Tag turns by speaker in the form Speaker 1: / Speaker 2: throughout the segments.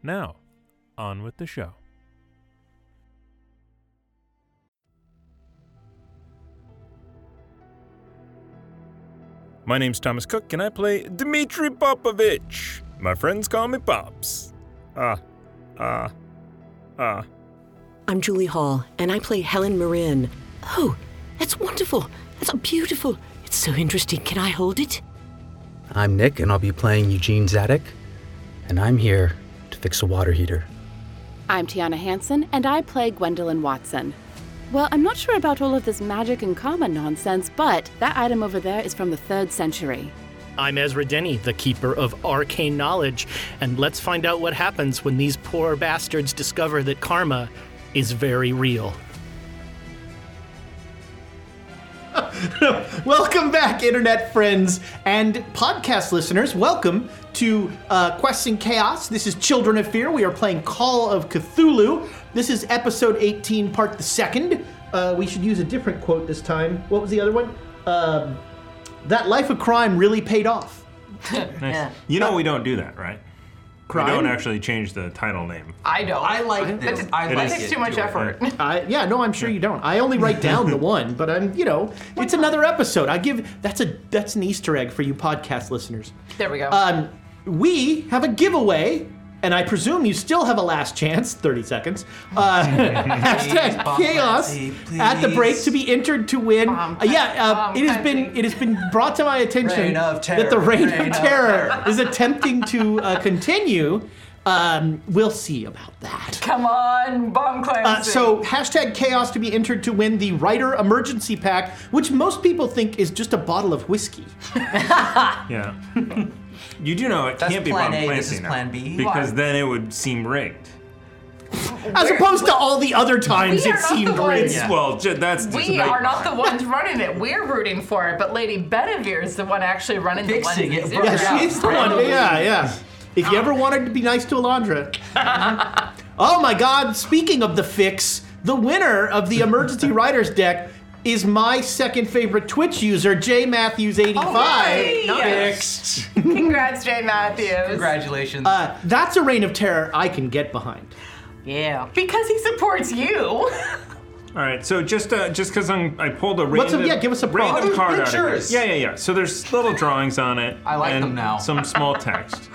Speaker 1: Now, on with the show. My name's Thomas Cook, and I play Dmitri Popovich. My friends call me Pops. Ah, ah, ah.
Speaker 2: I'm Julie Hall, and I play Helen Marin. Oh, that's wonderful. That's beautiful. It's so interesting. Can I hold it?
Speaker 3: I'm Nick, and I'll be playing Eugene Zadek, and I'm here to fix a water heater.
Speaker 4: I'm Tiana Hansen, and I play Gwendolyn Watson. Well, I'm not sure about all of this magic and karma nonsense, but that item over there is from the 3rd century.
Speaker 5: I'm Ezra Denny, the keeper of arcane knowledge, and let's find out what happens when these poor bastards discover that karma is very real.
Speaker 6: Welcome back, internet friends and podcast listeners. Welcome to uh, Quests and Chaos. This is Children of Fear. We are playing Call of Cthulhu. This is episode 18, part the second. Uh, we should use a different quote this time. What was the other one? Um, that life of crime really paid off.
Speaker 1: You know we don't do that, right?
Speaker 6: Crime.
Speaker 1: We don't actually change the title name.
Speaker 7: I don't. I like this. That,
Speaker 8: I like
Speaker 7: takes
Speaker 8: it.
Speaker 7: too much
Speaker 8: Do it.
Speaker 7: effort.
Speaker 6: I, yeah, no, I'm sure you don't. I only write down the one, but I'm, you know, it's another episode. I give that's a that's an Easter egg for you podcast listeners.
Speaker 7: There we go.
Speaker 6: Um, we have a giveaway, and I presume you still have a last chance, 30 seconds. Uh, hashtag
Speaker 8: Bob
Speaker 6: chaos
Speaker 8: Clancy,
Speaker 6: at the break
Speaker 8: please.
Speaker 6: to be entered to win.
Speaker 7: Bob
Speaker 6: Uh, yeah, uh,
Speaker 7: Clancy, Bob
Speaker 6: it has been
Speaker 7: Clancy.
Speaker 6: it has been brought to my attention
Speaker 8: Reign of
Speaker 6: that the
Speaker 8: terror,
Speaker 6: reign,
Speaker 8: reign
Speaker 6: of
Speaker 8: of
Speaker 6: terror, is attempting to uh, continue. Um, we'll see about that.
Speaker 7: Come on, bomb
Speaker 6: Uh,
Speaker 7: Clancy.
Speaker 6: so hashtag chaos to be entered to win the writer emergency pack, which most people think is just a bottle of whiskey.
Speaker 1: Yeah. you do know it
Speaker 8: That's
Speaker 1: can't be
Speaker 8: plan
Speaker 1: Bob
Speaker 8: A, this
Speaker 1: Clancy
Speaker 8: is
Speaker 1: now,
Speaker 8: plan B.
Speaker 1: because then it would seem rigged.
Speaker 6: As opposed to all the other times
Speaker 7: We are
Speaker 6: it
Speaker 7: not the
Speaker 6: seemed
Speaker 7: ones-
Speaker 6: rigged.
Speaker 7: Yeah.
Speaker 1: Well, j- that's just
Speaker 7: we
Speaker 1: another-
Speaker 7: are not the ones running it. We're rooting for it, but Lady Bedivere is the one actually running the ones.
Speaker 8: Fixing it,
Speaker 7: that's
Speaker 8: bro.
Speaker 7: zero.
Speaker 6: Yeah, she's the one. Yeah, yeah. If you ever wanted to be nice to Alondra. oh my God! Speaking of the fix, the winner of the emergency riders deck is my second favorite Twitch user, J Matthews eighty
Speaker 7: Oh, yay!
Speaker 6: five.
Speaker 7: Not
Speaker 6: Fixed.
Speaker 7: Congrats, Jay Matthews.
Speaker 8: Congratulations.
Speaker 6: Uh, that's a reign of terror I can get behind.
Speaker 7: Yeah. Because he supports you.
Speaker 1: All right, so just uh, just because I'm I pulled a random
Speaker 6: What's up? Yeah, give us a prompt.
Speaker 1: random
Speaker 6: Oh,
Speaker 1: card out of
Speaker 8: pictures.
Speaker 1: here. Yeah, yeah, yeah. So there's little drawings on it.
Speaker 8: I like
Speaker 1: and
Speaker 8: them now.
Speaker 1: Some small text.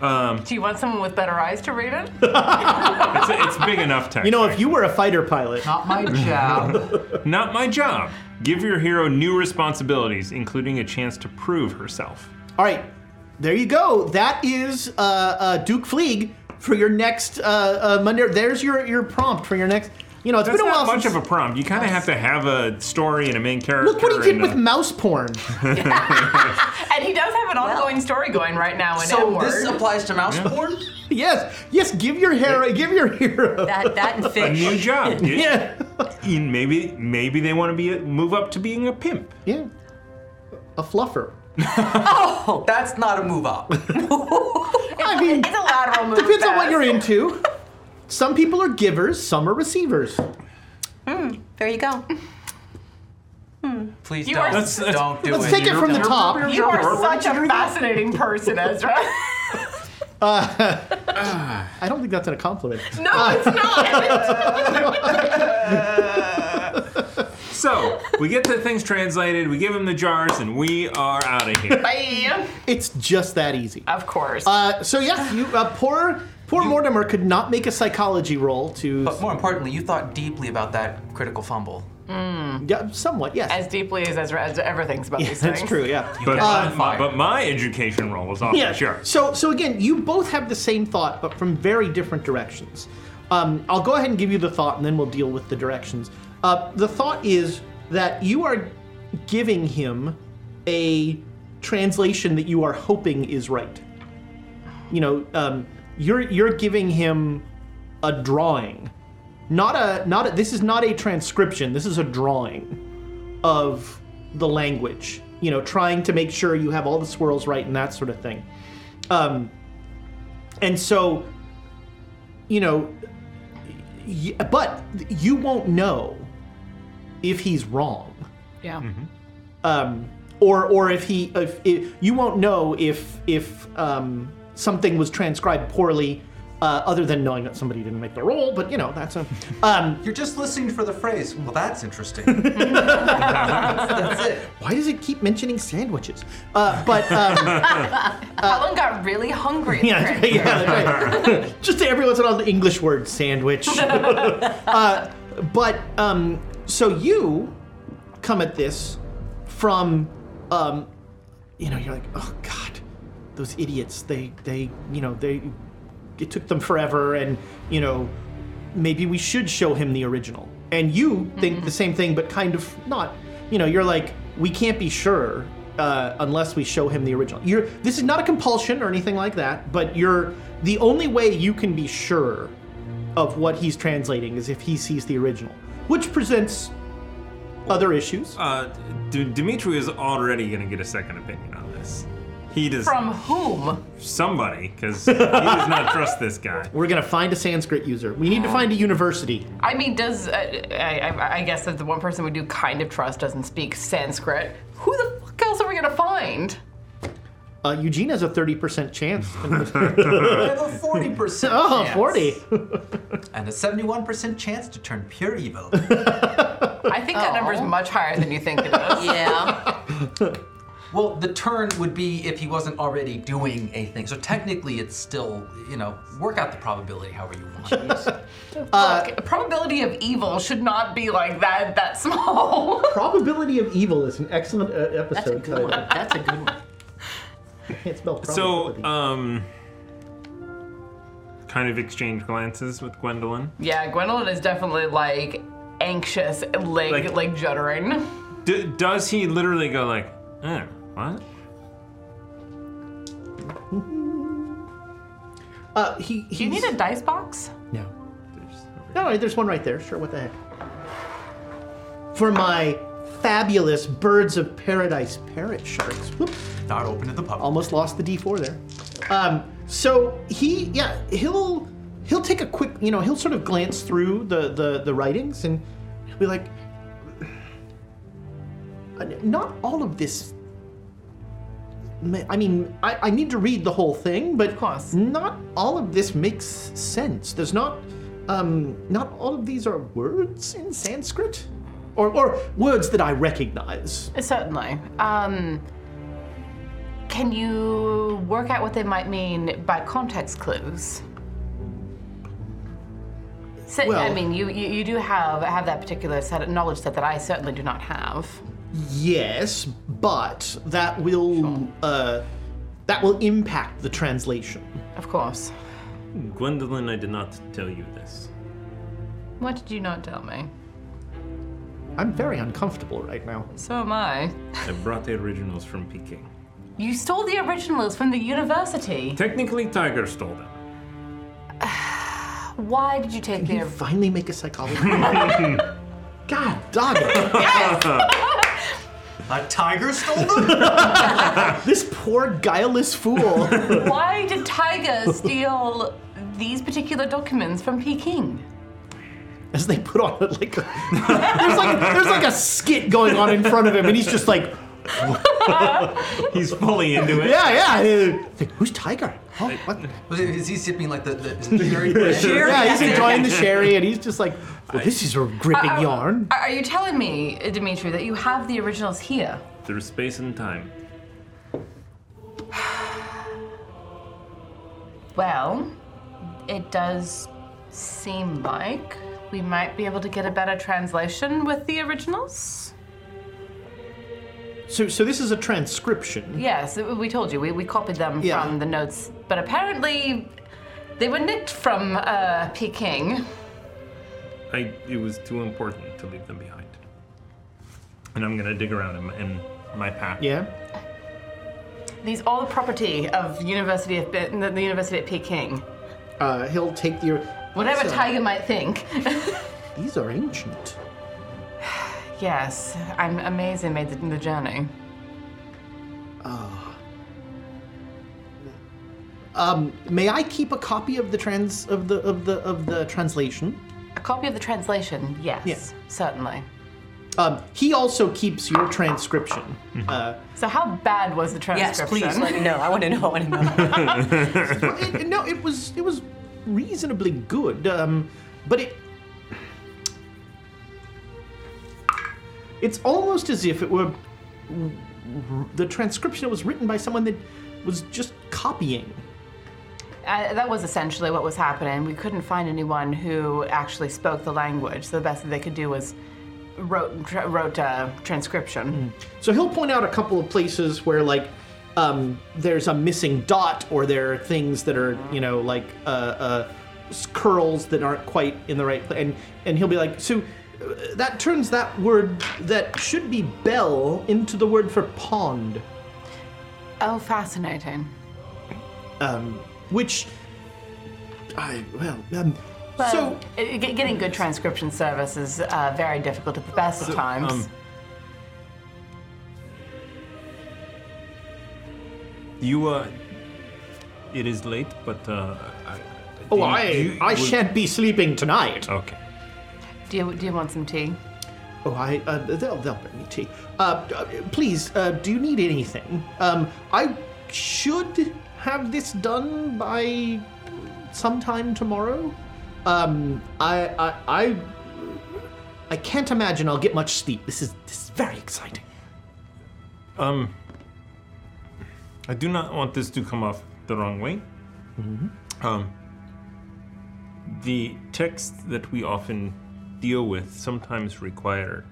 Speaker 7: Do you want someone with better eyes to read it?
Speaker 1: It's, it's big enough text.
Speaker 6: You know, if you were a fighter pilot,
Speaker 8: Not my job.
Speaker 1: not my job. Give your hero new responsibilities, including a chance to prove herself.
Speaker 6: All right, there you go. That is uh, uh, Duke Fleeg for your next uh, uh, Monday. There's your, your prompt for your next. You know, it's
Speaker 1: That's
Speaker 6: been a while
Speaker 1: not much
Speaker 6: since.
Speaker 1: of a prompt. You kind of have to have a story and a main character.
Speaker 6: Look what he did
Speaker 1: and
Speaker 6: with
Speaker 1: a-
Speaker 6: mouse porn.
Speaker 7: And he does have an ongoing story going right now in
Speaker 8: so
Speaker 7: Edward.
Speaker 8: this applies to mouse porn?
Speaker 6: yes, yes. Give your hero. Give your hero.
Speaker 9: That, that and
Speaker 1: a
Speaker 9: fish.
Speaker 1: new job. dude.
Speaker 6: yeah.
Speaker 1: And maybe maybe they want to be a, move up to being a pimp.
Speaker 6: Yeah. A fluffer.
Speaker 8: That's not a move up.
Speaker 6: I mean,
Speaker 7: it's a lateral move.
Speaker 6: depends on what
Speaker 7: fast.
Speaker 6: you're into. Some people are givers. Some are receivers.
Speaker 9: There you go.
Speaker 8: Please
Speaker 7: You
Speaker 8: don't.
Speaker 7: are- Let's-
Speaker 1: let's-
Speaker 8: don't do
Speaker 6: Let's
Speaker 8: it.
Speaker 6: take it from the top.
Speaker 7: You are such a fascinating person, Ezra.
Speaker 6: I don't think that's a compliment.
Speaker 7: No, it's
Speaker 6: Uh,
Speaker 7: not.
Speaker 1: So we get the things translated, we give him the jars, and we are out of here.
Speaker 7: Bye.
Speaker 6: It's just that easy.
Speaker 7: Of course.
Speaker 6: Uh, so yeah, you uh, poor poor Mortimer could not make a psychology roll to
Speaker 8: But more importantly, you thought deeply about that critical fumble.
Speaker 6: yeah, somewhat yes.
Speaker 7: as deeply as Ezra as ever thinks about these things.
Speaker 6: That's true. Yeah.
Speaker 1: But,
Speaker 8: got on
Speaker 1: Uh, but my,
Speaker 8: fire.
Speaker 1: education role was off
Speaker 6: Yeah.
Speaker 1: the charts.
Speaker 6: So so again, you both have the same thought, but from very different directions. Um, I'll go ahead and give you the thought, and then we'll deal with the directions. Uh, the thought is that you are giving him a translation that you are hoping is right. You know, um, you're you're giving him a drawing, not a not a, this is not a transcription. This is a drawing of the language. You know, trying to make sure you have all the swirls right and that sort of thing. Um, and so, you know, y- but you won't know if he's wrong
Speaker 7: Yeah.
Speaker 6: Mm-hmm. um, or or if he if, if you won't know if if um, something was transcribed poorly, uh, other than knowing that somebody didn't make the roll. But you know that's a um,
Speaker 8: You're just listening for the phrase. Well, that's interesting. that's it.
Speaker 6: why does it keep mentioning sandwiches? Uh, but um,
Speaker 7: Helen got really hungry.
Speaker 6: yeah, yeah, that's right. just every once in a while the English word sandwich. uh, but um, so you come at this from um, you know you're like oh god those idiots they they you know they it took them forever and you know maybe we should show him the original and you think the same thing but kind of not you know you're like we can't be sure uh, unless we show him the original you're this is not a compulsion or anything like that but you're the only way you can be sure of what he's translating is if he sees the original which presents other issues
Speaker 1: Uh, D- Dimitri is already going to get a second opinion on this. He does
Speaker 7: From whom?
Speaker 1: somebody because he does not trust this guy.
Speaker 6: We're gonna find a Sanskrit user. We need to find a university.
Speaker 7: I mean, does uh, I, I, I guess that the one person we do kind of trust doesn't speak Sanskrit. Who the fuck else are we gonna find?
Speaker 6: Uh, Eugene has a 30% chance.
Speaker 8: I have a 40%
Speaker 6: oh,
Speaker 8: chance.
Speaker 6: 40.
Speaker 8: And a 71% chance to turn pure evil.
Speaker 7: I think that number is much higher than you think it is.
Speaker 2: Yeah.
Speaker 8: well, the turn would be if he wasn't already doing a thing. So technically, it's still, you know, work out the probability however you want.
Speaker 7: Look, probability of evil should not be like that that small.
Speaker 6: Probability of Evil is an excellent uh, episode title.
Speaker 2: That's a good one.
Speaker 6: I can't spell probability.
Speaker 1: So, um, kind of exchange glances with Gwendolyn.
Speaker 7: yeah, Gwendolyn is definitely like anxious, leg like,
Speaker 1: Like-
Speaker 7: juddering.
Speaker 1: D- does he literally go like, eh, what?
Speaker 6: uh, he,
Speaker 7: Do you need a dice box?
Speaker 6: No. No, there's one right there. Sure, what the heck. For my fabulous Birds of Paradise parrot sharks. Whoop.
Speaker 8: Not open to the public.
Speaker 6: almost lost the D4 there. Um, so he, yeah, he'll he'll take a quick, you know, he'll sort of glance through the the, the writings and he'll be like, "Uh, not all of this. ma- I mean, I, I need to read the whole thing, but of
Speaker 7: course.
Speaker 6: not all of this makes sense. There's not, um, not all of these are words in Sanskrit, or or words that I recognize.
Speaker 7: Certainly. Um, can you work out what they might mean by context clues? So, I
Speaker 6: Well-
Speaker 7: mean, you, you, you do have have that particular set of knowledge set that I certainly do not have.
Speaker 6: Yes, but that will uh, that will impact the translation.
Speaker 7: Of course.
Speaker 1: Gwendolyn, I did not tell you this.
Speaker 7: What did you not tell me?
Speaker 6: I'm very uncomfortable right now.
Speaker 7: So am I.
Speaker 1: I brought the originals from Peking.
Speaker 7: You stole the originals from the university.
Speaker 1: Technically, Tiger stole them.
Speaker 7: Why did you take
Speaker 6: You
Speaker 7: the?
Speaker 6: finally make a psychology. God dog it.
Speaker 8: a tiger stole them?
Speaker 6: This poor guileless fool.
Speaker 7: Why did Tiger steal these particular documents from Peking?
Speaker 6: As they put on it like a, there's like there's like a skit going on in front of him and he's just like,
Speaker 1: He's fully into it.
Speaker 6: yeah, yeah. Like, Who's Tiger? Oh, what?
Speaker 8: Was it- Is he sipping like the, the, the cherry?
Speaker 6: Yeah, he's enjoying the sherry and he's just like, well, this is a
Speaker 7: uh,
Speaker 6: gripping yarn.
Speaker 7: Oh, Are are you telling me, uh, Dimitri, that you have the originals here?
Speaker 1: Through space and time.
Speaker 7: Well, it does seem like we might be able to get a better translation with the originals.
Speaker 6: So so this is a transcription.
Speaker 7: Yes, we told you, we, we copied them
Speaker 6: Yeah.
Speaker 7: from the notes, but apparently they were nicked from uh, Peking.
Speaker 1: I, it was too important to leave them behind. And I'm gonna dig around in my, in my pack.
Speaker 6: Yeah.
Speaker 7: These are the property of University of Be- the University at Peking.
Speaker 6: Uh, he'll take your.
Speaker 7: Whatever
Speaker 6: These are-
Speaker 7: Tiger might think.
Speaker 6: These are ancient.
Speaker 7: yes, I'm amazed they made the, the journey.
Speaker 6: Um, may I keep a copy of the trans of the of the of the translation?
Speaker 7: A copy of the translation, yes,
Speaker 6: Yeah.
Speaker 7: certainly.
Speaker 6: Um, he also keeps your transcription. Uh,
Speaker 7: So how bad was the
Speaker 2: Yes,
Speaker 7: transcription?
Speaker 2: please let me know. I want to know. I want to know.
Speaker 6: it, it- no, it was it was reasonably good, um, but it it's almost as if it were the transcription was written by someone that was just copying.
Speaker 7: Uh, that was essentially what was happening. We couldn't find anyone who actually spoke the language. So the best that they could do was wrote tr- wrote uh,
Speaker 6: Hmm.
Speaker 7: transcription.
Speaker 6: So he'll point out a couple of places where like um, there's a missing dot or there are things that are you know like uh, uh, s- curls that aren't quite in the right place, and and he'll be like, so uh, that turns that word that should be bell into the word for pond,
Speaker 7: Oh, fascinating.
Speaker 6: um, which I well um,
Speaker 7: But
Speaker 6: so.
Speaker 7: it- it- getting good transcription service is uh, very difficult at the best of times.
Speaker 1: Um, you, uh, it is late, but, uh, I.
Speaker 6: Oh,
Speaker 1: you-
Speaker 6: I
Speaker 1: you-
Speaker 6: I
Speaker 1: would-
Speaker 6: shan't be sleeping tonight.
Speaker 1: Okay.
Speaker 7: do you do you want some tea?
Speaker 6: Oh, I uh, they'll they'll bring me tea. Uh, uh, please, uh, do you need anything? Um, I should have this done by sometime tomorrow. Um, I I I, I can't imagine I'll get much sleep. This is this is very exciting.
Speaker 1: Um, I do not want this to come off the wrong way. Um, the texts that we often deal with sometimes require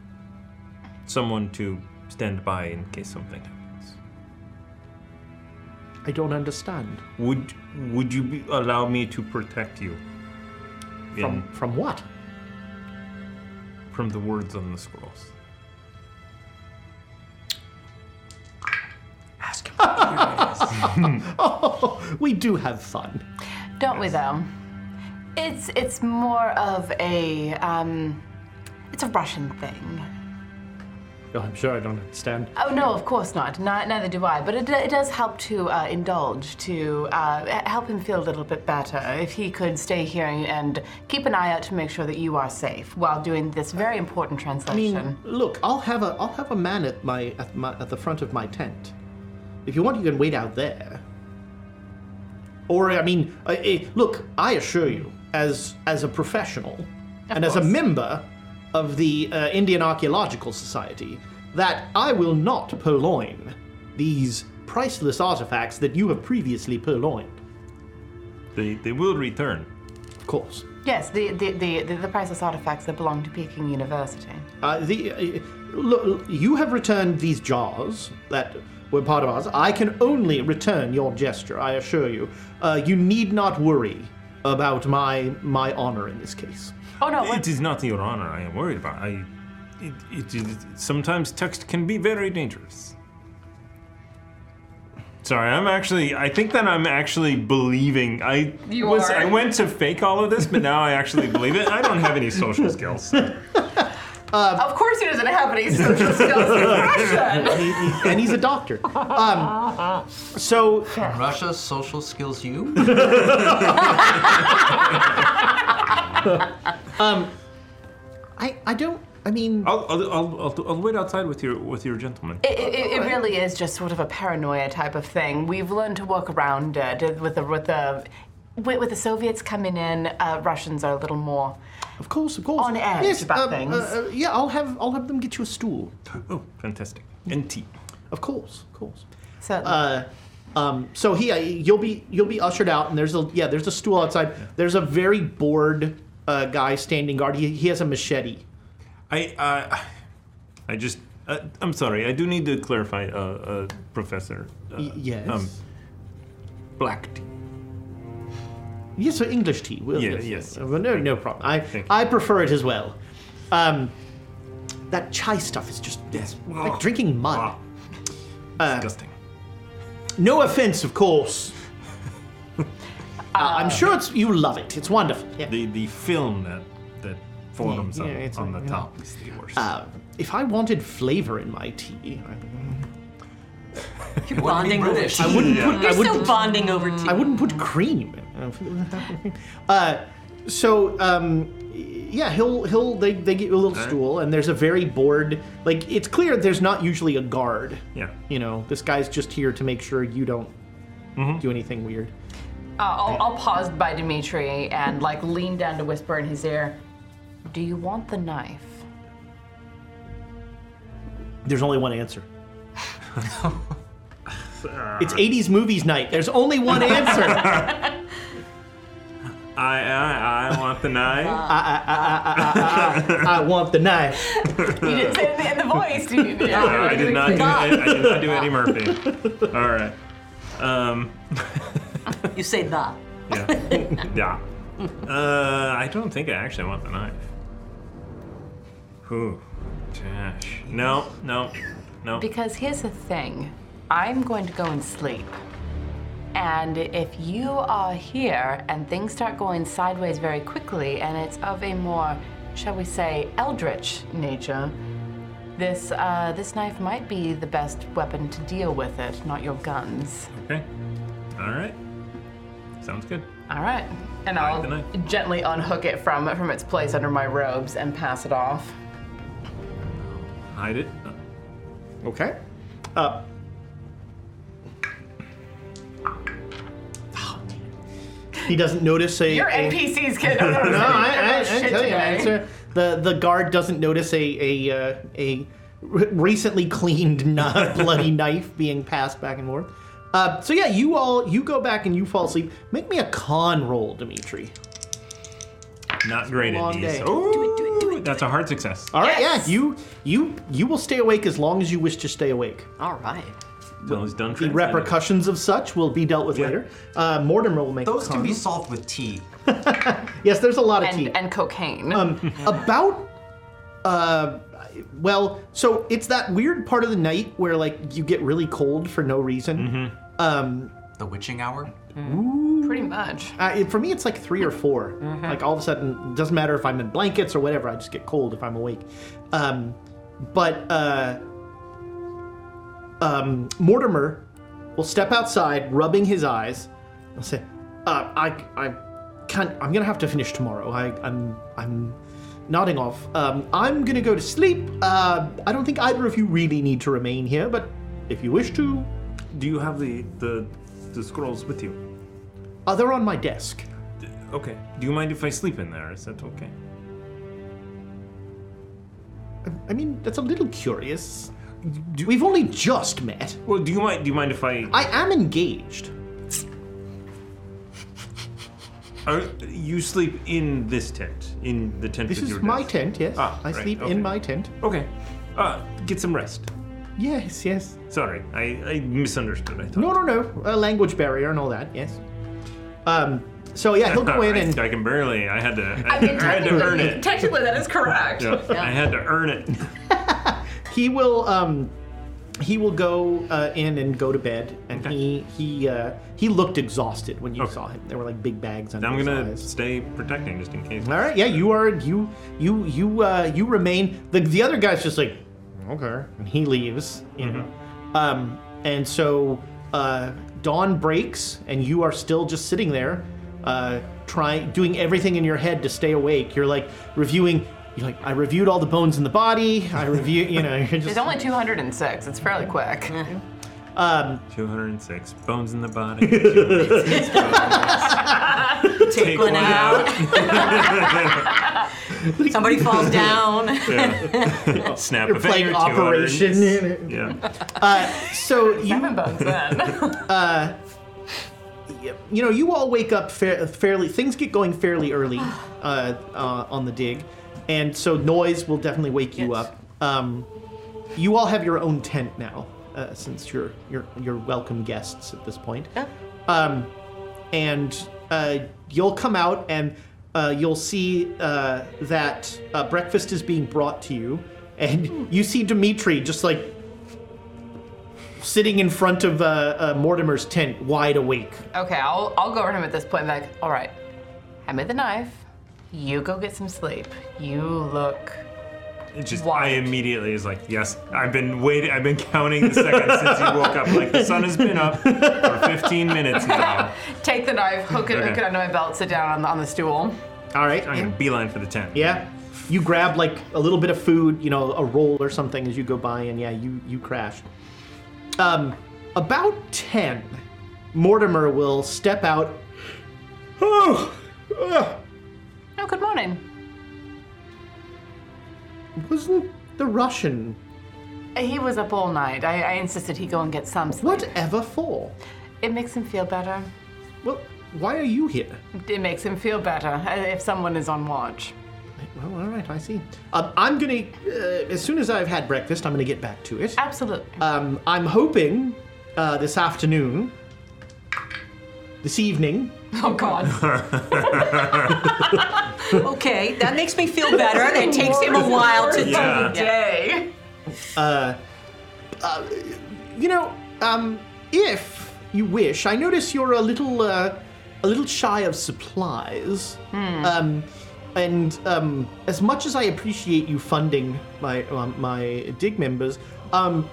Speaker 1: someone to stand by in case something happens.
Speaker 6: I don't understand.
Speaker 1: Would would you be, allow me to protect you in,
Speaker 6: From
Speaker 1: from
Speaker 6: from what?
Speaker 1: from the words on the scrolls?
Speaker 2: Ask him.
Speaker 6: Oh, We do have fun.
Speaker 7: Don't we though? It's it's more of a um, it's a Russian thing.
Speaker 6: Oh, I'm sure I don't understand.
Speaker 7: Oh no, of course not. Ni- neither do I. But it, it does help to uh, indulge, to uh, h- help him feel a little bit better. If he could stay here and keep an eye out to make sure that you are safe while doing this very important translation.
Speaker 6: Look, I'll have a I'll have a man at my at my at the front of my tent. If you want, you can wait out there. Or I mean, I, I, look, I assure you, as as a professional and as a member of the uh, Indian Archaeological Society, that I will not purloin these priceless artifacts that you have previously purloined.
Speaker 1: They they will return.
Speaker 6: Of course.
Speaker 7: yes, the the, the the the priceless artifacts that belong to Peking University.
Speaker 6: Uh, the uh, look, you have returned these jars that were part of ours. I can only return your gesture. I assure you. Uh, you need not worry about my my honor in this case.
Speaker 7: Oh no,
Speaker 1: It
Speaker 7: what,
Speaker 1: is not your honor I am worried about. I it, it is sometimes text can be very dangerous. Sorry, I'm actually. I think that I'm actually believing. I
Speaker 7: You
Speaker 1: was.
Speaker 7: are.
Speaker 1: I went to fake all of this, but now I actually believe it. I don't have any social skills. so-
Speaker 7: of course he doesn't have any social skills in Russian.
Speaker 6: He- he- and he's a doctor. Um, so
Speaker 8: Russia social skills you?
Speaker 6: I I don't. I mean,
Speaker 1: I'll, I'll, I'll, I'll, I'll wait outside with your with your gentleman.
Speaker 7: It, it, it really is just sort of a paranoia type of thing. We've learned to work around it with the with the with, with the Soviets coming in. Uh, Russians are a little more.
Speaker 6: of course, of course.
Speaker 7: On edge
Speaker 6: yes,
Speaker 7: about
Speaker 6: um,
Speaker 7: things.
Speaker 6: uh, uh, yeah, I'll have I'll have them get you a stool.
Speaker 1: Oh, fantastic! And tea.
Speaker 6: Of course, of course.
Speaker 7: So
Speaker 6: Uh, um, so he, uh, you'll be you'll be ushered out, and there's a yeah, there's a stool outside. There's a very bored uh, guy standing guard. He, he has a machete.
Speaker 1: I uh, I just uh, I'm sorry. I do need to clarify, uh, uh, Professor. Uh,
Speaker 6: Y- yes.
Speaker 1: Um, black tea.
Speaker 6: yes, so English tea. Will
Speaker 1: Yeah, yes.
Speaker 6: Uh, well, no, no problem. I
Speaker 1: Thank you.
Speaker 6: I prefer it as well. Um, that chai stuff is just yes, like drinking mud.
Speaker 1: Ah. Disgusting.
Speaker 6: No offense, of course. Uh, I'm sure it's you love it. It's wonderful. Yeah.
Speaker 1: The the film that that forms
Speaker 6: Yeah,
Speaker 1: on-
Speaker 6: yeah, it's
Speaker 1: on
Speaker 6: a-
Speaker 1: the
Speaker 6: yeah.
Speaker 1: top is the worst.
Speaker 6: Uh, if I wanted flavor in my tea,
Speaker 2: You're bonding over
Speaker 8: British.
Speaker 2: tea.
Speaker 6: I, I wouldn't put. I
Speaker 2: You're
Speaker 6: wouldn't,
Speaker 2: still bonding over tea.
Speaker 6: I wouldn't put cream. Uh, so um, yeah, he'll he'll they, they get you a little stool, and there's a very bored. Like it's clear there's not usually a guard.
Speaker 1: yeah.
Speaker 6: You know, this guy's just here to make sure you don't do anything weird.
Speaker 7: Uh, I'll, I'll pause by Dimitri and like lean down to whisper in his ear, Do you want the knife?
Speaker 6: There's only one answer. it's 80s movies night. There's only one answer.
Speaker 1: I, I I want the knife.
Speaker 6: I want the knife.
Speaker 2: You didn't say it in the voice, did you?
Speaker 1: Uh, I, I did not do I did not do Eddie Murphy. All right. Um.
Speaker 2: You say the.
Speaker 1: Yeah. yeah. Uh, I don't think I actually want the knife. Whew. Gosh. No, no, no.
Speaker 7: Because here's the thing I'm going to go and sleep. And if you are here and things start going sideways very quickly and it's of a more, shall we say, eldritch nature, this, uh, this knife might be the best weapon to deal with it, not your guns.
Speaker 1: Okay. All right. Sounds good.
Speaker 7: All right. And
Speaker 1: All right,
Speaker 7: I'll
Speaker 1: then
Speaker 7: gently unhook it from from its place under my robes and pass it off.
Speaker 1: Hide it.
Speaker 6: Okay. Uh, oh, damn. he doesn't notice a.
Speaker 7: Your
Speaker 6: a-
Speaker 7: NPCs can.
Speaker 6: no, I, I, I
Speaker 7: shit
Speaker 6: tell you,
Speaker 7: today.
Speaker 6: it's a- the the guard doesn't notice a a uh, a re- recently cleaned not bloody knife being passed back and forth. Uh, so yeah, you all you go back and you fall asleep. Make me a con roll, Dimitri.
Speaker 1: Not great at
Speaker 6: Long
Speaker 1: these.
Speaker 6: day.
Speaker 1: Ooh, that's a hard success.
Speaker 6: All right,
Speaker 2: Yes.
Speaker 6: yeah, you you you will stay awake as long as you wish to stay awake.
Speaker 2: All right.
Speaker 1: Well, it's done.
Speaker 6: The repercussions of such will be dealt with later. Uh, Mortimer will make a
Speaker 8: Those can
Speaker 6: con
Speaker 8: be
Speaker 6: roll.
Speaker 8: solved with tea.
Speaker 6: Yes, there's a lot of tea.
Speaker 7: and, and cocaine.
Speaker 6: about uh well so it's that weird part of the night where like you get really cold for no reason um
Speaker 8: The witching hour.
Speaker 7: pretty much.
Speaker 6: I, Uh, it- for me it's like three or 4 like all of a sudden it doesn't matter if i'm in blankets or whatever i just get cold if i'm awake um but uh um mortimer will step outside rubbing his eyes i'll say uh i i can't i'm gonna have to finish tomorrow i i'm i'm nodding off um i'm gonna go to sleep uh i don't think either of you really need to remain here but if you wish to
Speaker 1: Do you have the the the scrolls with you?
Speaker 6: uh, they're on my desk
Speaker 1: Okay. Do you mind if I sleep in there? Is that okay?
Speaker 6: I mean, that's a little curious. We've only just met.
Speaker 1: Well, do you mind? Do you mind if I?
Speaker 6: I am engaged.
Speaker 1: Are, you sleep in this tent, in the tent.
Speaker 6: This
Speaker 1: with
Speaker 6: is
Speaker 1: your
Speaker 6: my
Speaker 1: desk?
Speaker 6: tent, yes.
Speaker 1: Ah,
Speaker 6: I
Speaker 1: right,
Speaker 6: sleep
Speaker 1: okay.
Speaker 6: in my tent.
Speaker 1: Okay. Uh, get some rest.
Speaker 6: Yes, yes.
Speaker 1: Sorry, I, I misunderstood. I thought.
Speaker 6: No, no, no. A language barrier and all that, yes. Um, so yeah, he'll go in
Speaker 1: I,
Speaker 6: and
Speaker 1: I can barely. I had to. I,
Speaker 7: I mean,
Speaker 1: had to earn
Speaker 7: technically,
Speaker 1: it.
Speaker 7: technically that is correct.
Speaker 1: Yeah, I had to earn it.
Speaker 6: he will um, he will go uh, in and go to bed. And
Speaker 1: Okay.
Speaker 6: he he uh, he looked exhausted when you
Speaker 1: Okay.
Speaker 6: saw him. There were like big bags under
Speaker 1: I'm
Speaker 6: his
Speaker 1: gonna
Speaker 6: eyes.
Speaker 1: stay protecting just in case.
Speaker 6: All right, yeah, you are you you you uh, you remain. The the other guy's just like, okay, and he leaves. You know, um, and so uh, dawn breaks, and you are still just sitting there, uh, trying doing everything in your head to stay awake. You're like reviewing. You're like, I reviewed all the bones in the body. I review, you know, you're just
Speaker 7: It's only 206. It's fairly quick.
Speaker 1: 206 bones in the body. 206 bones. Take
Speaker 2: one Somebody falls down.
Speaker 1: Yeah. Snap
Speaker 6: you're
Speaker 1: a
Speaker 6: playing
Speaker 1: finger,
Speaker 6: Operation.
Speaker 1: 200. Yeah.
Speaker 6: So you
Speaker 7: Seven bones in.
Speaker 6: you know, you all wake up fa- fairly. Things get going fairly early uh, uh, on the dig, and so noise will definitely wake you up. Um, you all have your own tent now, uh, since you're you're you're welcome guests at this point. Um, and uh, you'll come out and uh, you'll see uh, that uh, breakfast is being brought to you, and you see Dimitri just like sitting in front of uh, uh, Mortimer's tent, wide awake.
Speaker 7: Okay, I'll, I'll go over to him at this point. Like, all right, hand me the knife. You go get some sleep. You look.
Speaker 1: It just I immediately is like, yes, I've been waiting. I've been counting the seconds since you woke up. Like the sun has been up for 15 minutes now.
Speaker 7: Take the knife, hook it, hook
Speaker 1: Okay.
Speaker 7: it under my belt, sit down on the, on the stool.
Speaker 6: All right.
Speaker 1: I'm gonna beeline for the tent.
Speaker 6: Yeah. You grab like a little bit of food, you know, a roll or something as you go by, and yeah, you you crash. Um, about ten, Mortimer will step out. Oh, ugh,
Speaker 7: Oh, good morning.
Speaker 6: wasn't the Russian
Speaker 7: He was up all night. I, I insisted he go and get some sleep.
Speaker 6: whatever for?
Speaker 7: It makes him feel better.
Speaker 6: Well, why are you here?
Speaker 7: It makes him feel better uh, if someone is on watch.
Speaker 6: Well, all right, I see. Um, I'm gonna uh, as soon as I've had breakfast, I'm gonna get back to it.
Speaker 7: Absolutely.
Speaker 6: Um, I'm hoping uh, this afternoon, this evening,
Speaker 2: Oh God. okay, that makes me feel better. It takes him a while to
Speaker 1: Yeah.
Speaker 2: do. Yeah.
Speaker 7: Hey.
Speaker 6: You know, um, if you wish, I notice you're a little, uh, a little shy of supplies. Um, and um, as much as I appreciate you funding my um, my dig members, um,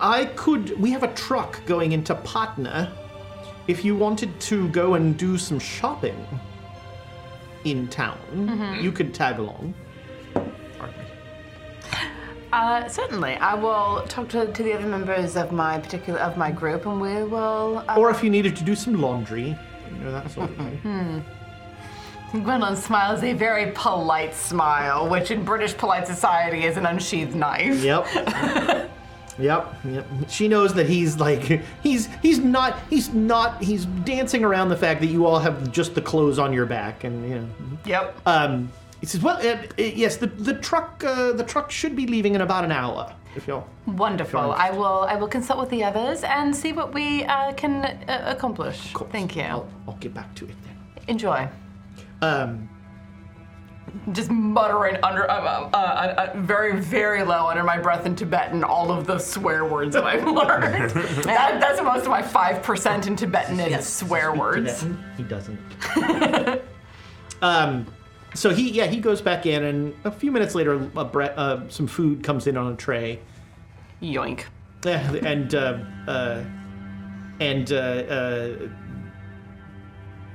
Speaker 6: I could. We have a truck going into Patna. If you wanted to go and do some shopping in town, you could tag along.
Speaker 7: Uh, certainly, I will talk to, to the other members of my particular of my group, and we will. Uh,
Speaker 6: Or if you needed to do some laundry, you know that sort of thing.
Speaker 7: Gwendolyn smiles a very polite smile, which in British polite society is an unsheathed knife.
Speaker 6: Yep. yep. Yep. She knows that he's like he's he's not he's not he's dancing around the fact that you all have just the clothes on your back and you know.
Speaker 7: Yep.
Speaker 6: Um, he says, "Well, uh, uh, yes, the the truck uh, the truck should be leaving in about an hour." If you're
Speaker 7: Wonderful. I will. I will consult with the others and see what we uh, can uh, accomplish. Thank you.
Speaker 6: I'll, I'll get back to it then.
Speaker 7: Enjoy.
Speaker 6: Um,
Speaker 7: Just muttering under, uh, uh, uh, uh, very, very low under my breath in Tibetan all of the swear words that I've learned. that, that's most of my five percent in Tibetan is swear words.
Speaker 6: Tibetan? He doesn't. um, so he yeah he goes back in, and a few minutes later, a bre- uh, some food comes in on a tray.
Speaker 7: Yoink.
Speaker 6: Yeah, and uh, uh, and uh, uh,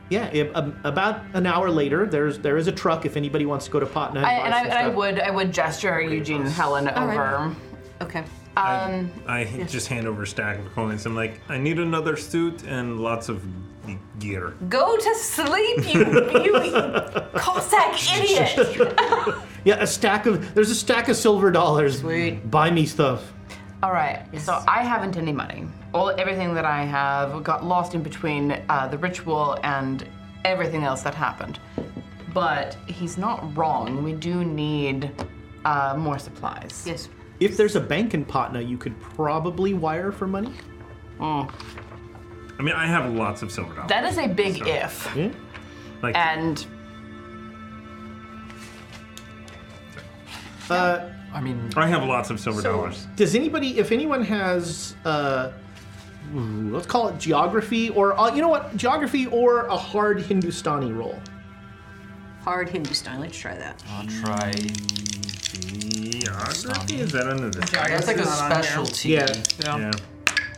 Speaker 6: yeah, i- um, about an hour later, there's there is a truck if anybody wants to go to Patna.
Speaker 7: I,
Speaker 6: buy
Speaker 7: and I,
Speaker 6: some
Speaker 7: and I
Speaker 6: stuff.
Speaker 7: would, I would gesture Eugene and Helen
Speaker 2: right.
Speaker 7: over.
Speaker 2: Okay.
Speaker 7: Um,
Speaker 1: I h- just hand over a stack of coins. I'm like, I need another suit and lots of g- gear.
Speaker 2: Go to sleep, you you Cossack idiot.
Speaker 6: Yeah, a stack of there's a stack of silver dollars.
Speaker 2: Sweet.
Speaker 6: Buy me stuff.
Speaker 7: All right. So I haven't any money. All everything that I have got lost in between uh, the ritual and everything else that happened. But he's not wrong. We do need uh, more supplies.
Speaker 2: Yes.
Speaker 6: If there's a bank in Patna, you could probably wire for money.
Speaker 1: I mean, I have lots of silver dollars.
Speaker 7: That is a big if.
Speaker 1: like,
Speaker 7: And
Speaker 8: I mean,
Speaker 1: I have lots of silver dollars.
Speaker 6: Does anybody, if anyone has, uh, ooh, let's call it geography, or uh, you know what, geography or a hard Hindustani roll.
Speaker 2: Hard Hindustan. Let's try that.
Speaker 8: I'll try.
Speaker 1: Geography? Is that under this?
Speaker 8: That's like a specialty.
Speaker 6: Yeah.
Speaker 1: Yeah.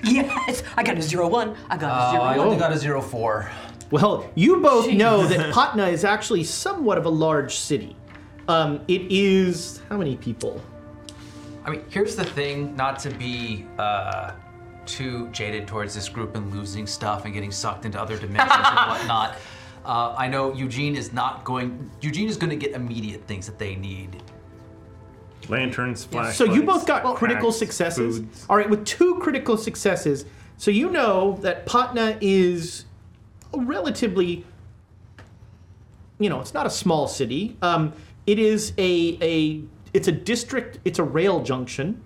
Speaker 2: Yes. I got a zero one. I got a
Speaker 8: Uh,
Speaker 2: zero.
Speaker 8: I only got a zero four.
Speaker 6: Well, you both know that Patna is actually somewhat of a large city. Um, it is how many people?
Speaker 8: I mean, here's the thing: not to be uh, too jaded towards this group and losing stuff and getting sucked into other dimensions and whatnot. Uh, I know Eugene is not going. Eugene is going to get immediate things that they need.
Speaker 1: Lanterns, flashlights.
Speaker 6: So you both got critical
Speaker 1: packs,
Speaker 6: successes.
Speaker 1: foods.
Speaker 6: All right, with two critical successes, so you know that Patna is a relatively, you know, it's not a small city. Um, it is a a it's a district. It's a rail junction.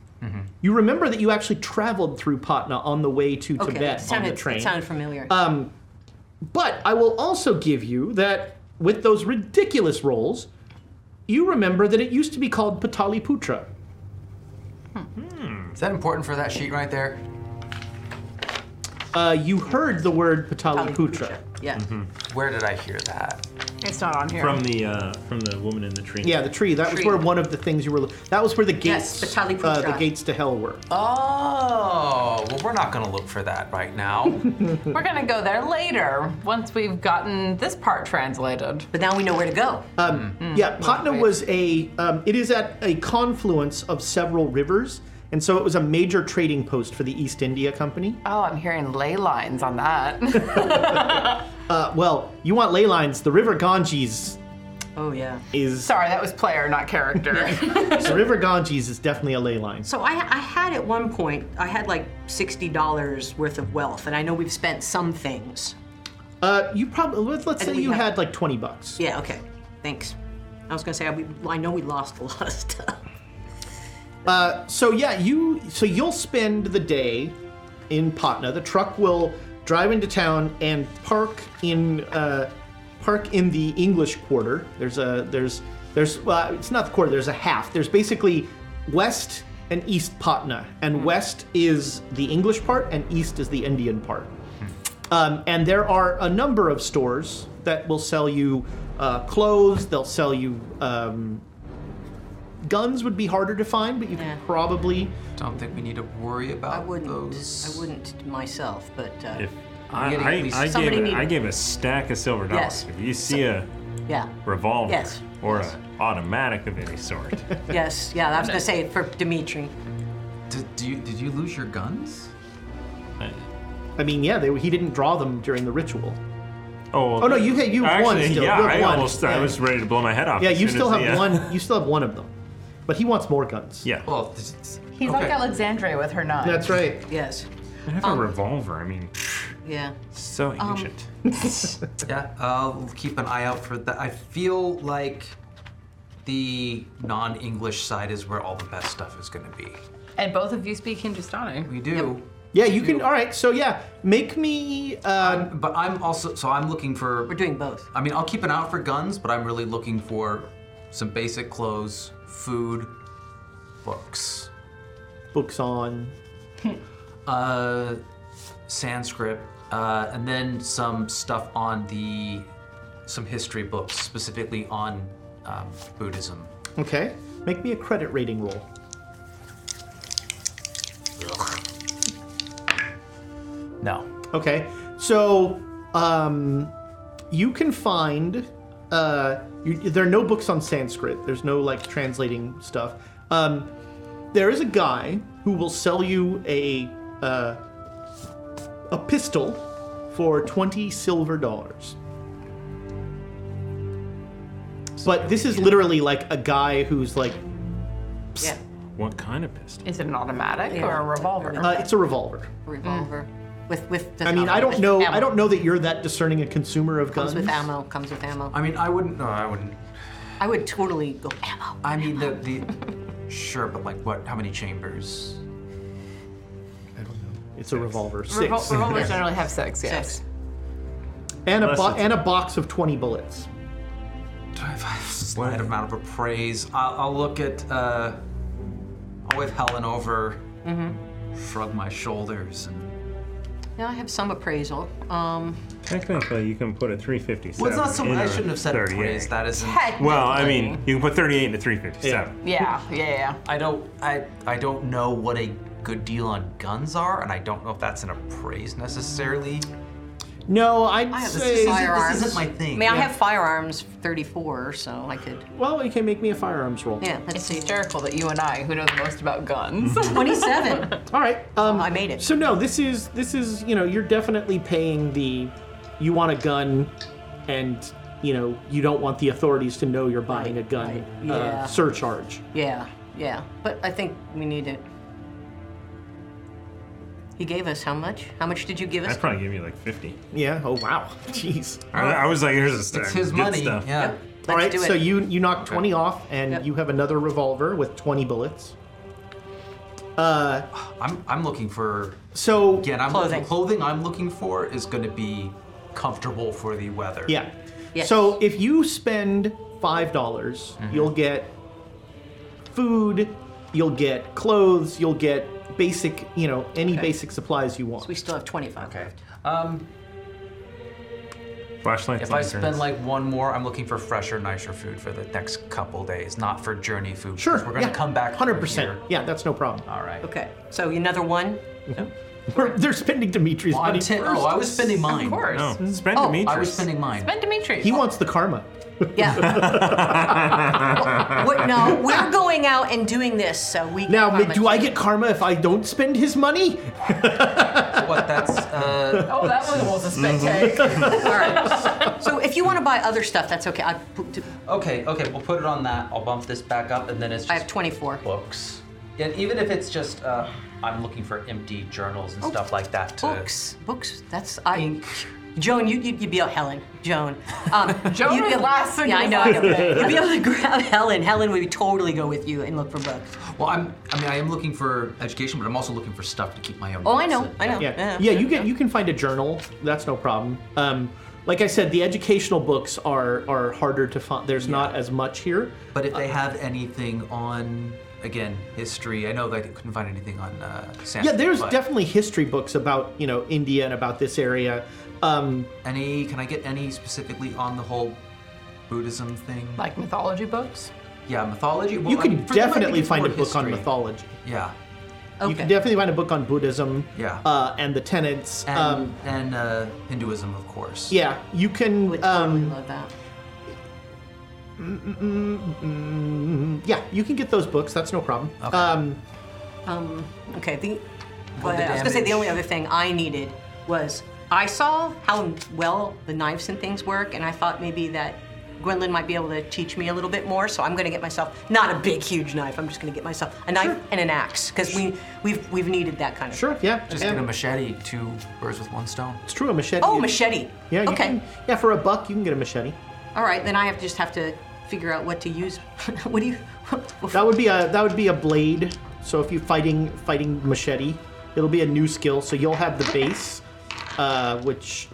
Speaker 6: You remember that you actually traveled through Patna on the way to
Speaker 2: Okay.
Speaker 6: Tibet
Speaker 2: That
Speaker 6: on
Speaker 2: sounded,
Speaker 6: the train.
Speaker 2: It sounded familiar.
Speaker 6: But I will also give you that with those ridiculous rolls, you remember that it used to be called Pataliputra.
Speaker 8: Is that important for that sheet right there?
Speaker 6: uh, you heard the word Pataliputra.
Speaker 2: Yeah.
Speaker 8: Where did I hear that?
Speaker 7: It's not on here.
Speaker 1: From the uh, from the woman in the tree.
Speaker 6: Yeah, the tree. That was
Speaker 2: Tree.
Speaker 6: where one of the things you were. That was where the
Speaker 2: Yes,
Speaker 6: gates, uh,
Speaker 2: Pataliputra.
Speaker 6: the gates to hell were.
Speaker 8: Oh, well, we're not going to look for that right now.
Speaker 7: We're gonna go there later once we've gotten this part translated.
Speaker 2: But now we know where to go. Mm,
Speaker 6: Yeah, Patna was a. Um, it is at a confluence of several rivers, and so it was a major trading post for the East India Company.
Speaker 7: Oh, I'm hearing ley lines on that.
Speaker 6: Uh, well, you want ley lines? The River Ganges
Speaker 2: oh yeah.
Speaker 6: is
Speaker 7: Sorry, that was player, not character.
Speaker 6: the River Ganges is definitely a ley line.
Speaker 2: So I, I had at one point, I had like sixty dollars worth of wealth, and I know we've spent some things.
Speaker 6: Uh, you probably let's, let's say
Speaker 2: we
Speaker 6: you
Speaker 2: have-
Speaker 6: had like twenty bucks.
Speaker 2: Yeah. Okay. Thanks. I was gonna say I, we, I know we lost a lot of stuff.
Speaker 6: Uh, So yeah, you so you'll spend the day in Patna. The truck will drive into town and park in uh, park in the English quarter. There's a there's there's well, it's not the quarter. There's a half. There's basically west and east Patna,
Speaker 2: Hmm.
Speaker 6: and west is the English part, and east is the Indian part. Um, and there are a number of stores that will sell you uh, clothes. They'll sell you um, guns. Would be harder to find, but you
Speaker 2: Yeah.
Speaker 6: can probably.
Speaker 8: Don't think we need to worry about
Speaker 2: I wouldn't.
Speaker 8: those.
Speaker 2: I wouldn't myself, but uh,
Speaker 1: If I,
Speaker 8: getting
Speaker 1: I,
Speaker 8: at least-
Speaker 1: I gave
Speaker 2: somebody
Speaker 1: a,
Speaker 2: need-
Speaker 1: I gave a stack of silver dollars.
Speaker 2: Yes.
Speaker 1: If you see a
Speaker 2: yeah.
Speaker 1: revolver
Speaker 2: Yes.
Speaker 1: or
Speaker 2: Yes.
Speaker 1: an automatic of any sort,
Speaker 2: Yes. Yeah. I was gonna say for Dimitri.
Speaker 6: Hmm.
Speaker 8: Did, do you, did you lose your guns?
Speaker 6: I mean, yeah, they, he didn't draw them during the ritual.
Speaker 1: oh, well,
Speaker 6: Oh, no, you- you have one
Speaker 1: actually,
Speaker 6: still.
Speaker 1: Yeah,
Speaker 6: You have
Speaker 1: I
Speaker 6: one.
Speaker 1: almost I
Speaker 6: Yeah.
Speaker 1: was ready to blow my head off.
Speaker 6: Yeah,
Speaker 1: as
Speaker 6: you
Speaker 1: soon
Speaker 6: still
Speaker 1: as
Speaker 6: have
Speaker 1: the, uh,
Speaker 6: one. You still have one of them, but he wants more guns.
Speaker 1: Yeah,
Speaker 8: Well, this is-
Speaker 7: He's like
Speaker 8: okay.
Speaker 7: Alexandria with her knife.
Speaker 6: that's right.
Speaker 2: Yes.
Speaker 1: I have
Speaker 8: um,
Speaker 1: a revolver. I mean,
Speaker 2: Yeah.
Speaker 1: so ancient.
Speaker 8: Yeah, I'll keep an eye out for that. I feel like the non-English side is where all the best stuff is going to be.
Speaker 7: And both of you speak Hindustani.
Speaker 8: We do,
Speaker 6: Yeah, you can. All right, so yeah, make me. Uh,
Speaker 8: but I'm also so I'm looking for.
Speaker 2: We're doing both.
Speaker 8: I mean, I'll keep an eye out for guns, but I'm really looking for some basic clothes, food, books,
Speaker 6: books on.
Speaker 8: uh, Sanskrit, uh, and then some stuff on the some history books, specifically on um, Buddhism.
Speaker 6: Okay, make me a credit rating roll.
Speaker 8: No,
Speaker 6: Okay, so um, you can find. Uh, you, there are no books on Sanskrit. There's no like translating stuff. Um, there is a guy who will sell you a uh, a pistol for twenty silver dollars. But this is literally like a guy who's like
Speaker 2: Yeah.
Speaker 1: What kind of pistol?
Speaker 7: Is it an automatic
Speaker 2: Yeah.
Speaker 7: or a revolver?
Speaker 6: uh, it's a revolver.
Speaker 2: Revolver. With with. The
Speaker 6: I mean, I don't
Speaker 2: with
Speaker 6: know. I
Speaker 2: ammo.
Speaker 6: don't know that you're that discerning a consumer of guns.
Speaker 2: Comes with ammo. Comes with ammo.
Speaker 8: I mean, I wouldn't. No, I wouldn't.
Speaker 2: I would totally go ammo.
Speaker 8: I mean, the the. Sure, but like, what? How many chambers?
Speaker 6: It's a revolver. Six.
Speaker 7: Revol- revolvers generally have six, yes.
Speaker 2: Six.
Speaker 6: and a
Speaker 1: Unless
Speaker 6: bo-
Speaker 1: it's-
Speaker 6: and a box of 20 bullets.
Speaker 8: Do I have a slight amount of appraise? I'll, I'll look at. Uh, I'll wave Helen over, shrug my shoulders, and.
Speaker 2: Yeah, I have some appraisal. Um,
Speaker 1: Technically, you can put a 357.
Speaker 8: Well, it's not so.
Speaker 1: in
Speaker 8: I
Speaker 1: a
Speaker 8: shouldn't have said
Speaker 1: 38.
Speaker 8: appraise. That isn't.
Speaker 1: Well, I mean, you can put 38 into 357.
Speaker 7: Yeah, yeah, yeah.
Speaker 8: I don't. I I don't know what a good deal on guns are, and I don't know if that's an appraise necessarily.
Speaker 6: No, I'd
Speaker 2: I have
Speaker 6: say.
Speaker 2: a firearms.
Speaker 8: This isn't my thing.
Speaker 2: I mean, I have firearms 34, so I could.
Speaker 6: Well, you can make me a firearms roll.
Speaker 2: Yeah, let's
Speaker 7: It's
Speaker 2: see.
Speaker 7: hysterical that you and I, who know the most about guns,
Speaker 2: 27.
Speaker 6: Mm-hmm. All right. Um,
Speaker 2: Oh, I made it.
Speaker 6: So no, this is this is you know you're definitely paying the, you want a gun, and you know you don't want the authorities to know you're buying a gun
Speaker 2: right, yeah.
Speaker 6: uh, surcharge.
Speaker 2: Yeah, yeah. But I think we need it. He gave us how much? How much did you give
Speaker 1: I
Speaker 2: us?
Speaker 1: probably give you like 50.
Speaker 6: Yeah. Oh wow. Jeez.
Speaker 1: I, I was like, here's a stack.
Speaker 8: It's his
Speaker 1: Good
Speaker 8: money.
Speaker 1: Stuff.
Speaker 8: Yeah.
Speaker 2: Let's
Speaker 6: All right.
Speaker 2: do it.
Speaker 6: So you you knock 20 off, and
Speaker 2: Yep.
Speaker 6: you have another revolver with 20 bullets.
Speaker 8: I'm I'm looking for.
Speaker 6: So
Speaker 8: Again, I'm
Speaker 2: Clothing.
Speaker 8: the clothing I'm looking for is going to be comfortable for the weather.
Speaker 6: Yeah.
Speaker 2: Yes.
Speaker 6: So if you spend five
Speaker 8: Mm-hmm.
Speaker 6: dollars, you'll get food, you'll get clothes, you'll get basic, you know, any
Speaker 2: Okay.
Speaker 6: basic supplies you want.
Speaker 2: So we still have 25
Speaker 8: Okay.
Speaker 2: left.
Speaker 8: Um,
Speaker 1: Flashlights.
Speaker 8: if I
Speaker 1: lanterns.
Speaker 8: spend like one more, I'm looking for fresher, nicer food for the next couple days, not for journey food. 'cause
Speaker 6: Sure.
Speaker 8: We're gonna
Speaker 6: yeah.
Speaker 8: come back. through
Speaker 6: 100%.
Speaker 8: here. Uh,
Speaker 6: Yeah, that's no problem.
Speaker 8: All right.
Speaker 2: Okay, so another one.
Speaker 6: We're, they're spending Dimitri's
Speaker 8: Well, I'm
Speaker 6: money.
Speaker 8: ten-
Speaker 6: first.
Speaker 8: oh, I was spending mine.
Speaker 7: Of course.
Speaker 1: No, spend
Speaker 7: Oh,
Speaker 1: Demetrius.
Speaker 8: I was spending mine.
Speaker 7: Ben Dimitri.
Speaker 6: He wants the karma.
Speaker 2: Yeah. What- no, we're going out and doing this, so we can
Speaker 6: Now,
Speaker 2: promise
Speaker 6: do I
Speaker 2: you.
Speaker 6: get karma if I don't spend his money?
Speaker 8: what? That's uh,
Speaker 7: oh, that one was a spectacular.
Speaker 2: All right. So if you want to buy other stuff, that's okay. I,
Speaker 8: Okay, okay, we'll put it on that. I'll bump this back up, and then it's just
Speaker 2: I have 24.
Speaker 8: books. And even if it's just, uh, I'm looking for empty journals and stuff like that to.
Speaker 2: Oh. Books, books. That's I. Joan, you, you'd, you'd be able Helen. Joan. Um,
Speaker 7: Joan
Speaker 2: you'd be
Speaker 7: is
Speaker 2: able-
Speaker 7: last thing
Speaker 2: Yeah, I
Speaker 7: is
Speaker 2: know. I know.
Speaker 7: like, okay.
Speaker 2: You'd be able to grab Helen. Helen would totally go with you and look for books.
Speaker 8: Well, I'm. I mean, I am looking for education, but I'm also looking for stuff to keep my own.
Speaker 2: Oh, I
Speaker 8: notes
Speaker 2: know,
Speaker 8: and-
Speaker 2: I know.
Speaker 6: Yeah,
Speaker 2: Yeah.
Speaker 6: yeah. You get you can find a journal. That's no problem. Um, like I said, the educational books are are harder to find. There's not as much here.
Speaker 8: But if they
Speaker 6: Uh,
Speaker 8: have anything on, again, history, I know that I couldn't find anything on uh,
Speaker 6: Yeah,
Speaker 8: Sanskrit.
Speaker 6: there's
Speaker 8: but
Speaker 6: definitely history books about you know India and about this area. Um,
Speaker 8: any. Can I get any specifically on the whole Buddhism thing?
Speaker 7: like mythology books.
Speaker 8: yeah, mythology. Well,
Speaker 6: you
Speaker 8: I
Speaker 6: can
Speaker 8: mean, for them, I think
Speaker 6: definitely
Speaker 8: it's
Speaker 6: find a
Speaker 8: more
Speaker 6: book on
Speaker 8: history.
Speaker 6: mythology.
Speaker 8: Yeah,
Speaker 2: Okay.
Speaker 6: You can definitely find a book on Buddhism.
Speaker 8: Yeah.
Speaker 6: Uh, and the tenets.
Speaker 8: and,
Speaker 6: um,
Speaker 8: and uh, Hinduism, of course.
Speaker 6: yeah, you
Speaker 2: would
Speaker 6: can.
Speaker 2: totally
Speaker 6: Um,
Speaker 2: love that.
Speaker 6: yeah, you can get those books. That's no problem.
Speaker 8: Okay.
Speaker 6: Um,
Speaker 2: Um, okay. The,
Speaker 8: Well,
Speaker 2: well,
Speaker 8: the
Speaker 2: I was gonna say the
Speaker 8: damage-
Speaker 2: only other thing I needed was I saw how well the knives and things work, and I thought maybe that Gwendolyn might be able to teach me a little bit more. So I'm gonna get myself not a big, huge knife. I'm just gonna get myself a knife and an axe because we we've we've needed that kind of.
Speaker 6: sure. Yeah.
Speaker 8: Just
Speaker 6: yeah.
Speaker 8: get a machete, two birds with one stone.
Speaker 6: It's true. A machete.
Speaker 2: Oh,
Speaker 6: is-
Speaker 2: machete.
Speaker 6: Yeah. You
Speaker 2: Okay.
Speaker 6: Can, yeah, for a buck, you can get a machete.
Speaker 2: All right. Then I have just have to figure out what to use. what do you?
Speaker 6: That would be a that would be a blade. So if you're fighting fighting machete, it'll be a new skill. So you'll have the base, uh, which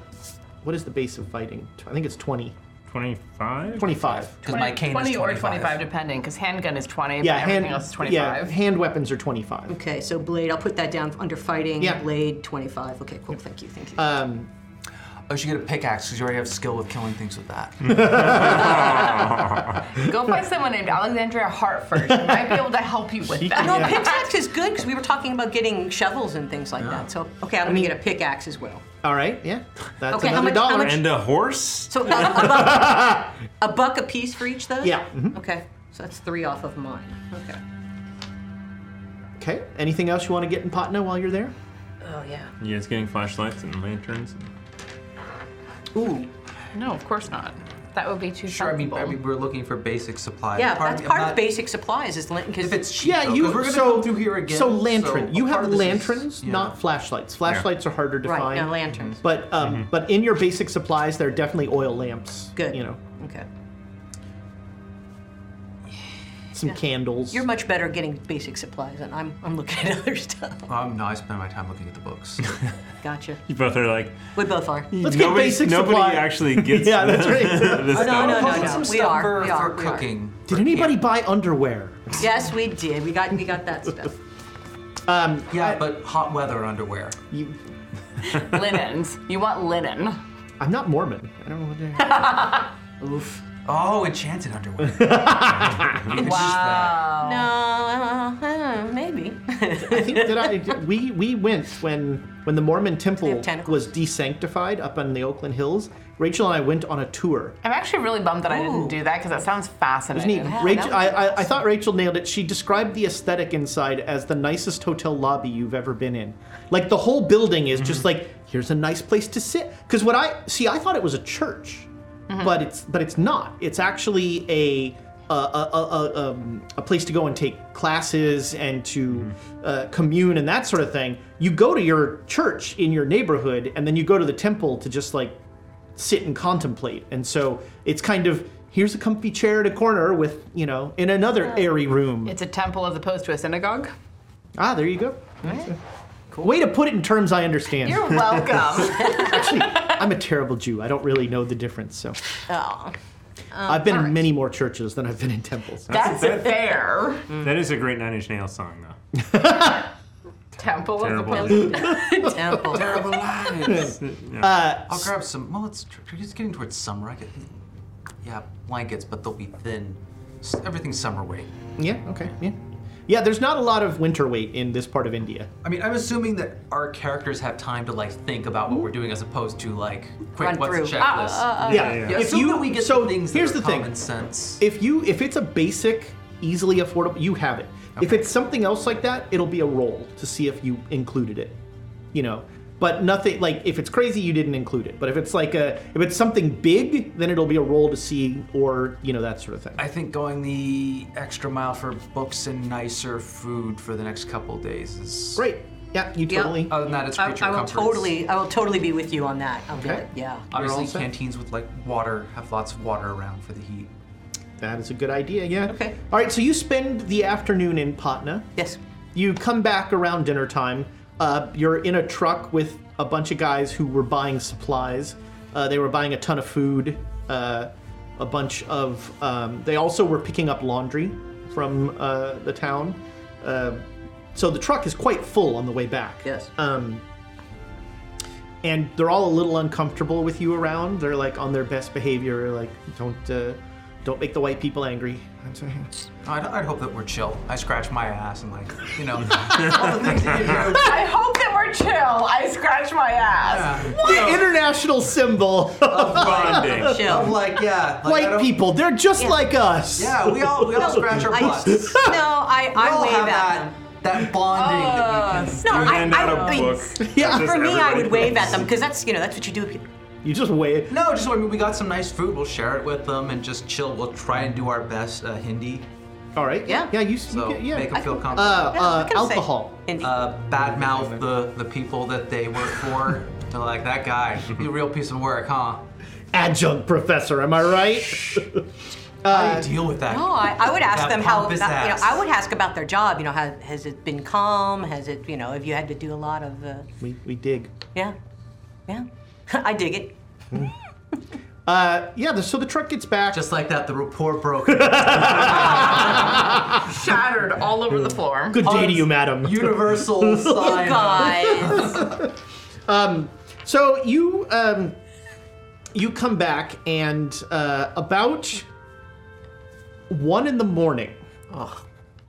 Speaker 6: what is the base of fighting? I think it's 20,
Speaker 1: 25?
Speaker 6: 25.
Speaker 8: Because my cane is
Speaker 7: 20 or
Speaker 8: 25.
Speaker 7: 25, depending, because handgun is 20,
Speaker 6: Yeah,
Speaker 7: but
Speaker 6: hand,
Speaker 7: everything else is 25.
Speaker 6: yeah, hand weapons are 25.
Speaker 2: Okay, so blade. I'll put that down under fighting.
Speaker 6: Yeah.
Speaker 2: Blade twenty-five. Okay, cool. Thank you. Thank you.
Speaker 6: Um,
Speaker 8: Oh, you should get a pickaxe because you already have skill with killing things with that.
Speaker 6: Mm.
Speaker 7: Go find someone named Alexandria Hartford. She might be able to help you with that.
Speaker 2: No, pickaxe is good because we were talking about getting shovels and things like that. So, okay, I'm gonna get a pickaxe as well.
Speaker 6: all right, yeah, that's
Speaker 2: Okay, how
Speaker 6: another
Speaker 2: much- how
Speaker 6: dollar.
Speaker 2: much-
Speaker 1: And a horse?
Speaker 2: So, a, a buck, a buck a piece for each, though?
Speaker 6: Yeah, mhm.
Speaker 2: Okay, so that's three off of mine. Okay.
Speaker 6: Okay, anything else you want to get in Patna while you're there?
Speaker 2: Oh, yeah.
Speaker 1: Yeah, it's getting flashlights and lanterns.
Speaker 2: Ooh.
Speaker 7: No, of course not. That would be too
Speaker 8: sure, I mean, I
Speaker 7: sensible.
Speaker 8: mean, we're looking for basic supplies.
Speaker 2: Yeah,
Speaker 8: Pardon
Speaker 2: that's
Speaker 8: me, I'm
Speaker 2: part of
Speaker 8: not-
Speaker 2: basic supplies is lint because
Speaker 8: If it's cheap,
Speaker 6: Yeah,
Speaker 8: though,
Speaker 6: you.
Speaker 8: Oh, 'cause we're gonna
Speaker 6: so
Speaker 8: come through here again.
Speaker 6: so lantern.
Speaker 8: so
Speaker 6: you
Speaker 8: a part
Speaker 6: have
Speaker 8: of this is-
Speaker 6: lanterns,
Speaker 8: yeah.
Speaker 6: not flashlights. Flashlights are harder to
Speaker 2: right
Speaker 6: find.
Speaker 2: now lanterns.
Speaker 6: But um,
Speaker 1: Mm-hmm.
Speaker 6: but in your basic supplies, there are definitely oil lamps.
Speaker 2: Good.
Speaker 6: You know,
Speaker 2: Okay.
Speaker 6: some candles.
Speaker 2: You're much better at getting basic supplies, and I'm I'm looking at other stuff.
Speaker 8: Um, no, I spend my time looking at the books.
Speaker 2: Gotcha.
Speaker 1: You both are like,
Speaker 2: We both are.
Speaker 6: Let's get
Speaker 1: nobody,
Speaker 6: basic
Speaker 1: nobody
Speaker 6: supplies.
Speaker 1: actually gets
Speaker 6: yeah, that's right.
Speaker 1: this
Speaker 2: Oh, no,
Speaker 1: stuff.
Speaker 2: no, no.
Speaker 8: Put some
Speaker 2: we
Speaker 8: stuff
Speaker 2: are,
Speaker 8: for,
Speaker 2: we are,
Speaker 8: for
Speaker 2: we are.
Speaker 8: cooking.
Speaker 6: Did anybody buy underwear?
Speaker 2: Yes, we did. We got we got that stuff.
Speaker 6: Um,
Speaker 8: Yeah, but hot weather underwear.
Speaker 6: you,
Speaker 7: linens. You want linen.
Speaker 6: I'm not Mormon. I don't know what they're.
Speaker 2: Oof.
Speaker 8: Oh, enchanted underwear. wow.
Speaker 2: No, uh, uh, maybe.
Speaker 6: I think that I we we went when when the Mormon temple
Speaker 2: have tentacles.
Speaker 6: was desanctified up in the Oakland Hills. Rachel and I went on a tour.
Speaker 7: I'm actually really bummed that I didn't
Speaker 2: Ooh.
Speaker 7: do that because that sounds
Speaker 6: It's neat.
Speaker 7: fascinating.
Speaker 6: Rachel, I, I, I thought Rachel nailed it. She described the aesthetic inside as the nicest hotel lobby you've ever been in. Like the whole building is just like here's a nice place to sit. Because what I see, I thought it was a church, but it's but it's not. It's actually a a, a, a, a, um, a place to go and take classes and to uh, commune and that sort of thing. You go to your church in your neighborhood, and then you go to the temple to just like sit and contemplate. And so it's kind of here's a comfy chair in a corner with, you know, in another
Speaker 7: Oh.
Speaker 6: airy room.
Speaker 7: It's a temple as opposed to a synagogue.
Speaker 6: Ah, there you go. Cool. Way to put it in terms I understand.
Speaker 7: You're welcome.
Speaker 6: Actually, I'm a terrible Jew. I don't really know the difference. So
Speaker 7: Um,
Speaker 2: Oh.
Speaker 6: I've been in many more churches than I've been in temples.
Speaker 7: That's fair.
Speaker 1: That is a great Nine Inch Nails song, though.
Speaker 7: Temple of the
Speaker 1: Terrible.
Speaker 7: Pilgrim.
Speaker 2: Temple.
Speaker 8: Terrible lives.
Speaker 6: Uh,
Speaker 8: I'll grab some. Well, it's, tr- it's getting towards summer. I could, yeah, blankets, but they'll be thin. S- Everything's summer weight.
Speaker 6: yeah, okay, yeah. Yeah, there's not a lot of winter weight in this part of India.
Speaker 8: I mean, I'm assuming that our characters have time to like think about what we're doing, as opposed to like, quick,
Speaker 2: Run
Speaker 8: what's
Speaker 2: through. Uh,
Speaker 8: the checklist?
Speaker 1: Oh, Yeah, yeah.
Speaker 8: yeah,
Speaker 6: If
Speaker 8: assume
Speaker 6: you-
Speaker 8: that we get
Speaker 6: so
Speaker 8: the things
Speaker 6: here's
Speaker 8: that are
Speaker 6: the thing.
Speaker 8: common sense.
Speaker 6: If you if it's a basic, easily affordable, you have it. If it's something else like that, it'll be a roll to see if you included it. You know, but nothing like if it's crazy, you didn't include it. But if it's like a if it's something big, then it'll be a roll to see or you know that sort of thing.
Speaker 8: I think going the extra mile for books and nicer food for the next couple days is
Speaker 6: Great. Yeah, you
Speaker 2: Yeah.
Speaker 6: totally.
Speaker 8: Other than that, it's
Speaker 2: I,
Speaker 8: creature
Speaker 2: I will
Speaker 8: comforts.
Speaker 2: totally, I will totally be with you on that. I'll do
Speaker 6: Okay.
Speaker 2: it. Yeah.
Speaker 8: Obviously,
Speaker 6: all set.
Speaker 8: canteens with like water have lots of water around for the heat.
Speaker 6: That is a good idea. Yeah.
Speaker 2: Okay.
Speaker 6: All right. So you spend the afternoon in Patna.
Speaker 2: Yes.
Speaker 6: You come back around dinner time. Uh, you're in a truck with a bunch of guys who were buying supplies. Uh, they were buying a ton of food, uh, a bunch of. Um, they also were picking up laundry from uh, the town. Uh, so the truck is quite full on the way back.
Speaker 2: Yes.
Speaker 6: Um, and they're all a little uncomfortable with you around. They're like on their best behavior, like don't uh, don't make the white people angry. That's right.
Speaker 8: I'd, I'd hope that we're chill. I scratch my ass and like, you know, all the things that you do.
Speaker 7: I hope that we're chill. I scratch my ass.
Speaker 6: The international symbol of
Speaker 1: Bonding.
Speaker 8: I'm
Speaker 2: Chill.
Speaker 8: like, yeah, like, I
Speaker 6: white
Speaker 8: don't-
Speaker 6: people. They're just like us.
Speaker 8: Yeah, we all we all scratch our
Speaker 2: I, no,
Speaker 8: butts. We
Speaker 2: I, I
Speaker 8: all
Speaker 2: wave at
Speaker 8: have
Speaker 2: them.
Speaker 8: that that bonding that we can.
Speaker 2: No,
Speaker 1: You hand
Speaker 2: I,
Speaker 1: out
Speaker 2: I,
Speaker 1: a
Speaker 2: I mean,
Speaker 1: book.
Speaker 6: Yeah.
Speaker 1: Just
Speaker 2: for me, I
Speaker 1: everybody
Speaker 2: would wave at
Speaker 1: puts-
Speaker 2: them because that's, you know, that's what you do.
Speaker 6: You just wait.
Speaker 8: No, just I mean, we got some nice food. We'll share it with them and just chill. We'll try and do our best uh, Hindi.
Speaker 6: All right.
Speaker 2: Yeah.
Speaker 6: Yeah. You. s- you
Speaker 8: So
Speaker 6: get- yeah.
Speaker 8: make them feel comfortable.
Speaker 6: uh,
Speaker 2: Yeah, I
Speaker 6: uh,
Speaker 2: can say-
Speaker 6: alcohol.
Speaker 2: And
Speaker 8: uh, badmouth the, the people that they work for. They're like, that guy, you real piece of work, huh?
Speaker 6: Adjunct professor. Am I right?
Speaker 8: How do you deal with that?
Speaker 2: Uh, no, I, I would ask
Speaker 8: That
Speaker 2: them how,
Speaker 8: pompous
Speaker 2: about, you know,
Speaker 8: ass.
Speaker 2: I would ask about their job. You know, has, has it been calm? Has it, you know, have you had to do a lot of, uh,
Speaker 6: we we dig.
Speaker 2: yeah, yeah. I dig it.
Speaker 6: Uh, yeah. The, so the truck gets back.
Speaker 8: Just like that, the rapport broke.
Speaker 7: Shattered all over the floor.
Speaker 2: Oh,
Speaker 6: good day to you, madam.
Speaker 8: Universal sign.
Speaker 2: Guys.
Speaker 6: So you um, you come back and uh, about one in the morning. Uh,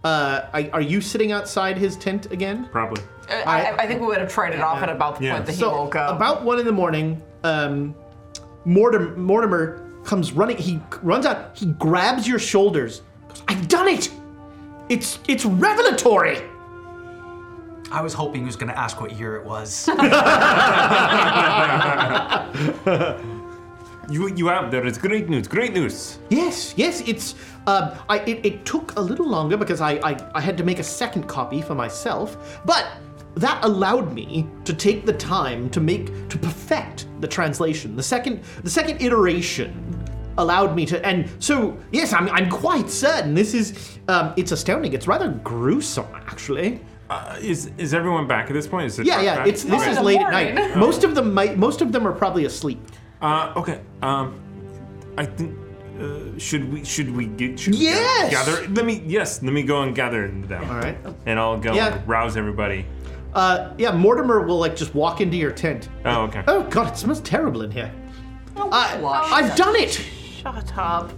Speaker 6: I, are you sitting outside his tent again?
Speaker 1: Probably.
Speaker 2: Uh,
Speaker 7: I, I, I think we would have traded off at about the uh,
Speaker 1: Yeah.
Speaker 7: point that he
Speaker 6: So
Speaker 7: woke up.
Speaker 6: about one in the morning, um, Mortimer, Mortimer comes running. He runs out. He grabs your shoulders. Goes, I've done it. It's it's revelatory.
Speaker 8: I was hoping he was going to ask what year it was.
Speaker 1: You you have there is great news. Great news.
Speaker 6: Yes, yes, it's. Um, I, it, it took a little longer because I, I, I had to make a second copy for myself, but that allowed me to take the time to make to perfect the translation. The second the second iteration allowed me to, and so yes, I'm, I'm quite certain this is. Um, it's astounding. It's rather gruesome, actually.
Speaker 1: Uh, is is everyone back at this point? Is the
Speaker 6: Yeah,
Speaker 1: truck
Speaker 6: yeah.
Speaker 1: back?
Speaker 6: It's this
Speaker 1: Okay.
Speaker 6: is
Speaker 7: the
Speaker 6: late at
Speaker 7: morning.
Speaker 6: night. Most of them might. Most of them are probably asleep.
Speaker 1: Uh, okay. Um, I think uh, should we should we get should
Speaker 6: Yes!
Speaker 1: we gather? Let me yes. Let me go and gather them.
Speaker 6: All right.
Speaker 1: And I'll go
Speaker 6: Yeah.
Speaker 1: and rouse everybody.
Speaker 6: Uh, yeah, Mortimer will like just walk into your tent.
Speaker 1: Oh, okay.
Speaker 6: Oh god, it smells terrible in here. I,
Speaker 2: wash
Speaker 6: I've done it.
Speaker 7: Oh, Shut up.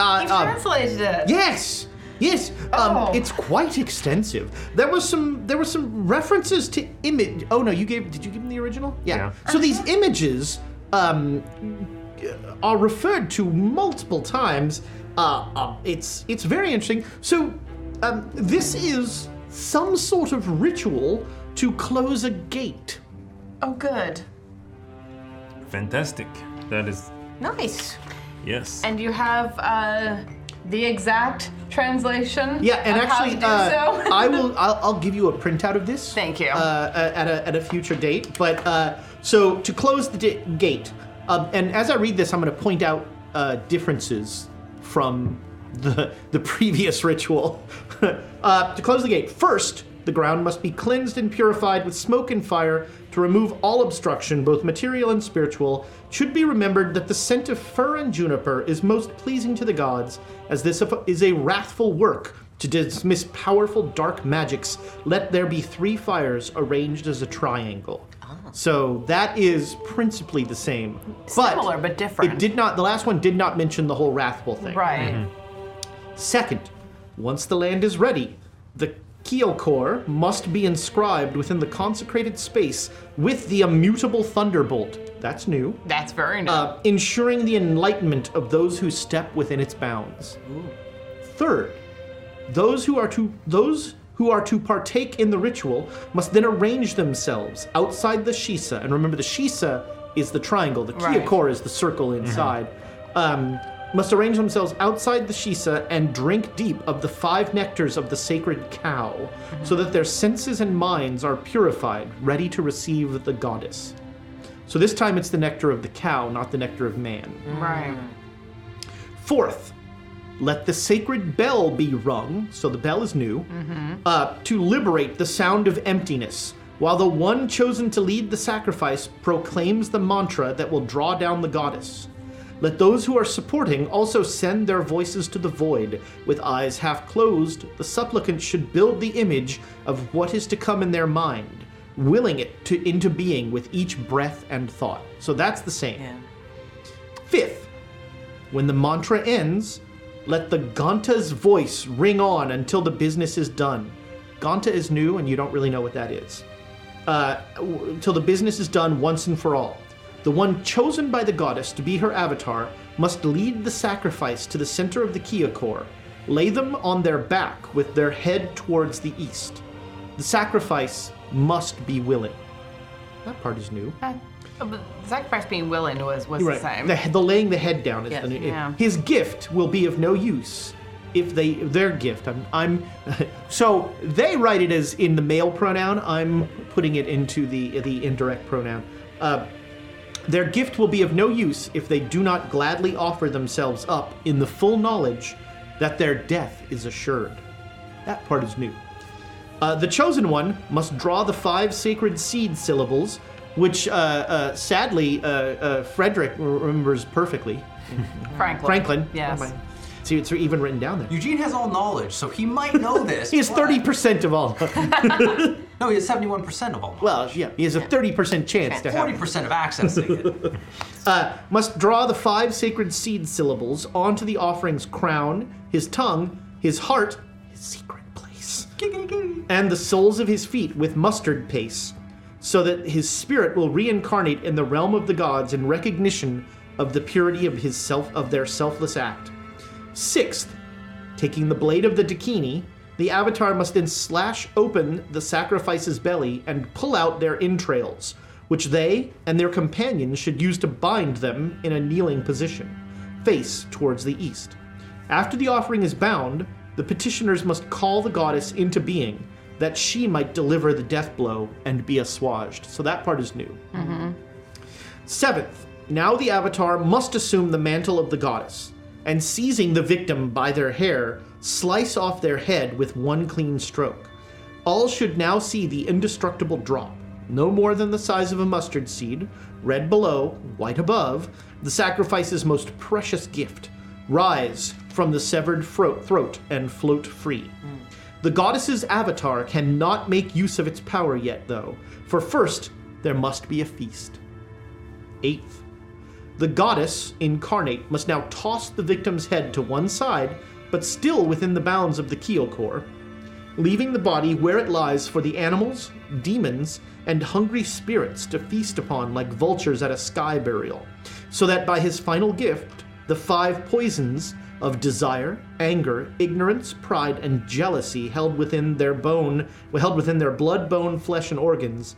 Speaker 6: Uh,
Speaker 7: He
Speaker 6: um,
Speaker 7: translated it.
Speaker 6: yes, yes. Um,
Speaker 7: Oh.
Speaker 6: It's quite extensive. There was some. There were some references to image. Oh no, you gave. Did you give him the original? Yeah.
Speaker 1: Yeah.
Speaker 6: So these images um, are referred to multiple times. Uh, uh, it's it's very interesting. So um, this is some sort of ritual to close a gate.
Speaker 7: Oh, good.
Speaker 1: Fantastic. That is
Speaker 2: nice.
Speaker 1: yes.
Speaker 7: And you have uh, the exact translation.
Speaker 6: Yeah, and
Speaker 7: of how
Speaker 6: actually,
Speaker 7: to do
Speaker 6: uh,
Speaker 7: so?
Speaker 6: I will. I'll, I'll give you a printout of this.
Speaker 7: Thank you.
Speaker 6: Uh, at a at a future date, but uh, so to close the di- gate, um, and as I read this, I'm going to point out uh, differences from the the previous ritual. uh, to close the gate, first the ground must be cleansed and purified with smoke and fire to remove all obstruction, both material and spiritual. It should be remembered that the scent of fir and juniper is most pleasing to the gods, as this is a wrathful work to dismiss powerful dark magics, let there be three fires arranged as a triangle.
Speaker 7: Oh.
Speaker 6: So that is principally the same, but
Speaker 7: Similar, but different.
Speaker 6: It did not. The last one did not mention the whole wrathful thing.
Speaker 7: Right.
Speaker 1: Mm-hmm.
Speaker 6: Second, once the land is ready, the keel core must be inscribed within the consecrated space with the immutable thunderbolt. That's new.
Speaker 7: That's
Speaker 2: Um,
Speaker 7: very nice.
Speaker 6: Uh, ensuring the enlightenment of those who step within its bounds. Third, those who are to those who are to partake in the ritual must then arrange themselves outside the shisa. And remember, the shisa is the triangle. The
Speaker 7: Right.
Speaker 6: kiyakor is the circle inside. Um, must arrange themselves outside the shisa and drink deep of the five nectars of the sacred cow, so that their senses and minds are purified, ready to receive the goddess. So this time it's the nectar of the cow, not the nectar of man.
Speaker 7: right.
Speaker 6: Fourth, let the sacred bell be rung, so the bell is new, uh, to liberate the sound of emptiness, while the one chosen to lead the sacrifice proclaims the mantra that will draw down the goddess. Let those who are supporting also send their voices to the void. With eyes half closed, the supplicant should build the image of what is to come in their mind, willing it to into being with each breath and thought. So that's the same. Fifth, when the mantra ends, let the Ganta's voice ring on until the business is done. Ganta is new, and you don't really know what that is. Uh, w- until the business is done once and for all. The one chosen by the goddess to be her avatar must lead the sacrifice to the center of the Kyokor, lay them on their back with their head towards the east. The sacrifice must be willing. That part is new.
Speaker 7: Uh, but Sacrifice being willing was, was the same.
Speaker 6: The, the laying the head down is
Speaker 2: Yes.
Speaker 6: the new.
Speaker 7: Yeah.
Speaker 6: His gift will be of no use if they their gift. I'm I'm so they write it as in the male pronoun. I'm putting it into the the indirect pronoun. Uh, their gift will be of no use if they do not gladly offer themselves up in the full knowledge that their death is assured. That part is new. Uh, the chosen one must draw the five sacred seed syllables, which uh, uh, sadly uh, uh, Frederick remembers perfectly.
Speaker 7: Franklin.
Speaker 6: Franklin.
Speaker 7: Yes.
Speaker 6: Oh my. See, it's even written down there.
Speaker 8: Eugene has all knowledge, so he might know this.
Speaker 6: He has
Speaker 8: but-
Speaker 6: thirty percent of all.
Speaker 8: No, he has seventy-one percent of all. Well,
Speaker 6: well, yeah, he has a thirty percent chance to have.
Speaker 8: forty percent of accessing it.
Speaker 6: Must draw the five sacred seed syllables onto the offering's crown, his tongue, his heart, his secret place, and the soles of his feet with mustard paste, so that his spirit will reincarnate in the realm of the gods in recognition of the purity of his self of their selfless act. Sixth, Taking the blade of the Dakini, the avatar must then slash open the sacrifice's belly and pull out their entrails, which they and their companions should use to bind them in a kneeling position, face towards the east. After the offering is bound, the petitioners must call the goddess into being that she might deliver the death blow and be assuaged. So that part is new. Seventh, now the avatar must assume the mantle of the goddess, and seizing the victim by their hair, slice off their head with one clean stroke. All should now see the indestructible drop, no more than the size of a mustard seed, red below, white above, the sacrifice's most precious gift, rise from the severed fro- throat and float free. The goddess's avatar cannot make use of its power yet, though, for first there must be a feast. Eighth, The goddess, incarnate, must now toss the victim's head to one side, but still within the bounds of the keel core, leaving the body where it lies for the animals, demons, and hungry spirits to feast upon like vultures at a sky burial, so that by his final gift, the five poisons of desire, anger, ignorance, pride, and jealousy held within their bone, held within their blood, bone, flesh, and organs,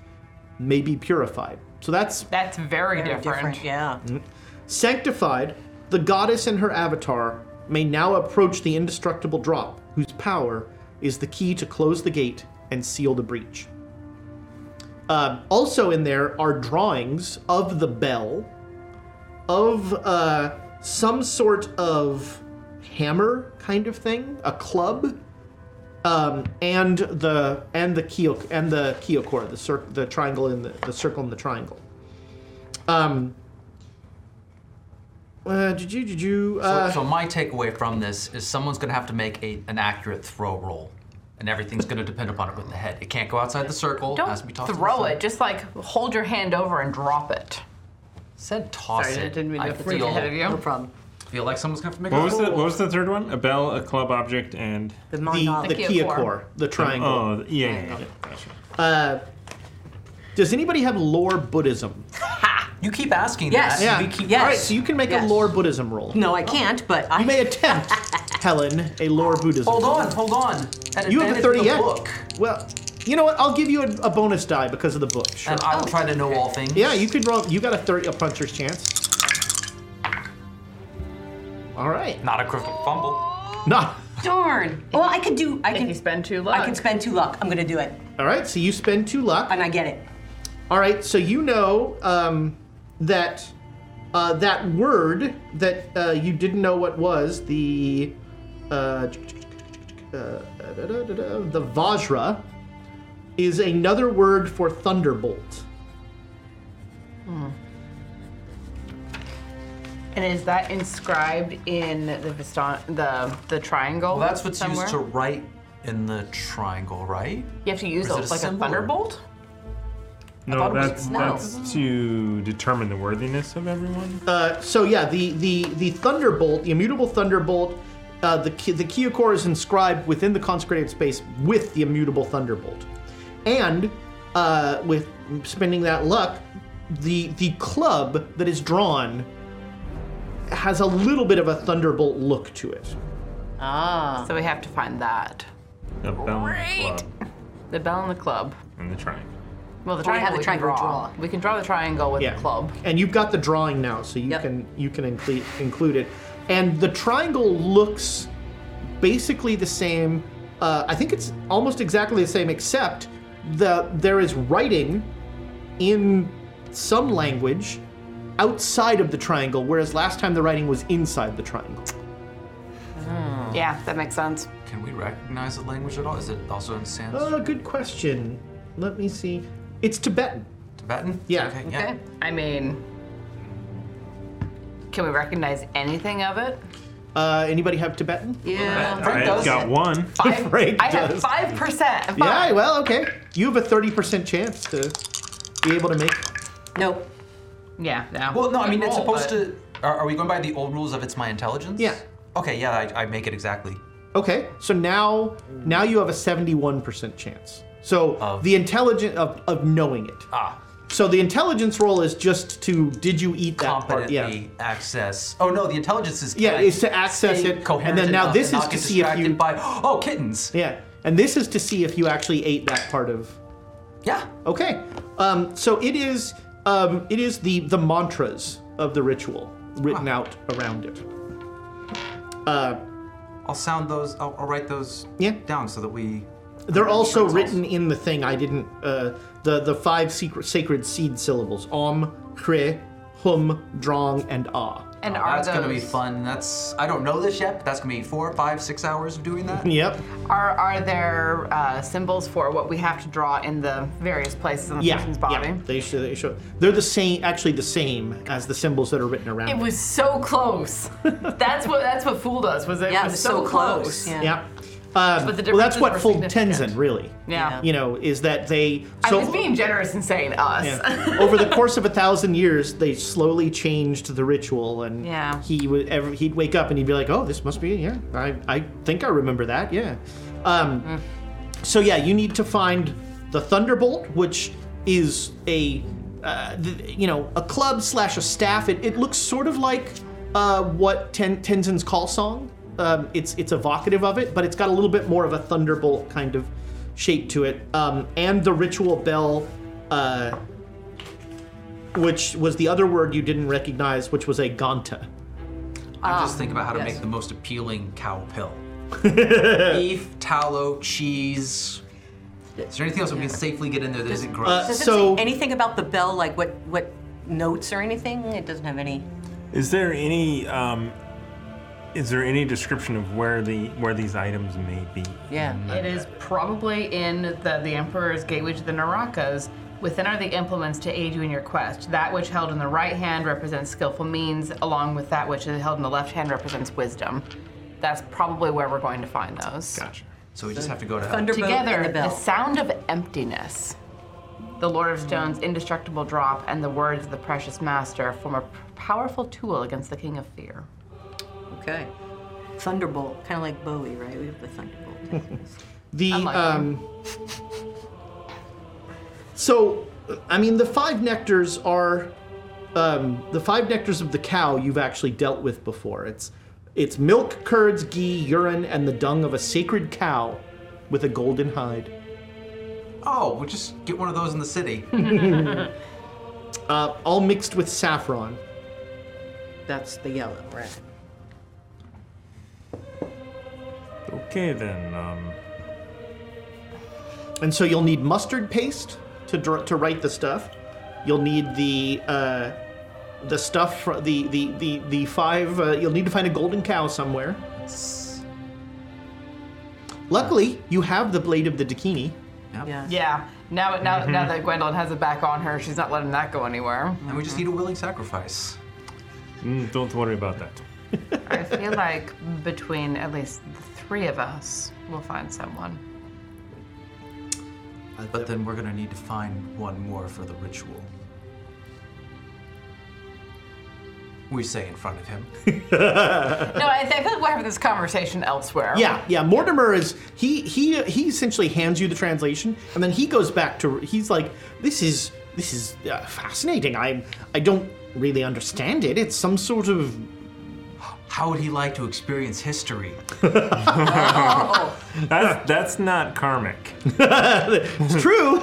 Speaker 6: may be purified. So that's
Speaker 7: That's very, different.
Speaker 2: Different, yeah.
Speaker 6: Sanctified, the goddess and her avatar may now approach the indestructible drop, whose power is the key to close the gate and seal the breach. Um, also, in there are drawings of the bell, of uh, some sort of hammer kind of thing, a club, um, and the and the keel and the kyokor, the cir- the triangle and the, the circle and the triangle. Um, Uh, did you, did you,
Speaker 8: So,
Speaker 6: uh,
Speaker 8: so my takeaway from this is someone's going to have to make a, an accurate throw roll, and everything's going to depend upon it with the head. It can't go outside the circle.
Speaker 7: Don't
Speaker 8: has to be tossed to the
Speaker 7: throw
Speaker 8: side.
Speaker 7: it. Just like hold your hand over and drop it.
Speaker 8: Said toss
Speaker 7: Sorry, I
Speaker 8: it.
Speaker 7: didn't mean to freak
Speaker 8: feel,
Speaker 7: ahead of you.
Speaker 2: No problem.
Speaker 8: Feel like someone's going to have to make
Speaker 1: What
Speaker 8: a
Speaker 1: was
Speaker 8: roll.
Speaker 1: the What was the third one? A bell, a club object, and
Speaker 2: The
Speaker 6: the,
Speaker 2: mandala.
Speaker 6: the Kia core, the triangle.
Speaker 1: oh yeah, yeah, yeah. Gotcha.
Speaker 6: Uh, does anybody have lore Buddhism?
Speaker 8: You keep asking
Speaker 2: Yes.
Speaker 8: that.
Speaker 2: Yeah.
Speaker 8: We keep,
Speaker 2: Yes.
Speaker 6: All right, so you can make a
Speaker 2: Yes.
Speaker 6: lore Buddhism roll.
Speaker 2: no, I can't, but I
Speaker 6: You may attempt, Helen, a lore Buddhism.
Speaker 8: Hold on, hold on. At
Speaker 6: You have a
Speaker 8: advantage
Speaker 6: 30
Speaker 8: of the
Speaker 6: yet.
Speaker 8: book,
Speaker 6: Well, you know what? I'll give you a, a bonus die because of the book. Sure.
Speaker 8: and I will try to know all things.
Speaker 6: yeah, you could roll. You got a 30 a puncher's chance. All right.
Speaker 8: Not a critical fumble.
Speaker 6: No.
Speaker 2: darn. Well, I could do. I
Speaker 7: If
Speaker 2: can.
Speaker 7: you spend two luck.
Speaker 2: I can spend two luck. I'm gonna do it,
Speaker 6: All right, so you spend two luck.
Speaker 2: and I get it.
Speaker 6: All right, so you know um, that uh, that word that uh, you didn't know what was the uh, uh, the Vajra is another word for thunderbolt.
Speaker 7: And is that inscribed in the Vistan- the the triangle?
Speaker 8: Well, that's what's
Speaker 7: somewhere?
Speaker 8: used to write in the triangle, right?
Speaker 7: You have to use
Speaker 8: Or
Speaker 7: a,
Speaker 8: is it a
Speaker 7: like a
Speaker 8: symbol or-
Speaker 7: thunderbolt.
Speaker 1: No,
Speaker 7: thought it was
Speaker 1: that's
Speaker 7: snow.
Speaker 1: that's to determine the worthiness of everyone.
Speaker 6: Uh, so yeah, the the the thunderbolt, the immutable thunderbolt, uh, the ki- the Kyokor is inscribed within the consecrated space with the immutable thunderbolt, and uh, with spending that luck, the the club that is drawn has a little bit of a thunderbolt look to it.
Speaker 2: Uh-huh.
Speaker 7: So we have to find that.
Speaker 1: a bell, and a club,
Speaker 7: The bell and the club.
Speaker 1: and the triangle.
Speaker 7: Well, the
Speaker 2: Or we
Speaker 7: triangle.
Speaker 2: have the triangle
Speaker 7: can
Speaker 2: draw.
Speaker 7: We can draw the triangle with
Speaker 6: Yeah.
Speaker 7: the club.
Speaker 6: And you've got the drawing now, so you
Speaker 2: Yep.
Speaker 6: can you can include include it. And the triangle looks basically the same. Uh, I think it's almost exactly the same, except the there is writing in some language outside of the triangle, whereas last time the writing was inside the triangle.
Speaker 2: Uh-huh.
Speaker 7: Yeah, that makes sense.
Speaker 8: Can we recognize the language at all? Is it also in Sans
Speaker 7: Oh,
Speaker 6: Uh, good question. Let me see. It's Tibetan.
Speaker 8: Tibetan?
Speaker 6: yeah.
Speaker 8: Okay, yeah.
Speaker 7: Okay. I mean, can we recognize anything of it?
Speaker 6: Uh, anybody have Tibetan?
Speaker 2: Yeah.
Speaker 1: I
Speaker 8: does
Speaker 1: got
Speaker 8: it.
Speaker 1: one.
Speaker 7: Five,
Speaker 6: Frank
Speaker 7: I have
Speaker 6: does.
Speaker 7: five percent.
Speaker 6: Yeah. Well, okay. You have a thirty percent chance to be able to make.
Speaker 2: Nope.
Speaker 7: Yeah. No.
Speaker 8: Well, no, I mean, it's
Speaker 7: Roll,
Speaker 8: supposed
Speaker 7: but-
Speaker 8: to. Are, are we going by the old rules of it's my intelligence?
Speaker 6: Yeah.
Speaker 8: Okay, yeah, I, I make it exactly.
Speaker 6: Okay, so now now you have a 71% chance. So
Speaker 8: Of?
Speaker 6: the intelligence of, of knowing it.
Speaker 8: Ah,
Speaker 6: So the intelligence roll is just to did you eat that part?
Speaker 8: competently
Speaker 6: Yeah.
Speaker 8: access. Oh no, the intelligence is.
Speaker 6: Yeah,
Speaker 8: it's
Speaker 6: it's to access it, and then now this is to see if you-
Speaker 8: by oh kittens. Yeah.
Speaker 6: Yeah. And this is to see if you actually ate that part of Okay. Um, so it is um, it is the the mantras of the ritual written
Speaker 8: Ah.
Speaker 6: out around it. Uh,
Speaker 8: I'll sound those. I'll, I'll write those.
Speaker 6: Yeah.
Speaker 8: Down so that we.
Speaker 6: They're also
Speaker 8: it's
Speaker 6: written in the thing. I didn't. Uh, the the five secret, sacred seed syllables: Om, Kre, Hum, Drong, and Ah.
Speaker 7: And are
Speaker 8: Oh, That's gonna be
Speaker 7: those-
Speaker 8: fun. That's. I don't know this yet, but that's gonna be four, five, six hours of doing that.
Speaker 6: Yep.
Speaker 7: Are are there uh, symbols for what we have to draw in the various places on the
Speaker 6: Yeah.
Speaker 7: person's body?
Speaker 6: yeah. They should. They should. They're the same. Actually, the same as the symbols that are written around.
Speaker 7: It was so close. that's what that's what fooled us. Was it?
Speaker 2: Yeah,
Speaker 7: was
Speaker 2: it's so close. Yeah.
Speaker 6: Yeah. Um,
Speaker 7: But the
Speaker 6: well, that's
Speaker 7: differences
Speaker 6: what
Speaker 7: were
Speaker 6: fooled
Speaker 7: significant.
Speaker 6: Tenzin, really.
Speaker 7: Yeah.
Speaker 6: You know, is that they.
Speaker 7: I
Speaker 6: So,
Speaker 7: was being generous in saying us.
Speaker 6: Yeah. Over the course of a thousand years, they slowly changed the ritual, and
Speaker 7: Yeah.
Speaker 6: he would every, he'd wake up and he'd be like, "Oh, this must be yeah. I I think I remember that. Yeah." Um, So yeah, you need to find the thunderbolt, which is a uh, th- you know a club slash a staff. It, it looks sort of like uh, what Ten- Tenzin's call song. Um, it's it's evocative of it, but it's got a little bit more of a thunderbolt kind of shape to it. Um, and the ritual bell uh, which was the other word you didn't recognize, which was a ganta.
Speaker 8: I'm
Speaker 2: Um,
Speaker 8: just thinking about how to make the most appealing cow pill. Beef, tallow, cheese. Is there anything else we can safely get in there that isn't gross?
Speaker 2: Does it
Speaker 6: Uh, So-
Speaker 2: say anything about the bell? Like what? What notes or anything? It doesn't have any.
Speaker 1: Is there any um, is there any description of where the where these items may be?
Speaker 2: Yeah.
Speaker 7: It is probably in the the Emperor's Gateway to the Narakas Within are the implements to aid you in your quest. That which held in the right hand represents skillful means, along with that which is held in the left hand represents wisdom. That's probably where we're going to find those.
Speaker 1: Gotcha.
Speaker 8: So we just have to go to
Speaker 2: Thunderbolt
Speaker 7: Together,
Speaker 2: and the bell.
Speaker 7: sound of emptiness, the Lord of Stones' indestructible drop, and the words of the precious master form a p- powerful tool against the King of Fear.
Speaker 2: Okay. Thunderbolt, kind of like Bowie, right? We have the thunderbolt.
Speaker 6: The
Speaker 7: like
Speaker 6: um,
Speaker 2: oh.
Speaker 6: so, I mean, the five nectars are um, the five nectars of the cow you've actually dealt with before. It's it's milk, curds, ghee, urine, and the dung of a sacred cow with a golden hide.
Speaker 8: Oh, we'll just get one of those in the city.
Speaker 6: Uh, all mixed with saffron.
Speaker 2: That's the yellow, Oh, right?
Speaker 1: Okay then. Um,
Speaker 6: And so you'll need mustard paste to dr- to write the stuff. You'll need the uh, the stuff fr- the the the the five. Uh, you'll need to find a golden cow somewhere. Luckily, you have the blade of the Dakini.
Speaker 2: Yeah.
Speaker 7: Yeah. Now, now, now that Gwendolyn has it back on her, she's not letting that go anywhere.
Speaker 8: and we just need a willing sacrifice.
Speaker 1: mm, don't worry about that.
Speaker 7: I feel like between at least the three of us, we'll find someone.
Speaker 8: But then we're gonna need to find one more for the ritual. We say in front of him.
Speaker 7: No, I, I feel like we're having this conversation elsewhere.
Speaker 6: Yeah, yeah. Mortimer is he he he essentially hands you the translation, and then he goes back to he's like, "This is this is uh, fascinating. I I don't really understand it. It's some sort of
Speaker 8: How would he like to experience history?
Speaker 1: That's that's not karmic.
Speaker 6: it's true."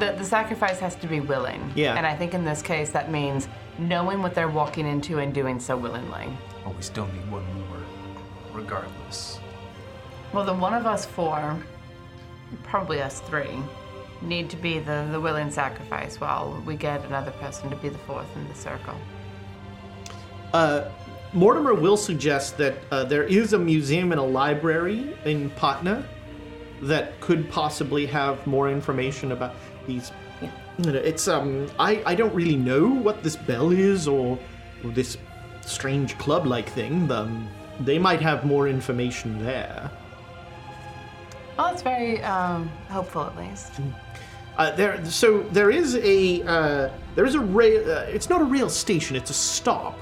Speaker 7: The, the sacrifice has to be willing.
Speaker 6: Yeah.
Speaker 7: And I think in this case, that means knowing what they're walking into and doing so willingly.
Speaker 8: Oh, we still need one more, regardless.
Speaker 7: Well, then one of us four, probably us three, need to be the, the willing sacrifice while we get another person to be the fourth in the circle.
Speaker 6: Mortimer will suggest that uh, there is a museum and a library in Patna that could possibly have more information about these. You know, It's um, I I don't really know what this bell is or, or this strange club-like thing. Um, they might have more information there.
Speaker 7: Well, it's very um, hopeful, at least.
Speaker 6: Uh, there, so there is a uh, there is a rail. Uh, it's not a rail station. It's a stop,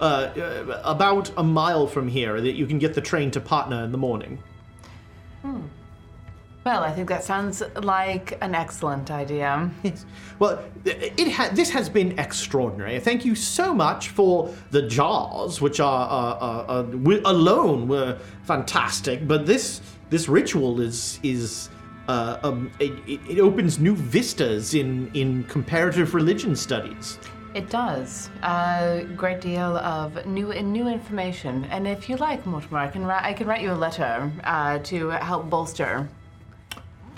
Speaker 6: uh, uh, about a mile from here that you can get the train to Patna in the morning.
Speaker 7: Well, I think that sounds like an excellent idea.
Speaker 6: Yes. Well, it ha- this has been extraordinary. Thank you so much for the jars, which are uh, uh, uh, wi- alone were fantastic. But this this ritual is is uh, um, it, it it opens new vistas in in comparative religion studies.
Speaker 7: It does. A great deal of new new information. And if you like, Mortimer, I can, write I can write you a letter uh, to help bolster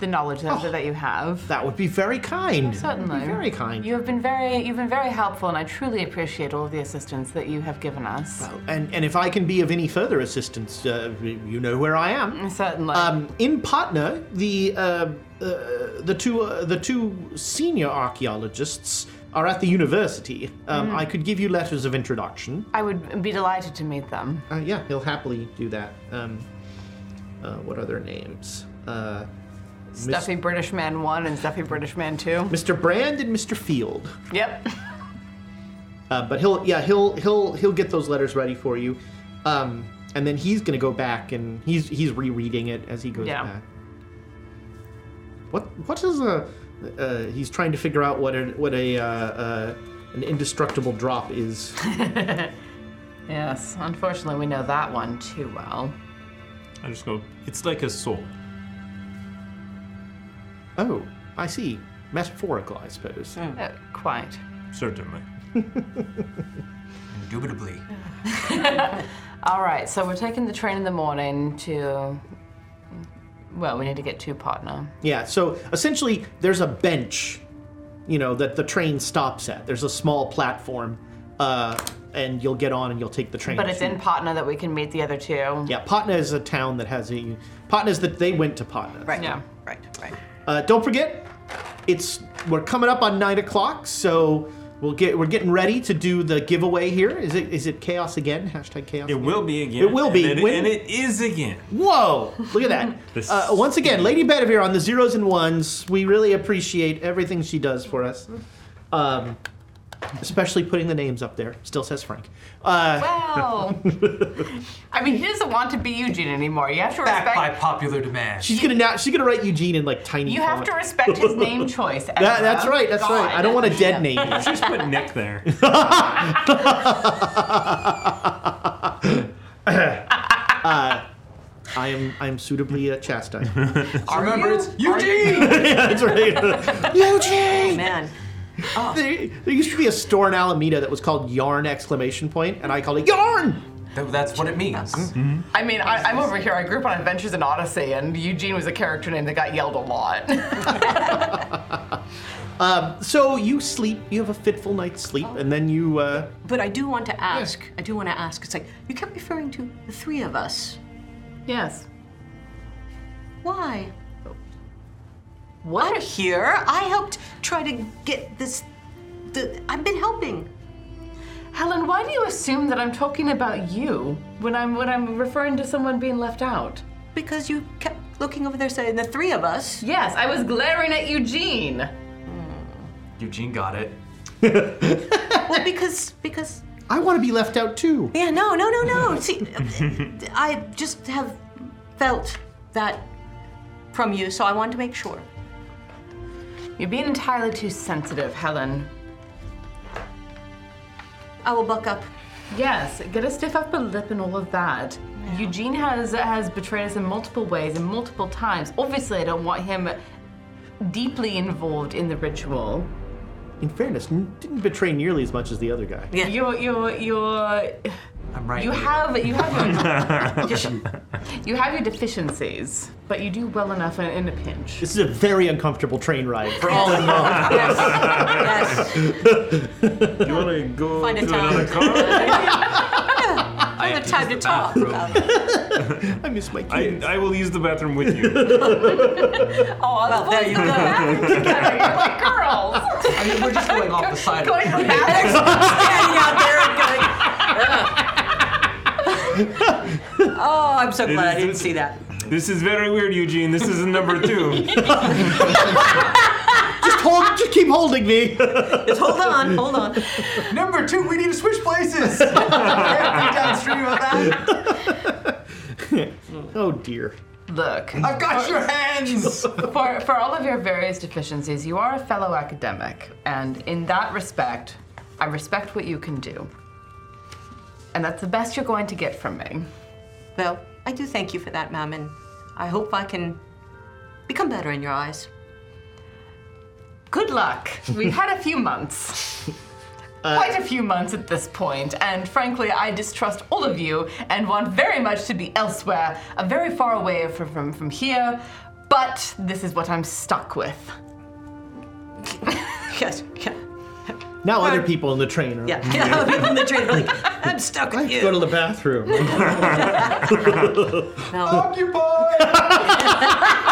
Speaker 7: the knowledge that, that you have.
Speaker 6: That would be very kind.
Speaker 7: Certainly.
Speaker 6: That would be very kind.
Speaker 7: You have been very you've been very helpful and I truly appreciate all the assistance that you have given us.
Speaker 6: and and if I can be of any further assistance, uh, you know where I am.
Speaker 7: Certainly.
Speaker 6: Um, in Patna, the uh, uh, the two uh, the two senior archaeologists are at the university. Um, I could give you letters of introduction.
Speaker 7: I would be delighted to meet them.
Speaker 6: Uh, yeah, he'll happily do that. Um, uh, what are their names? Uh,
Speaker 7: Stuffy British Man 1 and Stuffy British Man 2.
Speaker 6: Mr. Brand and Mr. Field.
Speaker 7: Yep.
Speaker 6: Uh, but he'll yeah he'll he'll he'll get those letters ready for you, um, and then he's gonna go back and he's he's rereading it as he goes
Speaker 7: Yeah.
Speaker 6: back. What what is a uh, he's trying to figure out what a what a uh, uh, an indestructible drop is.
Speaker 7: Yes, unfortunately we know that one too well.
Speaker 1: I just go. It's like a soul.
Speaker 6: oh, I see. Metaphorical, I suppose.
Speaker 7: Uh, quite.
Speaker 1: Certainly.
Speaker 8: Indubitably.
Speaker 7: All right, so we're taking the train in the morning to. Well, we need to get to Patna.
Speaker 6: Yeah. So essentially, there's a bench, you know, that the train stops at. There's a small platform, uh, and you'll get on and you'll take the train.
Speaker 7: But it's
Speaker 6: to-
Speaker 7: in Patna that we can meet the other two.
Speaker 6: Yeah, Patna is a town that has a. Patna is that they went to Patna.
Speaker 2: Right.
Speaker 7: Yeah.
Speaker 2: Right. Right.
Speaker 6: Uh, don't forget, it's we're coming up on nine o'clock, so we'll get we're getting ready to do the giveaway here. Is it is it chaos again? Hashtag chaos.
Speaker 1: It will be again.
Speaker 6: It will be.
Speaker 1: And it,
Speaker 6: When-
Speaker 1: and it is again.
Speaker 6: Whoa! Look at that.
Speaker 1: This-
Speaker 6: Uh, once again, Lady Bedivere on the zeros and ones. We really appreciate everything she does for us, um, especially putting the names up there. Still says Frank. Uh,
Speaker 7: Wow. I mean, he doesn't want to be Eugene anymore. You have to
Speaker 8: Back by
Speaker 7: respect.
Speaker 8: popular demand.
Speaker 6: she's gonna now. She's gonna write Eugene in like tiny.
Speaker 7: You have
Speaker 6: font.
Speaker 7: to respect his name choice.
Speaker 6: That,
Speaker 7: Ezra.
Speaker 6: that's right. That's right. I don't
Speaker 7: God.
Speaker 6: want to dead name. you.
Speaker 1: Just put Nick there.
Speaker 6: I am. I am suitably uh, chastised.
Speaker 8: Remember, it's Eugene.
Speaker 6: that's right. Eugene.
Speaker 2: Man,
Speaker 6: There, there used to be a store in Alameda that was called Yarn exclamation point, and I called it Yarn.
Speaker 8: That- that's what it means.
Speaker 6: Mm-hmm.
Speaker 7: I mean, I, I'm over here. I grew up on Adventures in Odyssey, and Eugene was a character name that got yelled a lot.
Speaker 6: So you sleep, you have a fitful night's sleep, and then you, uh,
Speaker 2: but I do want to ask. I do want to ask. It's like you kept referring to the three of us.
Speaker 7: yes.
Speaker 2: Why? I'm
Speaker 7: What?
Speaker 2: here. I helped try to get this. The, I've been helping.
Speaker 7: Helen, why do you assume that I'm talking about you when I'm when I'm referring to someone being left out?
Speaker 2: Because you kept looking over there saying the three of us.
Speaker 7: Yes, I was glaring at Eugene.
Speaker 8: Eugene got it.
Speaker 2: Well, because because
Speaker 6: I want to be left out too.
Speaker 2: yeah, no, no, no, no. See, I just have felt that from you, so I wanted to make sure.
Speaker 7: You're being entirely too sensitive, Helen.
Speaker 2: I will buck up.
Speaker 7: Yes, get a stiff upper lip and all of that. Eugene has has betrayed us in multiple ways and multiple times. Obviously, I don't want him deeply involved in the ritual.
Speaker 6: In fairness, n- didn't betray nearly as much as the other guy.
Speaker 2: Yeah.
Speaker 7: You're you're you're
Speaker 8: I'm right.
Speaker 7: you
Speaker 8: here.
Speaker 7: have you have your, you have your deficiencies, but you do well enough in, in a pinch.
Speaker 6: This is a very uncomfortable train ride for all
Speaker 2: yes. yes.
Speaker 1: You want to go
Speaker 2: Find a
Speaker 1: to
Speaker 2: town.
Speaker 1: another car?
Speaker 8: I have
Speaker 2: Another time to
Speaker 8: used the
Speaker 2: talk
Speaker 8: bathroom.
Speaker 2: about it.
Speaker 6: I miss my
Speaker 1: I,
Speaker 6: kids.
Speaker 1: I will use the bathroom with you.
Speaker 2: Oh, well, there you go.
Speaker 7: Girls,
Speaker 8: I mean, we're just going off the side.
Speaker 7: going
Speaker 8: of
Speaker 7: back.
Speaker 2: standing out there and going. "Ugh." oh, I'm so glad I didn't see that.
Speaker 1: This is very weird, Eugene. This is number two.
Speaker 2: Ah!
Speaker 6: just hold, just keep holding me.
Speaker 2: Just hold on, hold on.
Speaker 8: Number two, we need to switch places. Everything downstream of that.
Speaker 6: oh dear.
Speaker 7: look
Speaker 8: I've got your hands.
Speaker 7: for for all of your various deficiencies. You are a fellow academic, and in that respect, I respect what you can do, and that's the best you're going to get from me.
Speaker 2: Well, I do thank you for that, ma'am, and I hope I can become better in your eyes.
Speaker 7: Good luck. We've had a few months. Quite a few months at this point, and frankly, I distrust all of you and want very much to be elsewhere, a very far away from, from, from here, but this is what I'm stuck with.
Speaker 2: Yes, yeah,
Speaker 6: Now other people in the train are.
Speaker 2: yeah. yeah. Other people in the train are like, I'm stuck with you.
Speaker 6: Go to the bathroom.
Speaker 2: No.
Speaker 8: Occupy.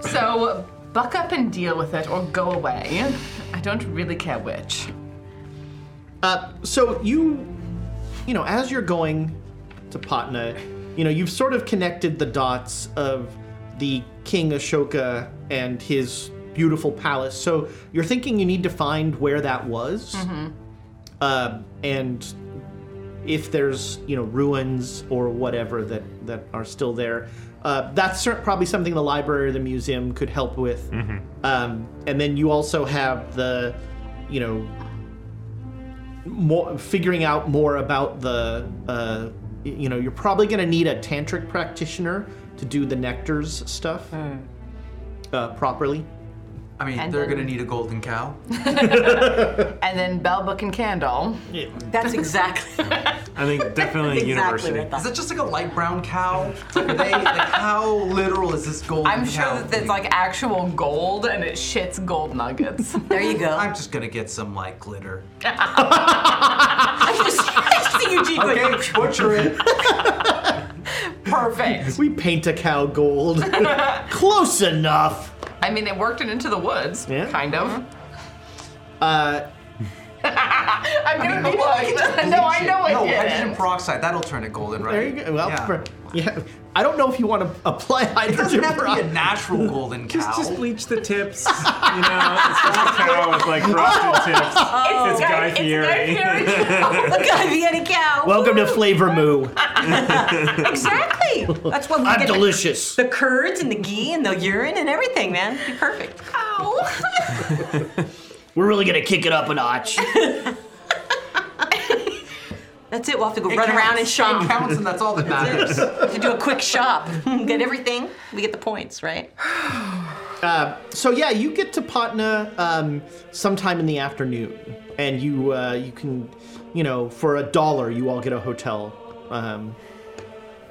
Speaker 7: So, buck up and deal with it or go away. I don't really care which.
Speaker 6: Uh, so you, you know, as you're going to Patna, you know, you've sort of connected the dots of the King Ashoka and his beautiful palace. So you're thinking you need to find where that was, Um, and if there's you know ruins or whatever that that are still there. Uh, that's cer- probably something the library or the museum could help with. Um, and then you also have the, you know, more figuring out more about the uh, y- you know you're probably going to need a tantric practitioner to do the nectars stuff uh, properly
Speaker 8: I mean, they're gonna need a golden cow.
Speaker 7: And then Bell, Book, and Candle.
Speaker 2: That's exactly,
Speaker 1: I think definitely
Speaker 2: exactly
Speaker 1: university.
Speaker 2: what I
Speaker 8: Is
Speaker 2: thought.
Speaker 8: it just like a light brown cow? Like, are they, like, how literal is this golden
Speaker 7: I'm sure
Speaker 8: cow
Speaker 7: that there's
Speaker 8: thing?
Speaker 7: like actual gold and it shits gold nuggets.
Speaker 2: There you go.
Speaker 8: I'm just gonna get some like glitter.
Speaker 2: I just, I just see Eugene going,
Speaker 8: Okay, butcher it.
Speaker 7: Perfect.
Speaker 6: We paint a cow gold. Close enough.
Speaker 7: I mean, it worked it into the woods,
Speaker 6: Yeah.
Speaker 7: kind of.
Speaker 6: Uh,
Speaker 7: I'm gonna be
Speaker 8: Maybe we can
Speaker 7: like,
Speaker 8: just
Speaker 7: no, I
Speaker 8: bleach it.
Speaker 7: know I
Speaker 8: No, hydrogen
Speaker 7: didn't.
Speaker 8: peroxide, that'll turn it golden, right?
Speaker 6: there you go. Well,
Speaker 8: yeah.
Speaker 6: for- yeah. I don't know if you want to apply
Speaker 8: It
Speaker 6: hydrogen.
Speaker 8: doesn't have to be a
Speaker 6: peroxide.
Speaker 8: natural golden cow.
Speaker 1: Just, just bleach the tips. You know, it's just a cow with like frosted tips. it's Guy Fieri.
Speaker 2: Guy Vianney cow.
Speaker 6: Welcome to Flavor Moo.
Speaker 2: exactly. That's what we
Speaker 6: I'm
Speaker 2: get the-
Speaker 6: delicious.
Speaker 2: The curds and the ghee and the urine and everything, man. Be perfect.
Speaker 6: We're really gonna kick it up a notch.
Speaker 2: That's it. We'll have to go
Speaker 8: It
Speaker 2: run
Speaker 8: counts.
Speaker 2: around and
Speaker 8: It
Speaker 2: shop.
Speaker 8: counts, and that's all that matters.
Speaker 2: to do a quick shop, get everything. We get the points, right?
Speaker 6: so yeah, you get to Patna um, sometime in the afternoon, and you uh, you can, you know, for a dollar you all get a hotel. Um,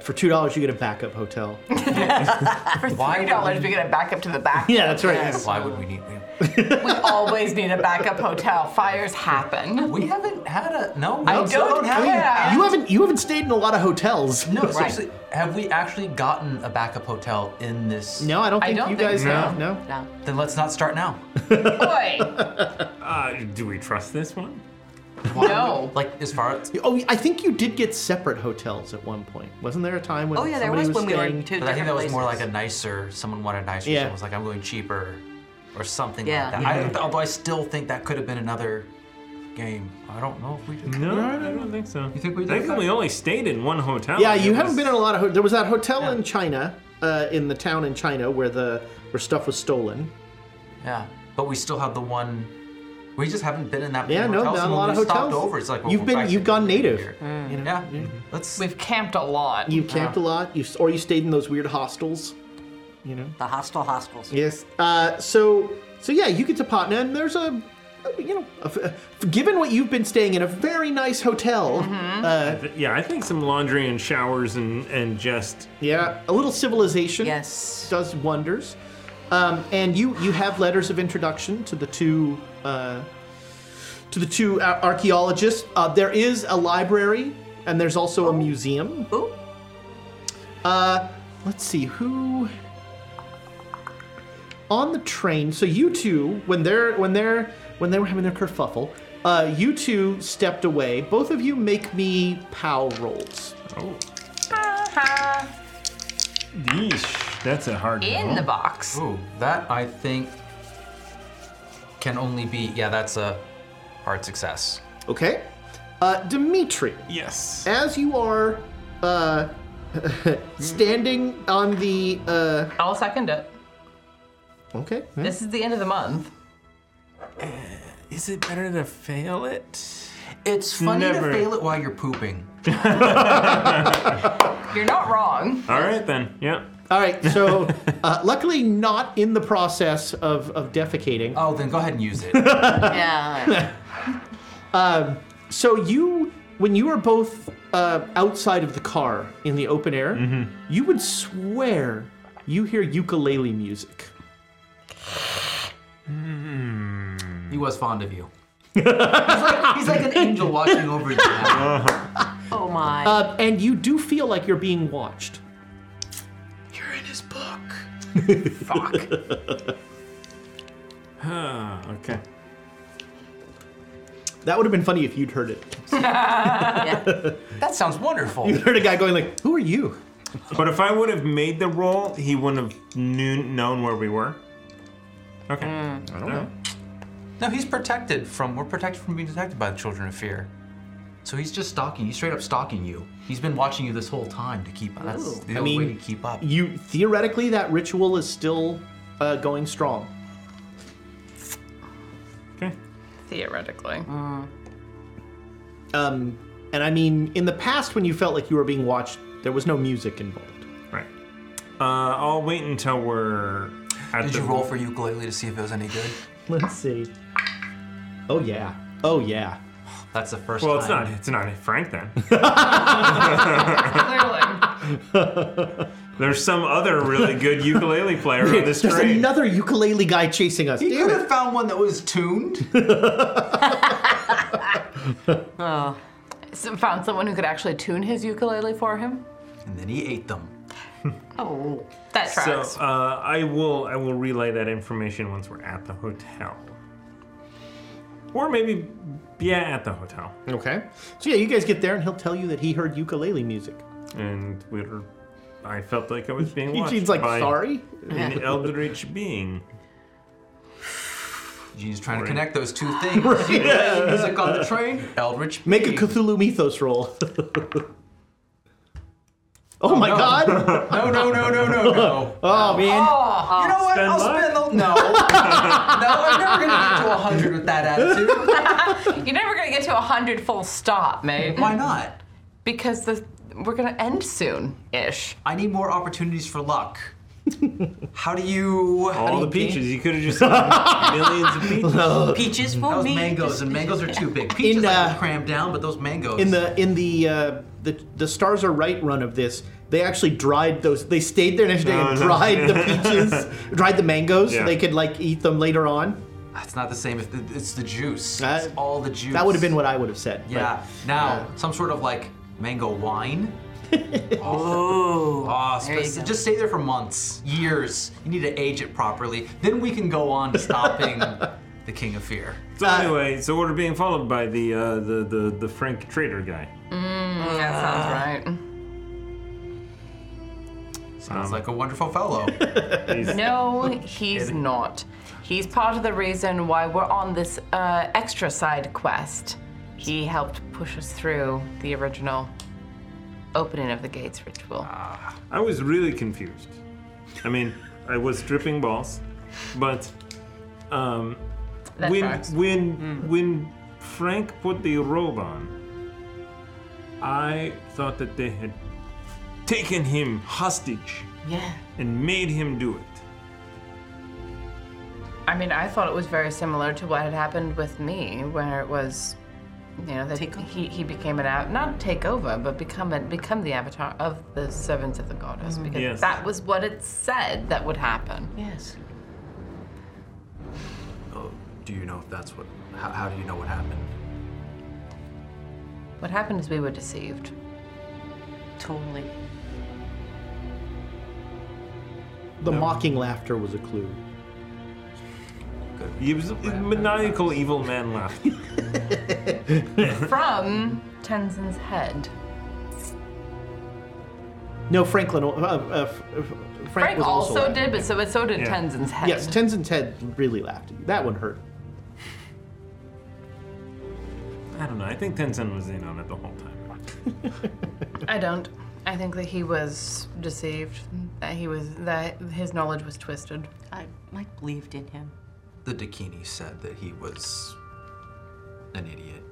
Speaker 6: for two dollars you get a backup hotel.
Speaker 8: Why
Speaker 7: Three dollars, we get it back up to the back.
Speaker 6: Yeah, that's right.
Speaker 8: Why would we need we-
Speaker 7: We always need a backup hotel. Fires happen.
Speaker 8: We haven't had a no.
Speaker 7: I
Speaker 8: we still
Speaker 7: don't
Speaker 8: have
Speaker 7: care.
Speaker 8: one.
Speaker 6: You haven't you haven't stayed in a lot of hotels.
Speaker 8: No, seriously, have we actually gotten a backup hotel in this?
Speaker 6: No, I don't
Speaker 7: I
Speaker 6: think
Speaker 7: don't
Speaker 6: you
Speaker 7: think
Speaker 6: guys
Speaker 7: so.
Speaker 6: have. No.
Speaker 7: No.
Speaker 8: Then let's not start now.
Speaker 7: Boy,
Speaker 1: Uh, do we trust this one?
Speaker 7: no.
Speaker 8: Like as far as
Speaker 6: Oh, I think you did get separate hotels at one point. Wasn't there a time when?
Speaker 2: Oh yeah, there
Speaker 6: somebody
Speaker 2: was, when we were in
Speaker 6: staying-
Speaker 2: two
Speaker 8: but I think
Speaker 2: different
Speaker 8: that was more like
Speaker 2: places.
Speaker 8: a nicer. Someone wanted nicer.
Speaker 6: Yeah.
Speaker 8: Someone was like, "I'm going cheaper," or something
Speaker 2: Yeah.
Speaker 8: like that. I, although I still think that could have been another game. I don't know if we did.
Speaker 1: No, I don't think so. You
Speaker 8: think we
Speaker 1: I
Speaker 8: did
Speaker 1: think
Speaker 8: that?
Speaker 1: we only stayed in one hotel.
Speaker 6: Yeah, you
Speaker 1: It
Speaker 6: haven't
Speaker 1: was-
Speaker 6: been in a lot of. Ho- there was that hotel in China, uh, in the town in China where the where stuff was stolen.
Speaker 8: Yeah, but we still have the one. We just haven't been in that.
Speaker 6: Yeah,
Speaker 8: many
Speaker 6: no,
Speaker 8: hotels,
Speaker 6: not
Speaker 8: and
Speaker 6: a
Speaker 8: when
Speaker 6: lot of
Speaker 8: we
Speaker 6: hotels.
Speaker 8: Stopped over. It's like well,
Speaker 6: You've
Speaker 8: we're
Speaker 6: been-
Speaker 8: back to
Speaker 6: you've gone
Speaker 8: being
Speaker 6: native.
Speaker 8: here. Yeah, let's.
Speaker 7: We've camped a lot.
Speaker 6: You camped a lot. You or you stayed in those weird hostels.
Speaker 2: the hostel hostels.
Speaker 6: Yes. Uh, so so yeah, you get to Patna, and there's a you know, a f- given what you've been staying in, a very nice hotel.
Speaker 2: Mm-hmm.
Speaker 1: Yeah, I think some laundry and showers and and just
Speaker 6: Yeah, a little civilization.
Speaker 2: Yes.
Speaker 6: does wonders. Um, and you you have letters of introduction to the two uh, to the two ar- archaeologists. Uh, there is a library and there's also a museum. Uh,
Speaker 2: Ooh.
Speaker 6: Let's see who on the train. So you two, when they're when they're when they were having their kerfuffle, uh, you two stepped away. Both of you make me pow rolls.
Speaker 1: yeesh. That's a hard.
Speaker 7: In
Speaker 1: roll.
Speaker 7: the box.
Speaker 8: Ooh, that I think can only be. Yeah, that's a hard success.
Speaker 6: Okay, uh, Dimitri.
Speaker 1: Yes.
Speaker 6: as you are uh, standing on the uh,
Speaker 7: I'll second it.
Speaker 6: okay
Speaker 7: This is the end of the month.
Speaker 1: Is it better to fail it?
Speaker 8: It's funny
Speaker 1: Never.
Speaker 8: to fail it while you're pooping.
Speaker 7: You're not wrong.
Speaker 1: All right then. Yeah.
Speaker 6: all right so uh, luckily not in the process of, of defecating
Speaker 8: Oh, then go ahead and use it.
Speaker 7: Yeah.
Speaker 6: so you when you were both uh, outside of the car in the open air you would swear you hear ukulele music
Speaker 8: he was fond of you. he's, like, he's like an angel watching over you.
Speaker 2: Oh my.
Speaker 6: uh, and you do feel like you're being watched
Speaker 8: You're in his book.
Speaker 1: Huh, okay.
Speaker 6: that would have been funny if you'd heard it
Speaker 8: That sounds wonderful.
Speaker 6: heard a guy going like who are you
Speaker 1: But if I would have made the roll, he wouldn't have knew, known where we were. Okay.
Speaker 8: Hmm.
Speaker 1: I don't know.
Speaker 8: No, he's protected from. We're protected from being detected by the children of fear. So he's just stalking. He's straight up stalking you. He's been watching you this whole time to keep. That's the only way
Speaker 6: mean,
Speaker 8: to keep up.
Speaker 6: you theoretically that ritual is still uh, going strong
Speaker 1: Okay.
Speaker 7: Theoretically.
Speaker 6: Um, and I mean, in the past, when you felt like you were being watched, there was no music involved.
Speaker 1: Right. Uh, I'll wait until we're at
Speaker 8: Did
Speaker 1: the
Speaker 8: you roll for ukulele to see if it was any good?
Speaker 6: Let's see. Oh yeah. Oh yeah.
Speaker 8: That's the first.
Speaker 1: Well, it's
Speaker 8: time.
Speaker 1: not. It's not Frank then.
Speaker 7: Clearly.
Speaker 1: There's some other really good ukulele player on this
Speaker 6: There's
Speaker 1: train.
Speaker 6: another ukulele guy chasing us.
Speaker 8: You
Speaker 6: Damn
Speaker 8: could
Speaker 6: it.
Speaker 8: have found one that was tuned.
Speaker 7: So found someone who could actually tune his ukulele for him.
Speaker 8: and then he ate them.
Speaker 7: Oh, that
Speaker 1: So
Speaker 7: tracks.
Speaker 1: uh, I will I will relay that information once we're at the hotel, or maybe yeah at the hotel,
Speaker 6: Okay. So yeah, you guys get there, and he'll tell you that he heard ukulele music.
Speaker 1: and we're. I felt like I was being watched
Speaker 6: Eugene's like,
Speaker 1: by
Speaker 6: sorry.
Speaker 1: an eldritch being.
Speaker 8: Eugene's trying to connect those two things. Music on the train, Eldritch.
Speaker 6: Make a
Speaker 8: being.
Speaker 6: Cthulhu Mythos roll. oh my
Speaker 8: no.
Speaker 6: God!
Speaker 8: No, no, no, no, no, no.
Speaker 6: Oh man!
Speaker 8: You know what? I'll
Speaker 1: luck?
Speaker 8: spend the. No. no, I'm never going to get to 100 with that attitude.
Speaker 7: You're never gonna get to hundred full stop, mate.
Speaker 8: Why not?
Speaker 7: Because the we're gonna end soon, ish.
Speaker 8: I need more opportunities for luck. How do you. how do
Speaker 1: All
Speaker 8: you
Speaker 1: the
Speaker 8: gain-
Speaker 1: peaches. You could have just gotten millions of peaches.
Speaker 2: Peaches for
Speaker 8: That was
Speaker 2: me.
Speaker 8: mangoes, and mangoes are too big. Peaches
Speaker 6: In,
Speaker 8: I can
Speaker 6: uh,
Speaker 8: cram down, but those mangoes.
Speaker 6: In the in the uh, the the stars are right run of this, they actually dried those. They stayed there an extra day and
Speaker 1: No, no.
Speaker 6: dried the peaches, dried the mangoes,
Speaker 1: Yeah.
Speaker 6: so they could like eat them later on.
Speaker 8: It's not the same. if the- It's the juice.
Speaker 6: Uh,
Speaker 8: it's all the juice.
Speaker 6: That would have been what I would have said. but-
Speaker 8: Yeah. Now, some sort of like mango wine. oh, oh spe- just stay there for months, years. You need to age it properly. Then we can go on to stopping the King of Fear.
Speaker 1: So
Speaker 6: uh,
Speaker 1: anyway, so we're being followed by the uh, the, the the Frank Trader guy.
Speaker 7: Mm, That sounds right.
Speaker 8: Sounds like a wonderful fellow.
Speaker 1: He's-
Speaker 7: No, he's not. He's part of the reason why we're on this uh, extra side quest. He helped push us through the original opening of the gates ritual.
Speaker 1: I was really confused. I mean, I was tripping balls, but um,
Speaker 7: That
Speaker 1: when
Speaker 7: tracks. Hmm.
Speaker 1: when when Frank put the robe on, I thought that they had taken him hostage
Speaker 7: yeah.
Speaker 1: and made him do it.
Speaker 7: I mean, I thought it was very similar to what had happened with me, where it was, you know, that he, he became an av- not take over, but become a, become the avatar of the servants of the goddess, because
Speaker 1: Yes.
Speaker 7: that was what it said that would happen.
Speaker 2: Yes.
Speaker 8: do you know if that's what? How, how do you know what happened?
Speaker 7: What happened is we were deceived.
Speaker 2: Totally.
Speaker 6: The mocking laughter was a clue.
Speaker 1: He was a maniacal evil man laugh.
Speaker 7: From Tenzin's head.
Speaker 6: No, Franklin. Uh, uh, F- F- Frank,
Speaker 7: Frank
Speaker 6: was
Speaker 7: also,
Speaker 6: also, laughing.
Speaker 7: did, but so but so did
Speaker 1: Yeah.
Speaker 7: Tenzin's head.
Speaker 6: Yes, Tenzin's head really laughed at you. That one hurt.
Speaker 1: I don't know. I think Tencent was in on it the whole time.
Speaker 7: I don't. I think that he was deceived. That he was that his knowledge was twisted.
Speaker 2: I, I believed in him.
Speaker 8: The Dakini said that he was an idiot.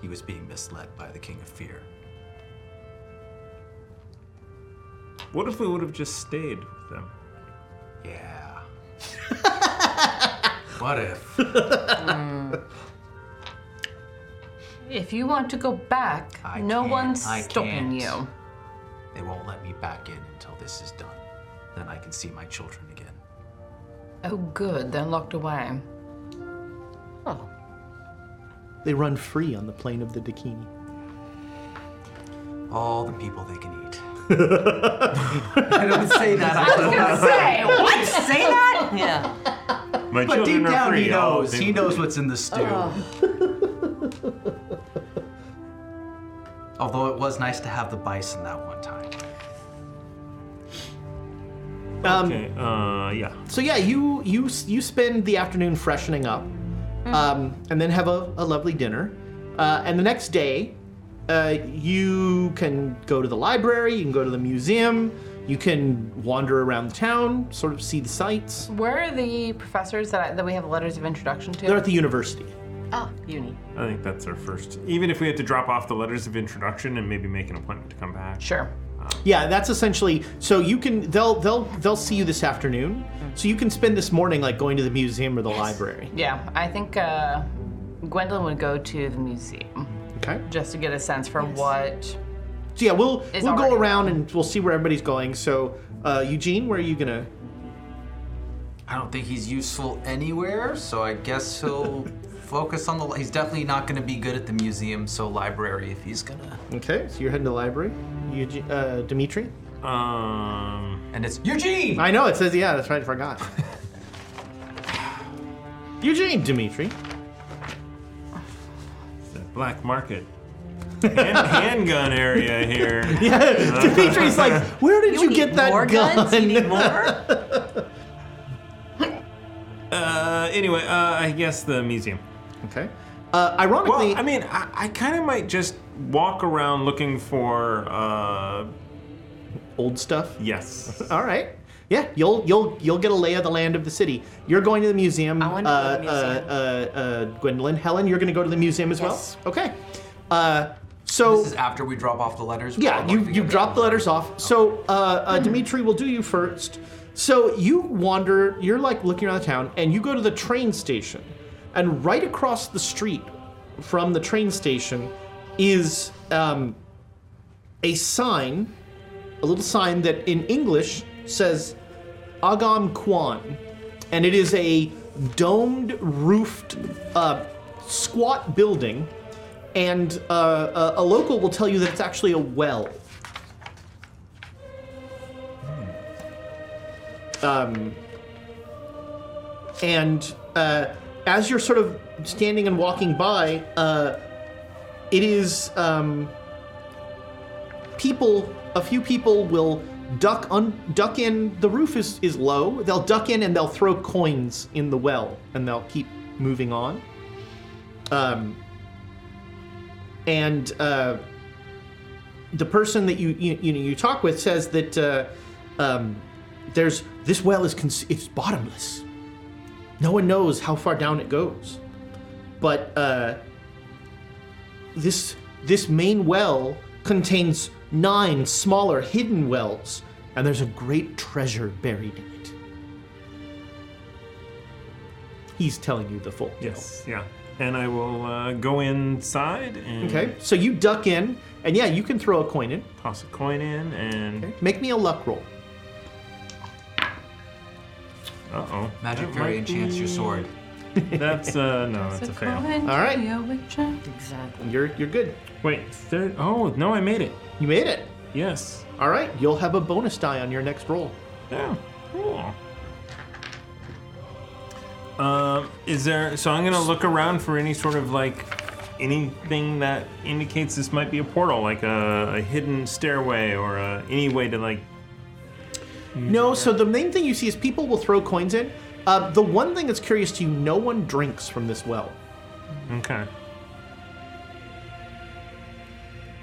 Speaker 8: He was being misled by the King of Fear.
Speaker 1: What if we would have just stayed with them?
Speaker 8: Yeah. what if?
Speaker 7: If you want to go back,
Speaker 8: I
Speaker 7: no
Speaker 8: can't.
Speaker 7: one's
Speaker 8: I
Speaker 7: stopping
Speaker 8: can't.
Speaker 7: you.
Speaker 8: They won't let me back in until this is done. Then I can see my children again.
Speaker 7: Oh, good. They're locked away.
Speaker 2: Oh.
Speaker 6: They run free on the plane of the Dakini.
Speaker 8: All the people they can eat. I don't say that. I don't
Speaker 7: Say what?
Speaker 2: Say that? Yeah.
Speaker 1: My
Speaker 8: But
Speaker 1: children
Speaker 8: deep
Speaker 1: are
Speaker 8: down,
Speaker 1: free. Oh,
Speaker 8: he
Speaker 1: I'll
Speaker 8: knows.
Speaker 1: think-
Speaker 8: He knows what's in the stew.
Speaker 7: Oh.
Speaker 8: Although it was nice to have the bison that one time.
Speaker 6: Um,
Speaker 1: Okay. Uh, yeah.
Speaker 6: So yeah, you you you spend the afternoon freshening up, um, and then have a, a lovely dinner. Uh, and the next day, uh, you can go to the library, you can go to the museum, you can wander around town, sort of see the sights.
Speaker 7: Where are the professors that I, that we have letters of introduction to? Ah,
Speaker 6: They're at the university.
Speaker 2: Oh, uni.
Speaker 1: I think that's our first. Even if we had to drop off the letters of introduction and maybe make an appointment to come back.
Speaker 7: sure.
Speaker 6: Yeah, that's essentially. So you can they'll they'll they'll see you this afternoon. So you can spend this morning like going to the museum or the library.
Speaker 7: Yeah, I think uh, Gwendolyn would go to the museum
Speaker 6: Okay.
Speaker 7: just to get a sense for what
Speaker 6: So yeah, we'll
Speaker 7: It's
Speaker 6: we'll go
Speaker 7: already-
Speaker 6: around and we'll see where everybody's going. So uh, Eugene, where are you gonna?
Speaker 8: I don't think he's useful anywhere, so I guess he'll focus on the. li- He's definitely not going to be good at the museum, so library if he's gonna.
Speaker 6: Okay, so you're heading to the library. Eugene, uh, Dimitri?
Speaker 1: Um,
Speaker 8: And it's Eugene.
Speaker 6: I know, it says, yeah, that's right, I forgot. Eugene, Dimitri.
Speaker 1: the black market. Hand, handgun area here.
Speaker 6: Dimitri's like, where did you,
Speaker 2: need
Speaker 6: get that
Speaker 2: more
Speaker 6: gun?
Speaker 2: guns? You need more?
Speaker 1: Uh, anyway, uh, I guess the museum.
Speaker 6: Okay. Uh, ironically,
Speaker 1: Well, I mean, I, I kind of might just walk around looking for. Uh,
Speaker 6: old stuff.
Speaker 1: yes.
Speaker 6: All right. Yeah, you'll you'll you'll get a lay of the land of the city. You're going to the museum.
Speaker 2: I wanna go to the museum.
Speaker 6: Uh, uh, uh, Gwendolyn, Helen, you're going to go to the museum as
Speaker 2: Yes.
Speaker 6: well. Okay. Uh, so
Speaker 8: This is after we drop off the letters.
Speaker 6: Yeah, you, you drop the letters off. So, uh, uh, Dimitri, we'll do you first. So, you wander, you're like looking around the town, and you go to the train station. And right across the street from the train station is um, a sign, a little sign that in English says Agam Kwan. And it is a domed, roofed, uh, squat building and uh, a, a local will tell you that it's actually a well. Um, and uh, as you're sort of standing and walking by, uh, it is um, people. A few people will duck un- duck in. The roof is is low. They'll duck in and they'll throw coins in the well, and they'll keep moving on. Um, and uh, the person that you you, you know you talk with says that uh, um, there's this well is cons- it's bottomless. No one knows how far down it goes, but uh, this this main well contains nine smaller hidden wells, and there's a great treasure buried in it. He's telling you the full.
Speaker 1: Yes. Yeah. And I will uh, go inside and
Speaker 6: Okay, so you duck in, and yeah, you can throw a coin in.
Speaker 1: toss a coin in and.
Speaker 6: Make me a luck roll.
Speaker 1: Uh oh.
Speaker 8: Magic fairy enchants your sword.
Speaker 1: That's uh no, that's a fail.
Speaker 6: All right, you're you're good.
Speaker 1: Wait, there. Oh no, I made it.
Speaker 6: You made it.
Speaker 1: Yes.
Speaker 6: All right, you'll have a bonus die on your next roll.
Speaker 1: Yeah. Cool. Um, is there? So I'm gonna look around for any sort of like anything that indicates this might be a portal, like a, a hidden stairway or a, any way to like.
Speaker 6: No, so the main thing you see is people will throw coins in. Uh, the one thing that's curious to you, no one drinks from this well.
Speaker 1: Okay.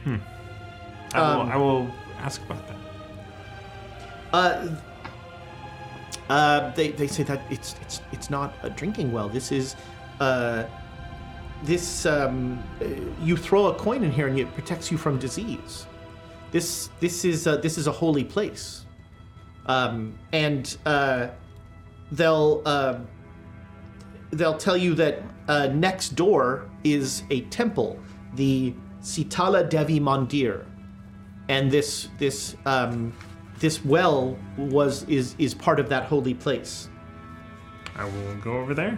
Speaker 1: Hmm. I
Speaker 8: Um,
Speaker 1: will. I will ask about that.
Speaker 6: Uh, uh, they, they say that it's it's it's not a drinking well. This is, uh, this um, uh, you throw a coin in here and it protects you from disease. This this is a, this is a holy place, um, and uh, they'll uh, they'll tell you that uh, next door is a temple, the Sitala Devi Mandir and this this um, this well was is is part of that holy place,
Speaker 1: I will go over there.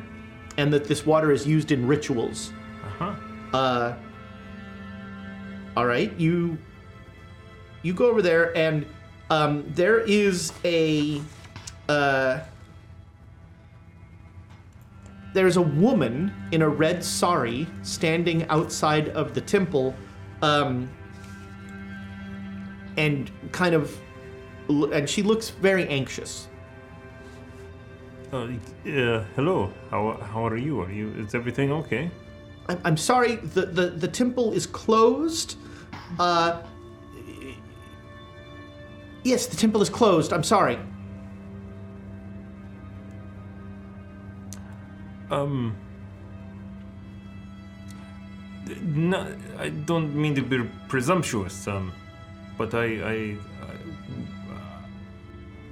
Speaker 6: and that this water is used in rituals.
Speaker 1: Uh huh.
Speaker 6: Uh, all right, you you go over there, and um, there is a uh, there's a woman in a red sari standing outside of the temple, um, and kind of, l- and she looks very anxious.
Speaker 1: Uh, uh, hello. How how are you? Are you? Is everything okay?
Speaker 6: I'm, I'm sorry, the, the, the temple is closed. Uh, yes, the temple is closed. I'm sorry.
Speaker 1: Um. No, I don't mean to be presumptuous, um, but I, I, I. uh,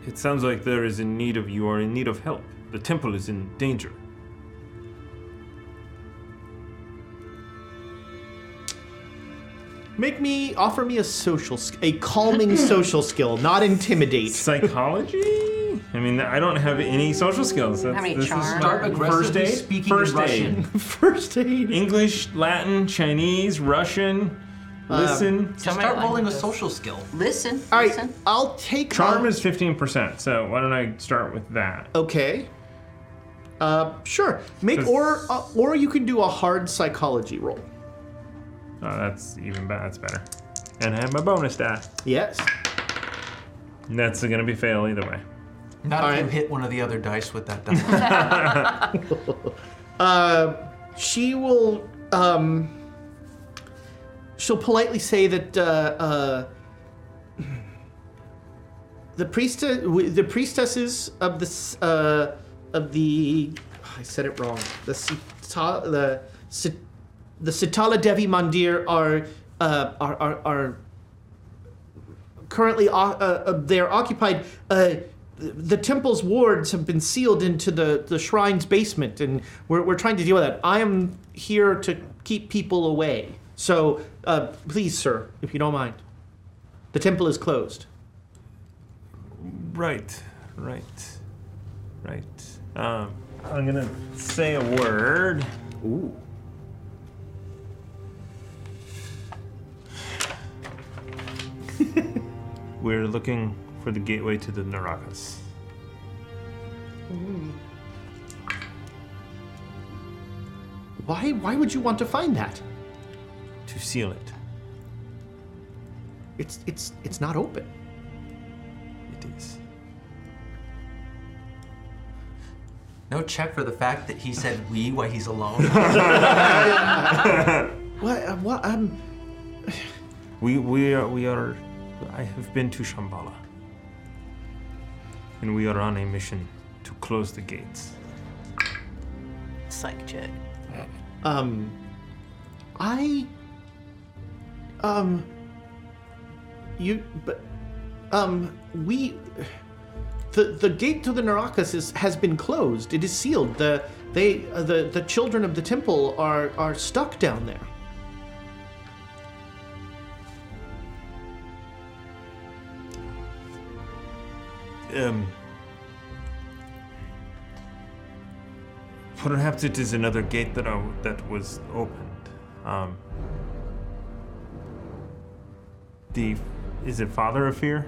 Speaker 1: It sounds like there is in need of you are in need of help. The temple is in danger.
Speaker 6: Make me offer me a social, sk- a calming social skill, not intimidate.
Speaker 1: Psychology? I mean, I don't have any social skills. That's,
Speaker 2: How many
Speaker 1: this is
Speaker 2: charms?
Speaker 1: my
Speaker 8: Start aggressively speaking in
Speaker 1: first aid,
Speaker 8: Russian.
Speaker 6: First aid.
Speaker 1: English, Latin, Chinese, Russian. Um, Listen,
Speaker 8: Just start rolling a social skill.
Speaker 2: Listen.
Speaker 6: All right,
Speaker 2: listen.
Speaker 6: I'll take
Speaker 1: charm
Speaker 6: on-
Speaker 1: is fifteen percent. So why don't I start with that?
Speaker 6: Okay. Uh, sure. Make
Speaker 1: 'Cause-
Speaker 6: or uh, or you can do a hard psychology roll.
Speaker 1: Oh, that's even better. That's better. And I have my bonus die.
Speaker 6: Yes.
Speaker 1: And That's gonna be fail either way.
Speaker 8: Not if you
Speaker 6: right.
Speaker 8: hit one of the other dice with that die.
Speaker 6: She will. Um, she'll politely say that uh, uh, the priestess, the priestesses of the s- uh, of the, I said it wrong. The Sita, the Sit- the Sitala Devi Mandir are uh, are are. are currently o- uh, uh, they're occupied. Uh, th- the temple's wards have been sealed into the, the shrine's basement, and we're, we're trying to deal with that. I am here to keep people away. So uh, please, sir, if you don't mind. The temple is closed.
Speaker 1: Right, right, right. Um, I'm gonna say a word.
Speaker 6: Ooh.
Speaker 1: We're looking for the gateway to the Narakas.
Speaker 6: Why, why would you want to find that?
Speaker 1: To seal it,
Speaker 6: It's, it's, it's not open.
Speaker 1: it is.
Speaker 8: no check for the fact that he said we while he's alone.
Speaker 6: What? uh, what um,
Speaker 1: We we are we are. I have been to Shambhala, and we are on a mission to close the gates.
Speaker 2: Psych check.
Speaker 6: um, I. Um. You. But. Um. We. The, the gate to the Narakas is, has been closed. It is sealed. The they uh, the the children of the temple are are stuck down there.
Speaker 1: Um. Perhaps it is another gate that I, that was opened. Um. The is it Father of Fear?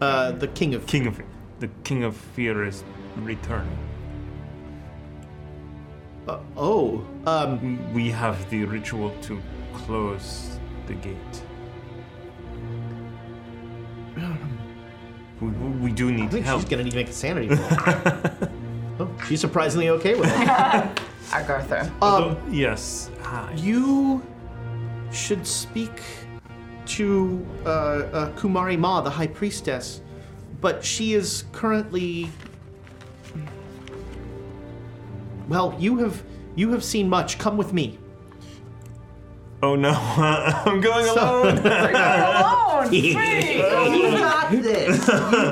Speaker 6: Uh, the king of
Speaker 1: King of the King of Fear is returning.
Speaker 6: Uh, oh. Um.
Speaker 1: We have the ritual to close the gate. We, we we do
Speaker 6: I
Speaker 1: need
Speaker 6: think
Speaker 1: help.
Speaker 6: she's gonna need to make a sanity roll. oh, she's surprisingly okay with it.
Speaker 7: Our Garther.
Speaker 1: Although- yes. Hi.
Speaker 6: You should speak to uh, uh, Kumari Ma, the High Priestess, but she is currently. Well, you have you have seen much. Come with me.
Speaker 1: Oh no, I'm going alone.
Speaker 7: Alone!
Speaker 2: You got this.
Speaker 8: you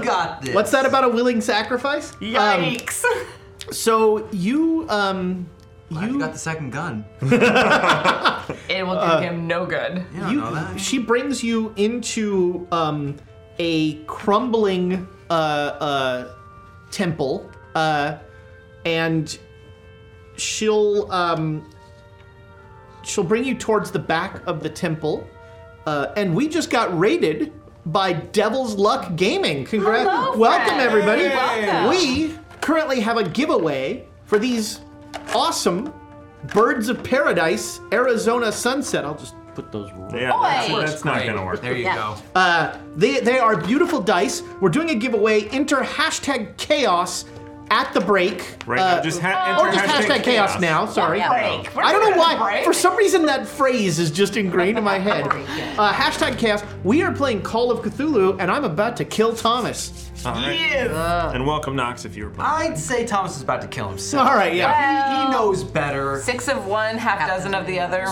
Speaker 8: got this.
Speaker 6: What's that about a willing sacrifice? Um,
Speaker 7: Yikes!
Speaker 6: so you um
Speaker 8: You
Speaker 6: you
Speaker 8: got the second gun.
Speaker 7: it will do him no good.
Speaker 8: You don't
Speaker 6: you,
Speaker 8: know that.
Speaker 6: she brings you into um, a crumbling uh, uh, temple, uh, and she'll um, she'll bring you towards the back of the temple. Uh, and we just got raided by Devil's Luck Gaming. Congrats!
Speaker 7: Hello,
Speaker 6: Welcome,
Speaker 7: friends.
Speaker 6: everybody.
Speaker 7: Welcome.
Speaker 6: We currently have a giveaway for these awesome Birds of Paradise Arizona Sunset. I'll just put those
Speaker 1: Yeah,
Speaker 7: Oi.
Speaker 1: that's, that's not
Speaker 8: Great.
Speaker 1: gonna work.
Speaker 8: There you
Speaker 2: Yeah.
Speaker 8: go.
Speaker 6: Uh, They, they are beautiful dice. We're doing a giveaway. Enter hashtag chaos at the break.
Speaker 1: Right
Speaker 6: Uh,
Speaker 1: now, just ha-
Speaker 6: or
Speaker 1: enter
Speaker 6: just hashtag, chaos. now. Sorry.
Speaker 7: Break. We're
Speaker 6: I don't know
Speaker 7: gonna
Speaker 6: why.
Speaker 7: break.
Speaker 6: For some reason, that phrase is just ingrained in my head.
Speaker 2: yeah.
Speaker 6: Uh, hashtag chaos. We are playing Call of Cthulhu, and I'm about to kill Thomas.
Speaker 1: All right. And welcome, Knox, if you were playing.
Speaker 8: I'd say Thomas is about to kill himself.
Speaker 6: All right, yeah.
Speaker 8: He knows better.
Speaker 7: Six of one, half dozen of the other.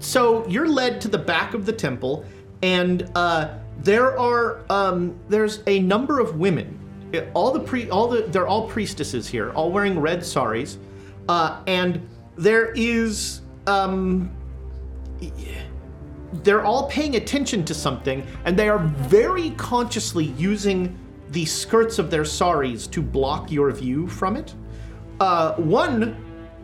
Speaker 6: So you're led to the back of the temple, and uh, there are um, there's a number of women. Uh, All the pre all the they're all priestesses here, all wearing red saris, uh, and there is um, they're all paying attention to something, and they are very consciously using the skirts of their saris to block your view from it. Uh, one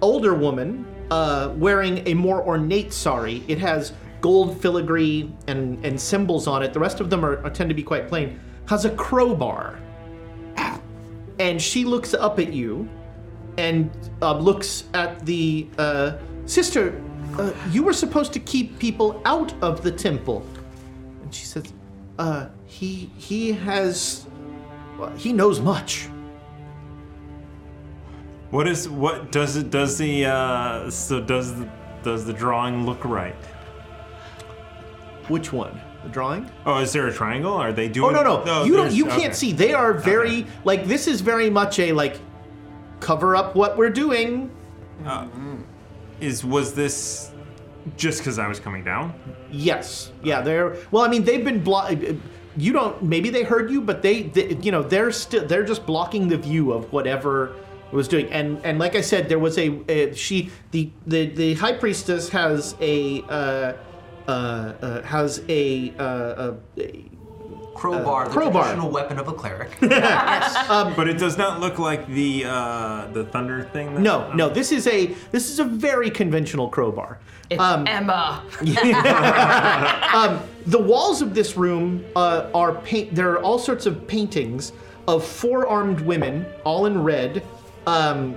Speaker 6: older woman uh, wearing a more ornate sari. It has gold filigree and, and symbols on it. The rest of them are, are- tend to be quite plain. Has a crowbar, and she looks up at you, and uh, looks at the uh, sister. Uh, you were supposed to keep people out of the temple, and she says, uh, "He he has, well, he knows much."
Speaker 1: What is what does it does the uh, so does the, does the drawing look right?
Speaker 6: Which one? The drawing?
Speaker 1: Oh, is there a triangle? Are they
Speaker 6: Oh
Speaker 1: doing?
Speaker 6: no no! you don't.
Speaker 1: there's-
Speaker 6: You can't
Speaker 1: okay.
Speaker 6: see. They are very like this is very much a like cover up what we're doing.
Speaker 1: Is was this just because I was coming down?
Speaker 6: Yes. Yeah. They're well. I mean, they've been block. You don't. Maybe they heard you, but they, they you know, they're still. They're just blocking the view of whatever was doing. And and like I said, there was a, a she. The the the high priestess has a. Uh, uh, uh, has a, uh, a
Speaker 8: Crowbar, the
Speaker 6: crowbar.
Speaker 8: traditional weapon of a cleric.
Speaker 1: But it does not look like the uh, the thunder thing. that-
Speaker 6: no no this is a this is a very conventional crowbar
Speaker 7: It's Emma.
Speaker 6: the walls of this room uh, are paint. There are all sorts of paintings of four-armed women, all in red, um,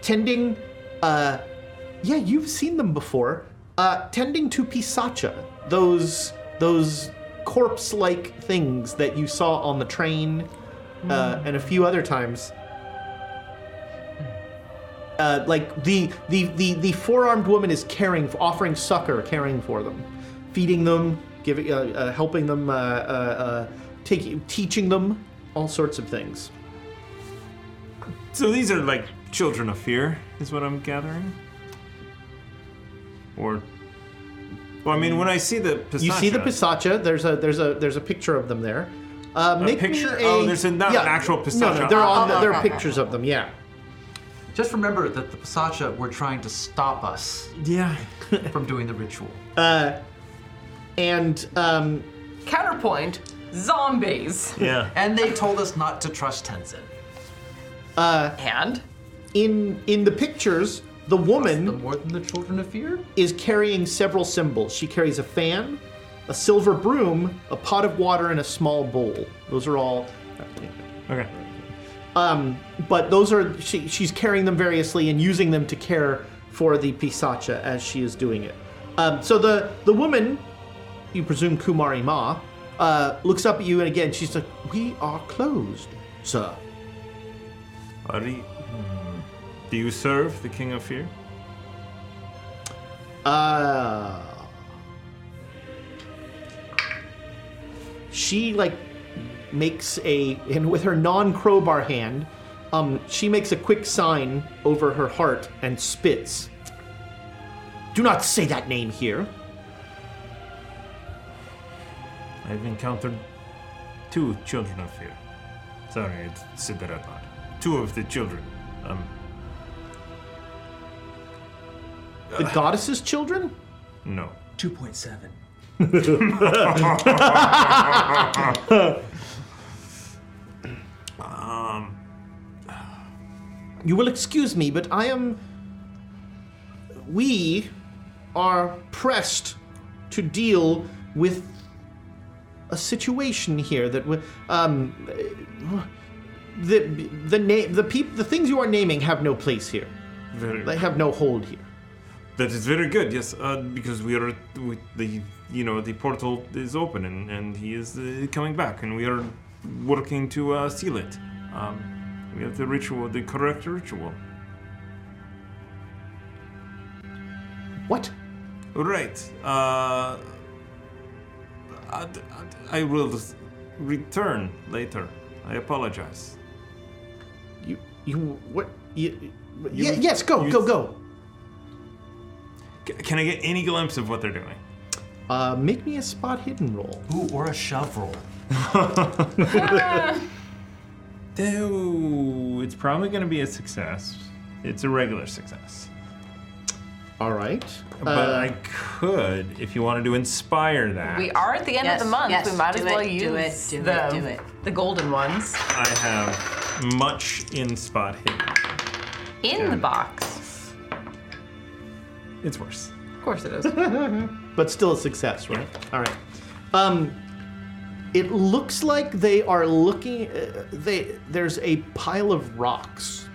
Speaker 6: tending. Uh, yeah, you've seen them before. Uh, tending to pisacha, those those corpse-like things that you saw on the train, uh, and a few other times. Uh, like the, the the the four-armed woman is caring, offering succor, caring for them, feeding them, giving, uh, uh, helping them, uh, uh, uh, taking, teaching them all sorts of things.
Speaker 1: So these are like children of fear, is what I'm gathering. Or, well, I mean, when I see the pistache,
Speaker 6: You see the pisacha. There's a there's a there's a picture of them there. Uh, make me
Speaker 1: picture?
Speaker 6: a-
Speaker 1: Oh, there's a- not an actual
Speaker 6: No, no,
Speaker 1: pistacha.
Speaker 6: they're on.
Speaker 7: Oh,
Speaker 6: there are
Speaker 7: okay.
Speaker 6: pictures of them. Yeah.
Speaker 8: Just remember that the Pasacha were trying to stop us
Speaker 1: Yeah.
Speaker 8: from doing the ritual.
Speaker 6: And um,
Speaker 7: Counterpoint zombies.
Speaker 1: Yeah.
Speaker 8: And they told us not to trust Tenzin.
Speaker 7: And
Speaker 6: in in the pictures, the woman.
Speaker 8: The more than the children of fear?
Speaker 6: is carrying several symbols. She carries a fan, a silver broom, a pot of water, and a small bowl. Those are all.
Speaker 1: Okay.
Speaker 6: Um, but those are she, she's carrying them variously and using them to care for the pisacha as she is doing it. Um, so the the woman, you presume Kumari Ma, uh, looks up at you and again she's like, "We are closed, sir."
Speaker 1: Are you, hmm. do you serve the king of fear?
Speaker 6: Uh, she like makes a and with her non crowbar hand, um, she makes a quick sign over her heart and spits. Do not say that name here.
Speaker 1: I've encountered two children of fear. Sorry, I said that out loud. Two of the children. Um,
Speaker 6: The goddess's children.
Speaker 1: no.
Speaker 8: 2.7.
Speaker 6: You will excuse me, but I am. We are pressed to deal with a situation here that w- um the the name the peop- the things you are naming have no place here.
Speaker 1: Very.
Speaker 6: They have no hold here.
Speaker 1: That is very good. Yes, uh, because we are we, the you know the portal is open and and he is uh, coming back and we are working to uh, seal it. Um, we have the ritual, the correct ritual.
Speaker 6: What?
Speaker 1: Right. Uh, I, I will return later. I apologize.
Speaker 6: You you what? You, Ye- yes, go go go.
Speaker 1: C- can I get any glimpse of what they're doing?
Speaker 6: Uh, make me a spot hidden roll.
Speaker 8: Ooh, or a shove roll.
Speaker 1: Oh, it's probably going to be a success. It's a regular success.
Speaker 6: All right. Uh,
Speaker 1: But I could, if you wanted to inspire that.
Speaker 7: Um, We are at the end
Speaker 2: Yes,
Speaker 7: of the month.
Speaker 2: yes,
Speaker 7: we might
Speaker 2: do
Speaker 7: as well
Speaker 2: it,
Speaker 7: use
Speaker 2: do it, do it,
Speaker 7: the,
Speaker 2: do it.
Speaker 7: the golden ones
Speaker 1: I have much in spot hidden.
Speaker 7: in the box.
Speaker 1: It's worse.
Speaker 7: Of course it is.
Speaker 6: but still a success, right? All right. Um, it looks like they are looking. Uh, they there's a pile of rocks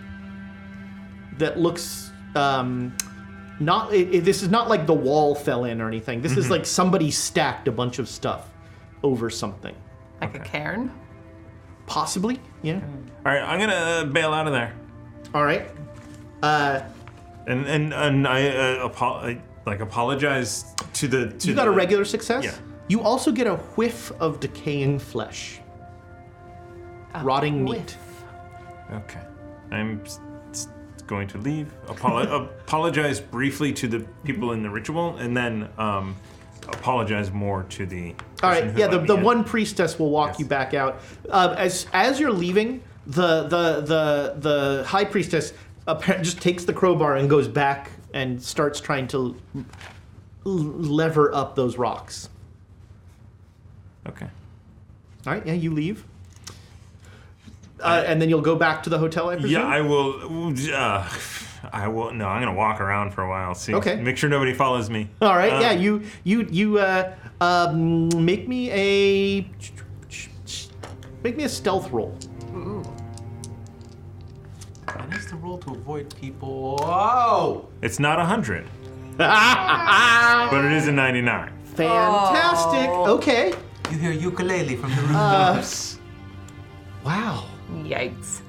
Speaker 6: that looks um, not. It, it- this is not like the wall fell in or anything. This
Speaker 1: Mm-hmm.
Speaker 6: is like somebody stacked a bunch of stuff over something,
Speaker 7: like a cairn.
Speaker 6: possibly. Yeah.
Speaker 1: All right, I'm gonna uh, bail out of there.
Speaker 6: All right. Uh,
Speaker 1: And and and I, uh, apo- I like apologize to the. To
Speaker 6: you got a
Speaker 1: the-
Speaker 6: regular success.
Speaker 1: Yeah.
Speaker 6: You also get a whiff of decaying flesh, rotting meat.
Speaker 1: Okay. I'm s- s- going to leave. Apolo- apologize briefly to the people in the ritual, and then um, apologize more to the.
Speaker 6: All
Speaker 1: person
Speaker 6: right.
Speaker 1: who
Speaker 6: Yeah.
Speaker 1: let
Speaker 6: The,
Speaker 1: me
Speaker 6: the
Speaker 1: in.
Speaker 6: one priestess will walk you back out. Uh, as as you're leaving, the the the the high priestess appa- just takes the crowbar and goes back and starts trying to l- lever up those rocks.
Speaker 1: Okay.
Speaker 6: All right. Yeah. You leave. Uh, and then you'll go back to the hotel, I presume.
Speaker 1: Yeah, I will. Uh, I will. No, I'm gonna walk around for a while. See.
Speaker 6: Okay.
Speaker 1: Make sure nobody follows me.
Speaker 6: All right. yeah.
Speaker 1: um,
Speaker 6: You you you uh, um, make me a make me a stealth roll.
Speaker 8: What is the rule to avoid people? Oh!
Speaker 1: It's not a hundred, but it is a ninety-nine.
Speaker 6: Fantastic. Okay.
Speaker 8: You hear ukulele from the room.
Speaker 1: Uh,
Speaker 6: Wow.
Speaker 7: Yikes.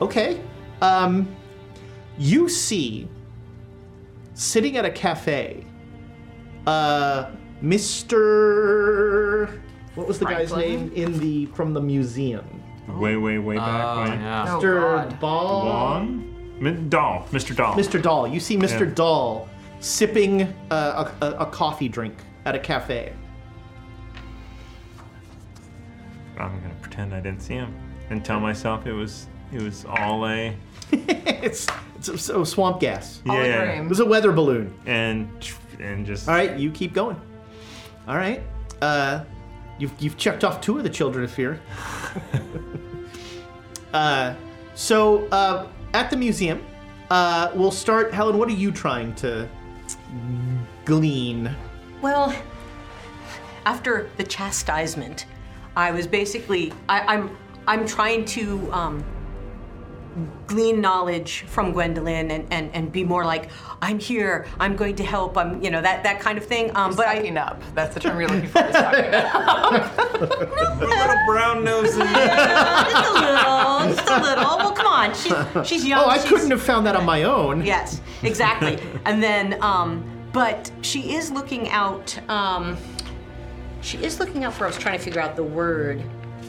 Speaker 6: Okay. Um, you see, sitting at a cafe, uh, Mr. What was the
Speaker 7: Franklin?
Speaker 6: guy's name in the from the museum?
Speaker 1: Way, way, way back when.
Speaker 8: yeah.
Speaker 6: Mr.
Speaker 7: Oh, God.
Speaker 6: Ball.
Speaker 1: Long. Mi- Doll. Mr. Doll.
Speaker 6: Mr. Doll. You see Mr.
Speaker 1: Yeah.
Speaker 6: Doll sipping uh, a, a, a coffee drink at a cafe.
Speaker 1: I'm gonna pretend I didn't see him and tell myself it was it was all a
Speaker 6: it's it's a, so swamp gas.
Speaker 1: yeah,
Speaker 7: a
Speaker 1: yeah,
Speaker 6: It
Speaker 7: dream.
Speaker 6: was a weather balloon.
Speaker 1: and and just
Speaker 6: All right, you keep going. All right. Uh, you've, you've checked off two of the children of fear. uh, so uh, at the museum, uh, we'll start. Helen, what are you trying to glean?
Speaker 2: Well, after the chastisement, I was basically I, I'm I'm trying to um, glean knowledge from Gwendolyn and, and, and be more like I'm here, I'm going to help, I'm you know that that kind of thing. Um, but I
Speaker 7: Sucking up. That's the term you're looking for. is sucking up.
Speaker 1: little brown noses. yeah,
Speaker 2: just a little, just a little. Well, come on, she's she's young.
Speaker 6: Oh, I
Speaker 2: she's-
Speaker 6: couldn't have found that on my own.
Speaker 2: Yes, exactly. and then, um, but she is looking out. Um, she is looking out for. I was trying to figure out the word.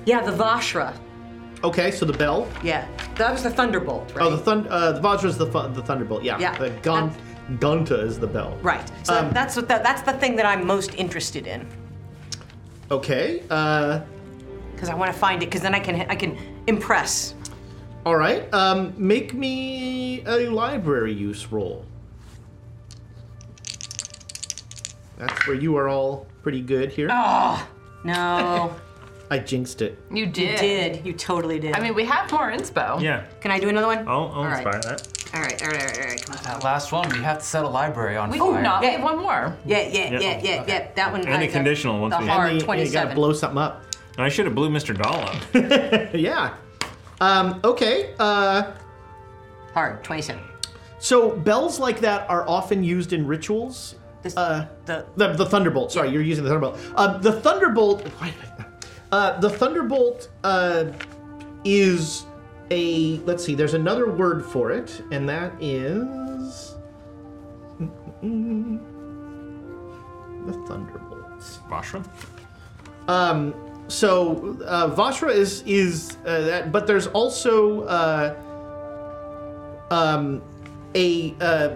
Speaker 2: Yeah, the Vashra.
Speaker 6: Okay, so the bell.
Speaker 2: Yeah, that was the thunderbolt, right?
Speaker 6: Oh, the thund- uh, the Vajra is the, fu- the thunderbolt. Yeah.
Speaker 2: Yeah.
Speaker 6: The gun- Gunta is the bell.
Speaker 2: right. So
Speaker 6: Um,
Speaker 2: that's what the, that's the thing that I'm most interested in
Speaker 6: Okay. Uh,
Speaker 2: because I want to find it because then I can I can impress.
Speaker 6: all right. Um, make me a library use roll. That's where you are all pretty good here.
Speaker 2: Oh. No,
Speaker 6: I jinxed it.
Speaker 7: You
Speaker 2: you
Speaker 7: did.
Speaker 2: did. You totally did.
Speaker 7: I mean, we have more inspo.
Speaker 2: can I do another one?
Speaker 1: I'll, I'll
Speaker 2: right.
Speaker 1: inspire that.
Speaker 2: All right, all right, all right, all right. Come on.
Speaker 8: That last one, we have to set a library on
Speaker 7: We do
Speaker 8: fire.
Speaker 7: not. We
Speaker 2: Oh, Yeah.
Speaker 7: have one more.
Speaker 2: Yeah, yeah,
Speaker 1: Yeah.
Speaker 2: yeah, yeah, yeah. That one.
Speaker 1: And
Speaker 2: I-
Speaker 1: a conditional once
Speaker 2: the
Speaker 1: we
Speaker 2: hard
Speaker 6: And you- you gotta
Speaker 2: 27.
Speaker 6: blow something up.
Speaker 1: I should have blew Mr. Doll up.
Speaker 6: Yeah. Um, okay. Uh,
Speaker 2: hard. Twenty-seven.
Speaker 6: so bells like that are often used in rituals.
Speaker 2: This,
Speaker 6: Uh,
Speaker 2: the
Speaker 6: The, the thunderbolt. Sorry, you're using the thunderbolt. Um, the thunderbolt. why did I- Uh, the thunderbolt uh, is a. Let's see. There's another word for it, and that is the thunderbolt.
Speaker 1: Vashra?
Speaker 6: Um, so uh, Vashra is is uh, that, but there's also uh, um, a uh,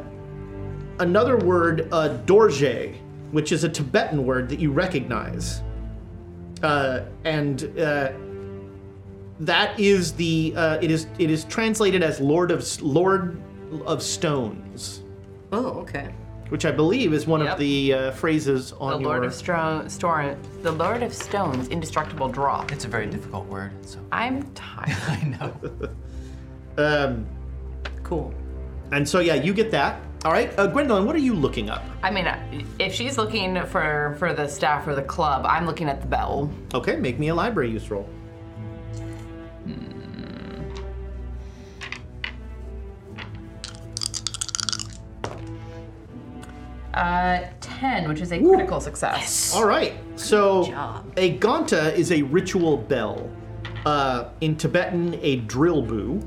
Speaker 6: another word, uh, dorje, which is a Tibetan word that you recognize, uh, and uh, that is the uh, it is it is translated as Lord of S- Lord of Stones.
Speaker 2: Oh, okay.
Speaker 6: which I believe is one
Speaker 7: Yep.
Speaker 6: of the uh, phrases on
Speaker 7: The
Speaker 6: your.
Speaker 7: Lord of Stone, Storm, the Lord of Stones, indestructible draw.
Speaker 8: It's a very difficult word. So
Speaker 7: I'm tired.
Speaker 8: I know.
Speaker 6: um,
Speaker 2: Cool.
Speaker 6: and so yeah, you get that. All right, uh, Gwendolyn, what are you looking up?
Speaker 7: I mean, if she's looking for for the staff or the club, I'm looking at the bell.
Speaker 6: Okay, make me a library use roll.
Speaker 7: Uh, ten, which is a critical success.
Speaker 6: All right. So a ganta is a ritual bell. Uh, in Tibetan, a drillbu.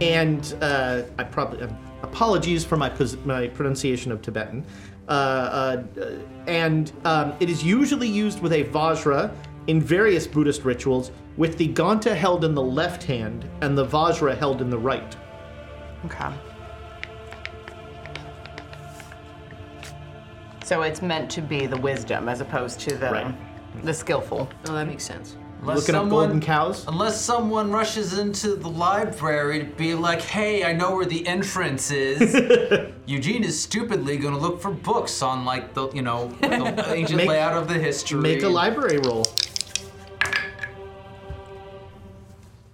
Speaker 6: And uh, I probably uh, apologies for my pos- my pronunciation of Tibetan. Uh, uh, and um, it is usually used with a vajra in various Buddhist rituals, with the ganta held in the left hand and the vajra held in the right.
Speaker 7: Okay. So it's meant to be the wisdom as opposed to the the skillful.
Speaker 2: Oh, that makes sense.
Speaker 8: Unless
Speaker 6: Looking up golden cows.
Speaker 8: Unless someone rushes into the library to be like, hey, I know where the entrance is. Eugene is stupidly gonna look for books on like the you know the ancient
Speaker 6: Make-
Speaker 8: layout of the history.
Speaker 6: Make a library roll.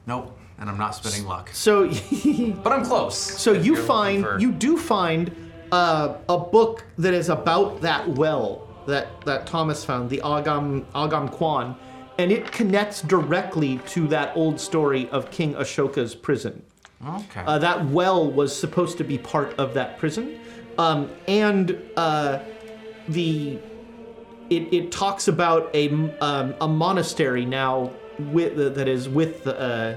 Speaker 8: Nope. And I'm not spending luck.
Speaker 6: So
Speaker 8: But I'm close.
Speaker 6: So you find you do find uh, a book that is about that well that that Thomas found, the Agam Agam Kwan, and it connects directly to that old story of King Ashoka's prison.
Speaker 8: Okay.
Speaker 6: Uh, that well was supposed to be part of that prison, um, and uh, the it, it talks about a m- um, a monastery now with that is with the uh,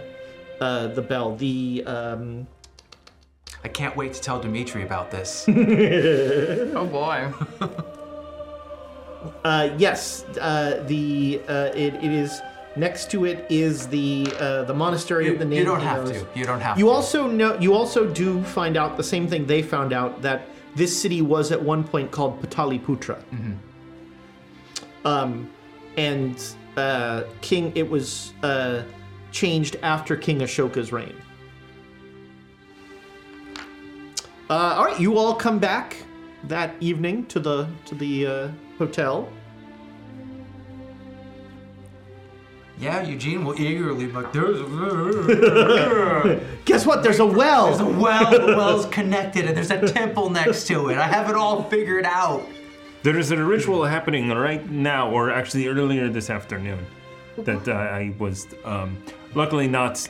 Speaker 6: uh, the bell. The um,
Speaker 8: I can't wait to tell Dimitri about this.
Speaker 7: Oh boy.
Speaker 6: Uh, yes, uh, the uh, it, it is next to it is the uh, the monastery
Speaker 8: you,
Speaker 6: of the name.
Speaker 8: you don't
Speaker 6: he
Speaker 8: have
Speaker 6: knows.
Speaker 8: to. You don't have
Speaker 6: You
Speaker 8: to.
Speaker 6: also know. You also do find out the same thing they found out that this city was at one point called Pataliputra.
Speaker 8: Mm-hmm.
Speaker 6: Um, and uh, King it was uh, changed after King Ashoka's reign. Uh, all right, you all come back that evening to the to the uh, hotel.
Speaker 8: Yeah, Eugene will eagerly be like there's
Speaker 6: Guess what?
Speaker 8: there's
Speaker 6: There's a
Speaker 8: a
Speaker 6: well.
Speaker 8: well, the well's connected, and there's a temple next to it. I have it all figured out.
Speaker 1: There is a ritual happening right now, or actually earlier this afternoon, that uh, I was um, luckily not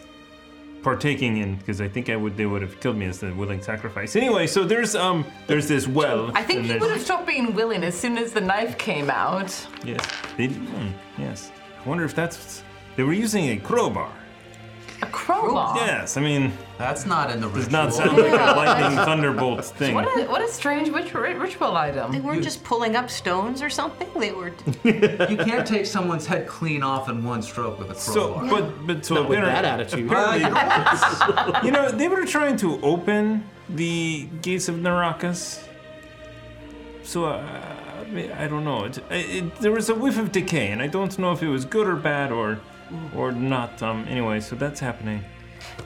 Speaker 1: partaking in because I think I would they would have killed me as the willing sacrifice. Anyway, so there's um there's this well.
Speaker 7: I think
Speaker 1: and
Speaker 7: he
Speaker 1: there's-
Speaker 7: would have stopped being willing as soon as the knife came out.
Speaker 1: Yes, they did. hmm, yes, I wonder if that's they were using a crowbar.
Speaker 7: A crowbar.
Speaker 1: Yes, I mean
Speaker 8: That's not in the ritual.
Speaker 1: does not sound like a lightning thunderbolt thing.
Speaker 7: What a what a strange ritual, ritual
Speaker 2: They
Speaker 7: item.
Speaker 2: weren't just pulling up stones or something. They were.
Speaker 8: You can't take someone's head clean off in one stroke with a
Speaker 1: So,
Speaker 8: crowbar.
Speaker 1: but but so
Speaker 6: With
Speaker 1: apparent-
Speaker 6: that attitude.
Speaker 1: Uh, You know, they were trying to open the gates of Narakas. So, uh, I mean, I don't know. It, it, there was a whiff of decay, and I don't know if it was good or bad or or not. Um, anyway, so that's happening.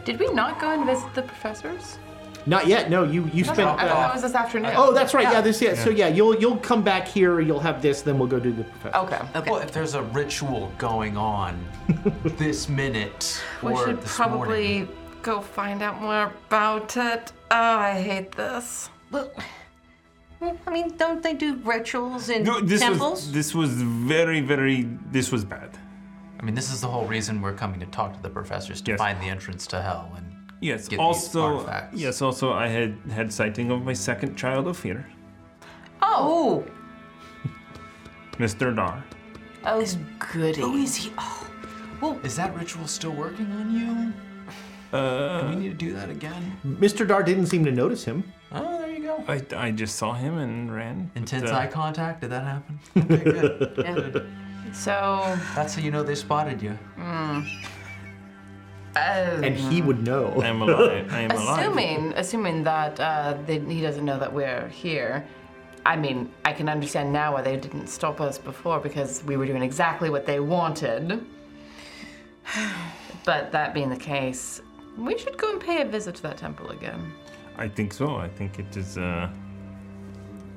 Speaker 7: Did we not go and visit the professors?
Speaker 6: Not yet. No, you you spent.
Speaker 7: I thought
Speaker 6: Uh,
Speaker 7: it was this afternoon.
Speaker 6: oh, that's right. Yeah, this. Yeah. So yeah, you'll you'll come back here. You'll have this. Then we'll go do the professor.
Speaker 7: Okay.
Speaker 8: Well, if there's a ritual going on this minute
Speaker 7: We
Speaker 8: or
Speaker 7: should
Speaker 8: this
Speaker 7: probably
Speaker 8: morning,
Speaker 7: go find out more about it. Oh, I hate this.
Speaker 2: Well, I mean, don't they do rituals in
Speaker 1: No, this
Speaker 2: temples?
Speaker 1: was this was very very this was bad.
Speaker 8: I mean, this is the whole reason we're coming to talk to the professors to
Speaker 1: Yes.
Speaker 8: find the entrance to hell. And
Speaker 1: Yes.
Speaker 8: Get these
Speaker 1: also,
Speaker 8: artifacts.
Speaker 1: yes. Also, I had had sighting of my second child of fear,
Speaker 7: Oh,
Speaker 1: Mr. Dar.
Speaker 7: oh, goody.
Speaker 2: Who is he? Oh,
Speaker 8: is that ritual still working on you? Uh, do we need to do that again?
Speaker 6: Mr. Dar didn't seem to notice him.
Speaker 8: Oh, there you go.
Speaker 1: I, I just saw him and ran. but,
Speaker 8: Intense
Speaker 1: uh,
Speaker 8: eye contact. Did that happen? Okay, good.
Speaker 7: So,
Speaker 8: That's how you know they spotted you.
Speaker 7: uh,
Speaker 6: And he would know.
Speaker 1: I'm alive. I am alive.
Speaker 7: assuming assuming that uh, that he doesn't know that we're here. I mean, I can understand now why they didn't stop us before because we were doing exactly what they wanted. But that being the case, we should go and pay a visit to that temple again.
Speaker 1: I think so. I think it is. Uh,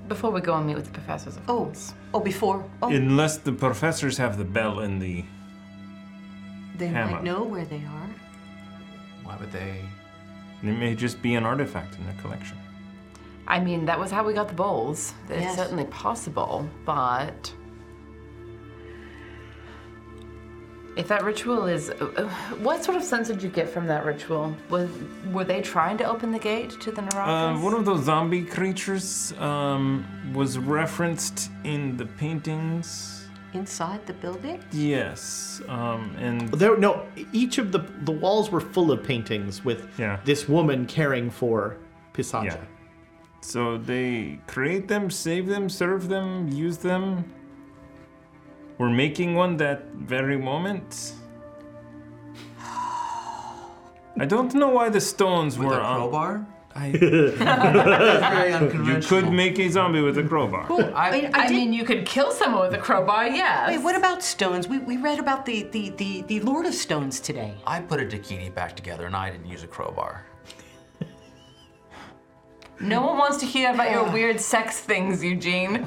Speaker 7: Before we go and meet with the professors, of
Speaker 2: Oh,
Speaker 7: course.
Speaker 2: oh, before. Oh,
Speaker 1: Unless the professors have the bell in the.
Speaker 2: they
Speaker 1: hammer.
Speaker 2: might know where they are.
Speaker 8: Why would they?
Speaker 1: It may just be an artifact in their collection.
Speaker 7: I mean, that was how we got the bowls. It's
Speaker 2: Yes.
Speaker 7: certainly possible, but if that ritual is, uh, what sort of sense did you get from that ritual? Was were they trying to open the gate to the
Speaker 1: Uh,
Speaker 7: Narakas?
Speaker 1: one of those zombie creatures um, was referenced in the paintings.
Speaker 2: Inside the building?
Speaker 1: Yes, um, and
Speaker 6: There, no, each of the the walls were full of paintings with
Speaker 1: Yeah.
Speaker 6: this woman caring for Pisaja.
Speaker 1: yeah. So they create them, save them, serve them, use them. We're making one that very moment. I don't know why the stones
Speaker 8: With
Speaker 1: were
Speaker 8: a
Speaker 1: on.
Speaker 8: crowbar?
Speaker 1: I,
Speaker 8: That's very
Speaker 1: you
Speaker 8: unconventional.
Speaker 1: could make a zombie with a crowbar.
Speaker 8: I,
Speaker 2: Wait, I
Speaker 7: I
Speaker 2: did-
Speaker 7: mean, you could kill someone with a crowbar, yes.
Speaker 2: Wait, what about stones? We, we read about the, the, the, the Lord of Stones today.
Speaker 8: I put a dakini back together and I didn't use a crowbar.
Speaker 7: No one wants to hear about your weird sex things, Eugene.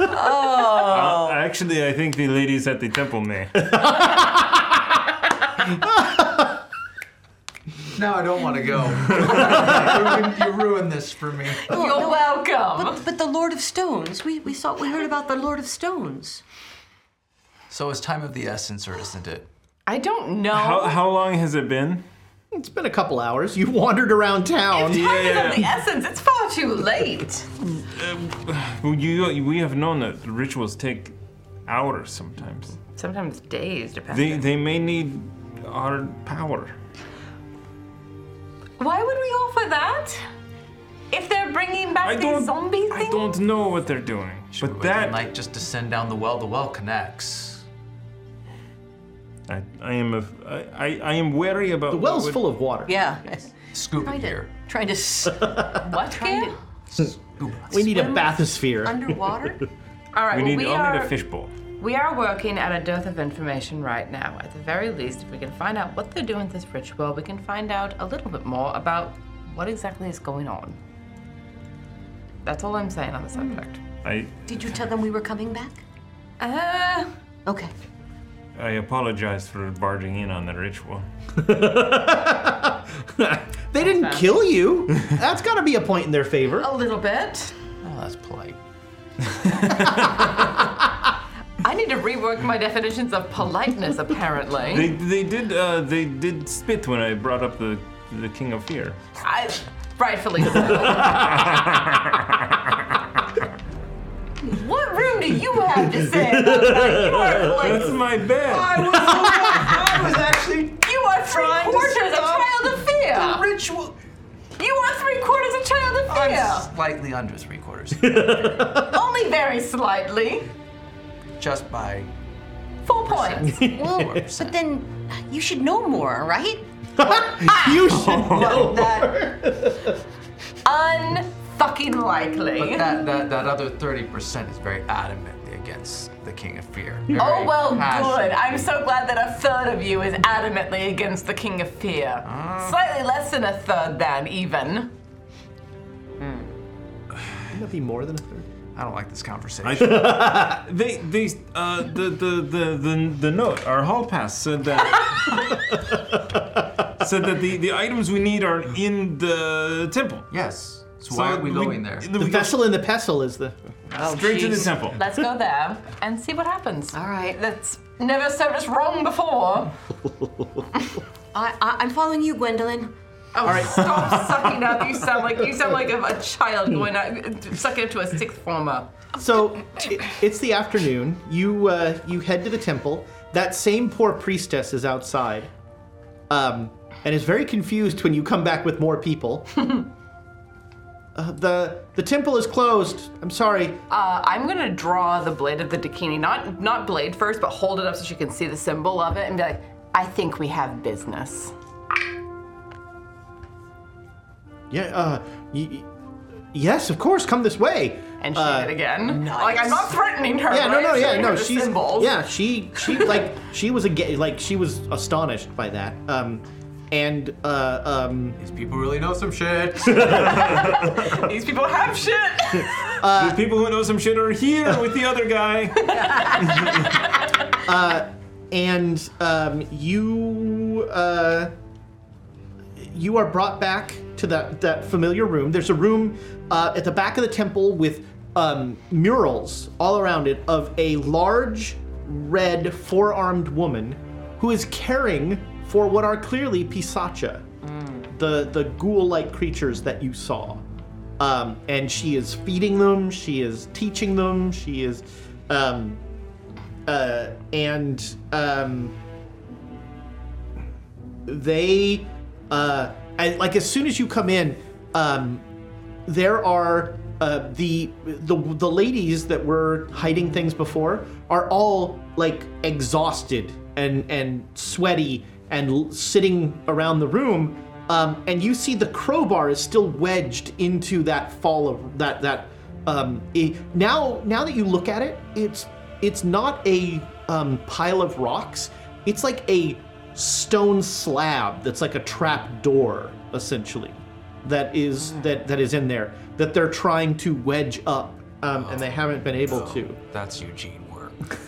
Speaker 1: Uh, actually, I think the ladies at the temple may.
Speaker 8: No, I don't want to go. you, ruined, you ruined this for me.
Speaker 7: You're welcome.
Speaker 2: But, but the Lord of Stones, we, we saw we heard about the Lord of Stones.
Speaker 8: So it's time of the essence, or isn't it?
Speaker 7: I don't know.
Speaker 1: How, how long has it been?
Speaker 6: It's been a couple hours. You wandered around town.
Speaker 7: Time is of the essence. It's far too late.
Speaker 1: Well, you, we have known that rituals take hours sometimes.
Speaker 7: Sometimes days, depending.
Speaker 1: They, they may need our power.
Speaker 7: Why would we offer that? If they're bringing back
Speaker 1: I
Speaker 7: the
Speaker 1: don't,
Speaker 7: zombie thing?
Speaker 1: I don't know what they're doing.
Speaker 8: Should we
Speaker 1: but
Speaker 8: wait all
Speaker 1: that.
Speaker 8: night just to send down the well. The well connects.
Speaker 1: I, I, am a, I, I, I am wary about.
Speaker 6: The well's full of water.
Speaker 2: Yeah.
Speaker 8: Scoop it here.
Speaker 2: Trying to s-
Speaker 7: What,
Speaker 2: trying
Speaker 7: Gail?
Speaker 2: to
Speaker 6: We need a bathysphere.
Speaker 2: underwater.
Speaker 7: All right,
Speaker 1: We
Speaker 7: well,
Speaker 1: need,
Speaker 7: we,
Speaker 1: I'll
Speaker 7: are,
Speaker 1: need a fishbowl.
Speaker 7: we are working at a dearth of information right now. At the very least, if we can find out what they're doing with this ritual, we can find out a little bit more about what exactly is going on. That's all I'm saying on the subject.
Speaker 1: I,
Speaker 2: Did you tell them we were coming back?
Speaker 7: Uh,
Speaker 2: Okay.
Speaker 1: I apologize for barging in on the ritual.
Speaker 6: They didn't kill you. That's got to be a point in their favor.
Speaker 7: a little bit.
Speaker 8: Oh, that's polite.
Speaker 7: I need to rework my definitions of politeness, apparently.
Speaker 1: They, they did uh, they did spit when I brought up the, the King of Fear.
Speaker 7: I, rightfully so. what room do you have to say about that? You are
Speaker 1: That's
Speaker 6: Uh,
Speaker 7: like,
Speaker 1: my bed.
Speaker 6: was, I was actually.
Speaker 7: you are
Speaker 6: Trying
Speaker 7: three
Speaker 6: to
Speaker 7: quarters a
Speaker 6: stop
Speaker 7: child of fear.
Speaker 6: Ritual.
Speaker 7: You are three quarters a child of
Speaker 8: I'm
Speaker 7: fear.
Speaker 8: slightly under three quarters,
Speaker 7: Only very slightly.
Speaker 8: just by.
Speaker 7: Four points.
Speaker 2: Well, but then you should know more, right?
Speaker 6: You should know that.
Speaker 7: Unfucking likely.
Speaker 8: But that, that, that other 30% is very adamantly against the King of Fear. Very
Speaker 7: Oh well,
Speaker 8: passionate.
Speaker 7: good. I'm so glad that a third of you is adamantly against the King of Fear. Slightly less than a third, then even.
Speaker 6: Wouldn't that be more than a third?
Speaker 8: I don't like this conversation.
Speaker 1: They they uh, the, the, the, the the note our hall pass said that said that the, the items we need are in the temple.
Speaker 8: yes. So, why are we going there?
Speaker 1: The,
Speaker 6: The
Speaker 1: we go
Speaker 6: vessel in the pestle is the.
Speaker 1: straight to the temple.
Speaker 7: Let's go there and see what happens. All
Speaker 2: right.
Speaker 7: That's never served us wrong before.
Speaker 2: I, I I'm following you, Gwendolyn.
Speaker 7: Oh, stop sucking up. You sound like you sound like a, a child going out, sucking up to a sixth former.
Speaker 6: So it, it's the afternoon. You uh, you head to the temple. That same poor priestess is outside, um, and is very confused when you come back with more people. uh, the the temple is closed. I'm sorry.
Speaker 7: Uh, I'm gonna draw the blade of the dakini, not not blade first, but hold it up so she can see the symbol of it and be like, I think we have business.
Speaker 6: Yeah. Uh, y- y- yes, of course. Come this way.
Speaker 7: And she
Speaker 6: Uh,
Speaker 7: did again. Like I'm not threatening her.
Speaker 6: Yeah, no,
Speaker 7: right?
Speaker 6: no,
Speaker 7: I'm
Speaker 6: yeah,
Speaker 7: showing her
Speaker 6: no.
Speaker 7: the
Speaker 6: She's
Speaker 7: symbols.
Speaker 6: yeah, she she like she was a like she was astonished by that. Um, and uh, um,
Speaker 8: These people really know some shit.
Speaker 7: These people have shit.
Speaker 1: the people who know some shit are here with the other guy.
Speaker 6: and um, you uh, you are brought back to that that familiar room. There's a room uh, at the back of the temple with um, murals all around it of a large red four-armed woman who is caring for what are clearly pisacha, the the ghoul-like creatures that you saw. Um, and she is feeding them. She is teaching them. She is um, uh, and um, they uh, I, like as soon as you come in um, there are uh, the, the the ladies that were hiding things before are all like exhausted and and sweaty and l- sitting around the room um, and you see the crowbar is still wedged into that fall of that that um, i- now now that you look at it it's it's not a um, pile of rocks it's like a stone slab that's like a trap door essentially that is that that is in there that they're trying to wedge up um, and they haven't been able to
Speaker 8: That's Eugene work.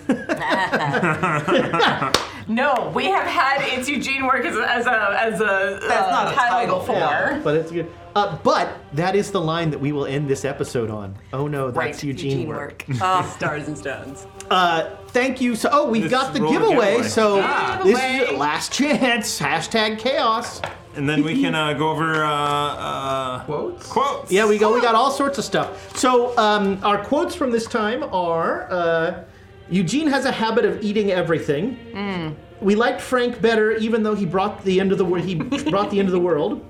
Speaker 7: No, we have had it's Eugene work as a as a, as a
Speaker 2: That's
Speaker 7: uh,
Speaker 2: not a
Speaker 7: title
Speaker 2: title,
Speaker 7: before.
Speaker 2: yeah.
Speaker 6: but it's good uh, but that is the line that we will end this episode on oh no that's
Speaker 7: Right,
Speaker 6: eugene,
Speaker 2: Gene
Speaker 6: work,
Speaker 2: work. Oh,
Speaker 7: Stars and stones.
Speaker 6: Uh, thank you so oh we've
Speaker 1: Let's
Speaker 6: got the
Speaker 1: roll the
Speaker 6: giveaway,
Speaker 1: giveaway.
Speaker 6: so
Speaker 7: Yeah.
Speaker 6: this
Speaker 7: Giveaway.
Speaker 6: is last chance hashtag chaos
Speaker 1: And then we can uh, go over uh, uh,
Speaker 8: Quotes?
Speaker 1: Quotes.
Speaker 6: Yeah, we go. We got all sorts of stuff. So um, our quotes from this time are: uh, Eugene has a habit of eating everything. We liked Frank better, even though he brought the end of the world. He brought the end of the world.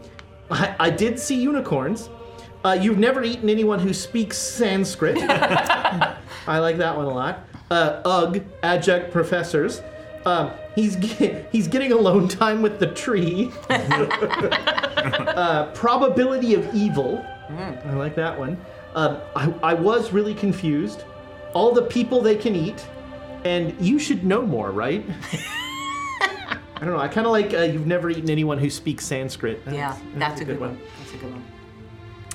Speaker 6: I, I did see unicorns. Uh, you've never eaten anyone who speaks Sanskrit. I like that one a lot. Uh, ugh, adjunct professors. Um, he's ge- he's getting alone time with the tree probability of evil. I like that one. Um, I, I was really confused. All the people they can eat, and you should know more, right? I don't know. I kind of like uh, you've never eaten anyone who speaks Sanskrit.
Speaker 2: yeah, that's a good one. That's a good one.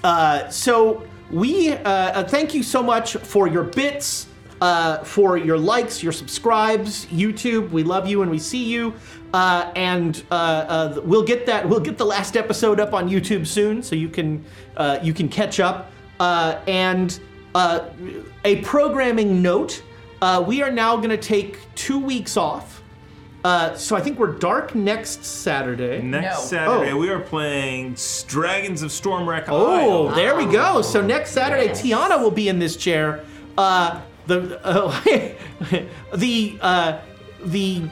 Speaker 6: Uh, so we uh, uh, thank you so much for your bits, uh, for your likes, your subscribes, YouTube. We love you and we see you. Uh, and uh, uh, we'll get that. We'll get the last episode up on YouTube soon, so you can uh, you can catch up. Uh, and uh, a programming note: uh, we are now going to take two weeks off. Uh, so I think we're dark next Saturday.
Speaker 1: Next
Speaker 7: No.
Speaker 1: Saturday,
Speaker 6: Oh.
Speaker 1: we are playing Dragons of Stormwreck
Speaker 6: Oh,
Speaker 1: Isle.
Speaker 6: there we go. So next Saturday, Tiana will be in this chair. Uh, the uh, the uh, the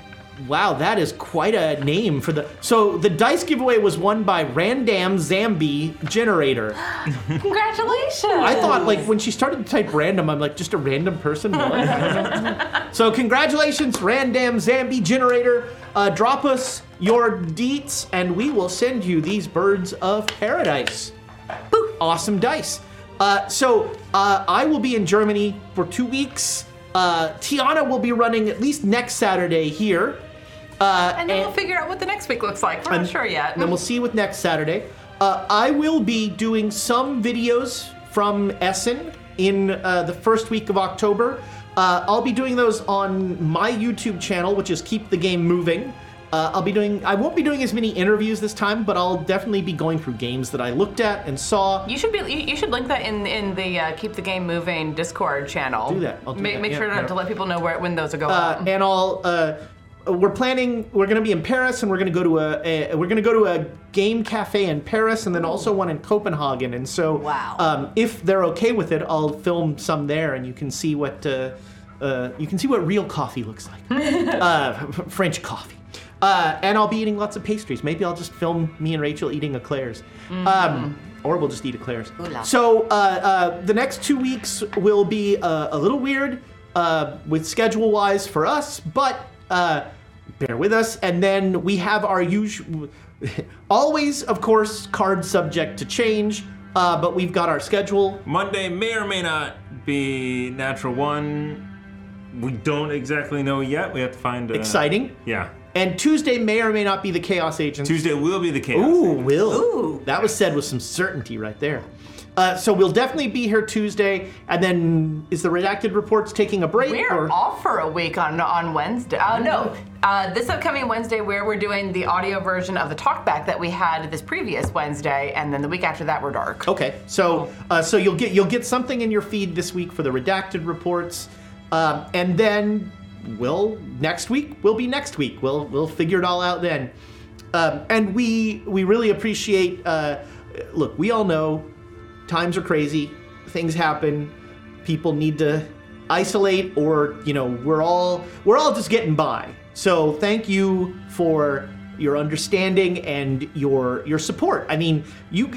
Speaker 6: wow, that is quite a name for the. So the dice giveaway was won by Random Zambi Generator.
Speaker 7: Congratulations!
Speaker 6: I thought like when she started to type random, I'm like just a random person. What? so congratulations, Random Zambi Generator. Uh, drop us your deets, and we will send you these birds of paradise awesome dice. Uh, so uh, I will be in Germany for two weeks. Uh, Tiana will be running at least next Saturday here. Uh,
Speaker 7: and then we'll figure out what the next week looks like. We're not sure yet.
Speaker 6: and then we'll see what next Saturday. Uh, I will be doing some videos from Essen in uh, the first week of October. Uh, I'll be doing those on my YouTube channel, which is Keep the Game Moving. Uh, I'll be doing. I won't be doing as many interviews this time, but I'll definitely be going through games that I looked at and saw.
Speaker 7: You should be. You, you should link that in in the uh, keep the game moving Discord channel.
Speaker 6: Do that. I'll do
Speaker 7: Ma-
Speaker 6: that.
Speaker 7: Make
Speaker 6: Yeah,
Speaker 7: sure to,
Speaker 6: yeah.
Speaker 7: to let people know where when those go
Speaker 6: uh,
Speaker 7: up.
Speaker 6: and I'll. Uh, we're planning. We're going to be in Paris, and we're going to go to a, a. We're going to go to a game cafe in Paris, and then also one in Copenhagen. And so,
Speaker 2: Wow.
Speaker 6: um, if they're okay with it, I'll film some there, and you can see what uh, uh, you can see what real coffee looks like. uh, French coffee. Uh, and I'll be eating lots of pastries. Maybe I'll just film me and Rachel eating eclairs. Um, or we'll just eat eclairs. So uh, uh, the next two weeks will be uh, a little weird uh, with schedule wise for us, but uh, bear with us. And then we have our usual, always, of course, card subject to change, uh, but we've got our schedule.
Speaker 1: Monday may or may not be Natural One. We don't exactly know yet. We have to find. Uh,
Speaker 6: Exciting.
Speaker 1: Yeah.
Speaker 6: And Tuesday may or may not be the Chaos Agents.
Speaker 10: Tuesday will be the chaos.
Speaker 6: Ooh, will.
Speaker 11: Ooh.
Speaker 6: That was said with some certainty right there. Uh, so we'll definitely be here Tuesday, and then is the redacted reports taking a break?
Speaker 7: We're
Speaker 6: or-
Speaker 7: off for a week on on Wednesday. Uh, no, uh, this upcoming Wednesday, where we're doing the audio version of the talkback that we had this previous Wednesday, and then the week after that, we're dark.
Speaker 6: Okay, so uh, so you'll get you'll get something in your feed this week for the redacted reports, um, and then we'll next week will be next week. We'll we'll figure it all out then, um, and we we really appreciate. Uh, look, we all know times are crazy, things happen, people need to isolate, or you know we're all we're all just getting by. So thank you for your understanding and your your support. I mean, you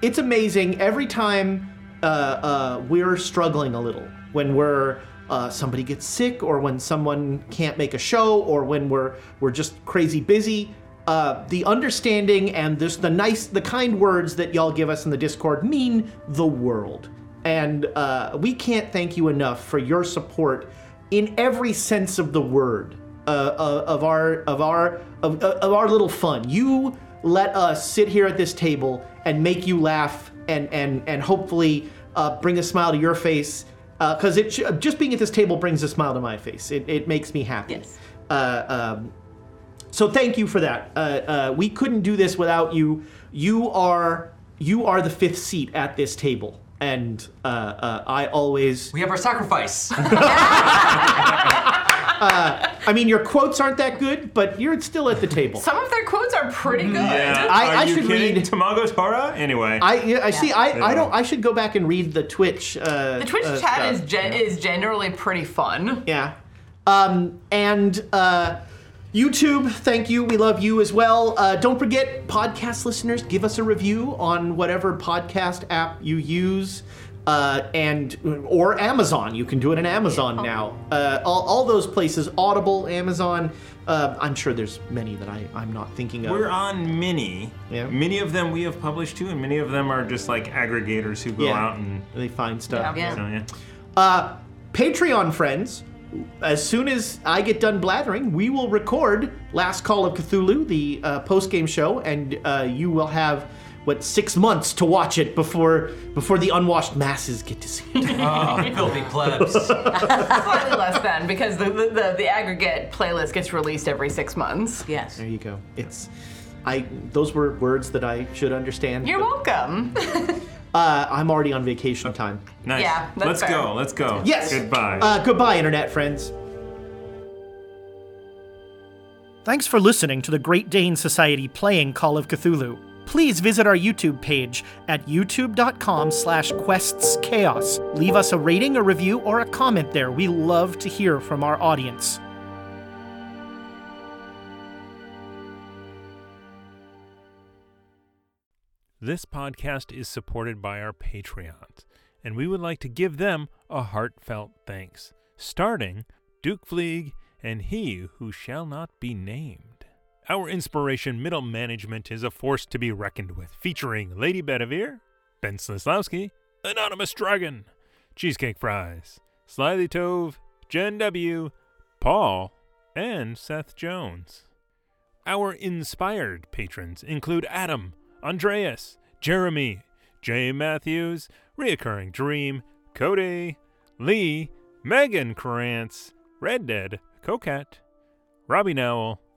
Speaker 6: it's amazing every time uh, uh, we're struggling a little when we're uh, somebody gets sick or when someone can't make a show or when we're we're just crazy busy. Uh, the understanding and this the nice the kind words that y'all give us in the Discord mean the world, and uh, we can't thank you enough for your support in every sense of the word uh, uh, of our of our of, uh, of our little fun. You let us sit here at this table and make you laugh and and and hopefully uh, bring a smile to your face because it sh- just being at this table brings a smile to my face. It, it makes me happy.
Speaker 11: Yes.
Speaker 6: Uh, um, so thank you for that. Uh, uh, we couldn't do this without you. You are you are the fifth seat at this table, and uh, uh, I always.
Speaker 8: We have our sacrifice.
Speaker 6: I mean, your quotes aren't that good, but you're still at the table.
Speaker 7: Some of their quotes are pretty good.
Speaker 10: Yeah.
Speaker 6: I-
Speaker 10: Are
Speaker 6: I
Speaker 10: you
Speaker 6: should
Speaker 10: kidding?
Speaker 6: read-
Speaker 10: Tamago's Para? Anyway.
Speaker 6: I yeah, I see.
Speaker 10: Yeah.
Speaker 6: I, I don't. I should go back and read the Twitch. Uh,
Speaker 7: The Twitch
Speaker 6: uh,
Speaker 7: chat
Speaker 6: stuff.
Speaker 7: is gen- is generally pretty fun.
Speaker 6: Yeah. Um, and uh, YouTube, thank you. We love you as well. Uh, don't forget, podcast listeners, give us a review on whatever podcast app you use. Uh, and or Amazon, you can do it in Amazon now. Uh, all, all those places, Audible, Amazon. Uh, I'm sure there's many that I, I'm not thinking of.
Speaker 10: We're on many.
Speaker 6: Yeah.
Speaker 10: Many of them we have published too, and many of them are just like aggregators who go
Speaker 6: Yeah.
Speaker 10: out and.
Speaker 6: they find stuff.
Speaker 7: Yeah.
Speaker 10: So, yeah.
Speaker 6: Uh, Patreon friends, as soon as I get done blathering, we will record Last Call of Cthulhu, the uh, post game show, and uh, you will have what six months to watch it before before the unwashed masses get to see it.
Speaker 8: oh, filthy plebs.
Speaker 7: Slightly less than because the, the, the, the aggregate playlist gets released every six months.
Speaker 11: Yes.
Speaker 6: there you go. It's. I, those were words that I should understand.
Speaker 7: You're
Speaker 6: but,
Speaker 7: welcome.
Speaker 6: Uh, I'm already on vacation time.
Speaker 10: Nice.
Speaker 7: Yeah, that's
Speaker 10: let's
Speaker 7: fair.
Speaker 10: go. Let's go.
Speaker 6: Yes.
Speaker 10: Goodbye.
Speaker 6: Uh, goodbye, internet friends.
Speaker 12: Thanks for listening to the Great Dane Society playing Call of Cthulhu. Please visit our YouTube page at youtube.com slash questschaos. Leave us a rating, a review, or a comment there. We love to hear from our audience.
Speaker 1: This podcast is supported by our Patreons, and we would like to give them a heartfelt thanks, starting Duke Fleeg and He Who Shall Not Be Named. Our inspiration, Middle Management, is a force to be reckoned with, featuring Lady Bedivere, Ben Slislawski, Anonymous Dragon, Cheesecake Fries, Slyly Tove, Jen W., Paul, and Seth Jones. Our inspired patrons include Adam, Andreas, Jeremy, Jay Matthews, Reoccurring Dream, Cody, Lee, Megan Krantz, Red Dead, Coquette, Robbie Nowell,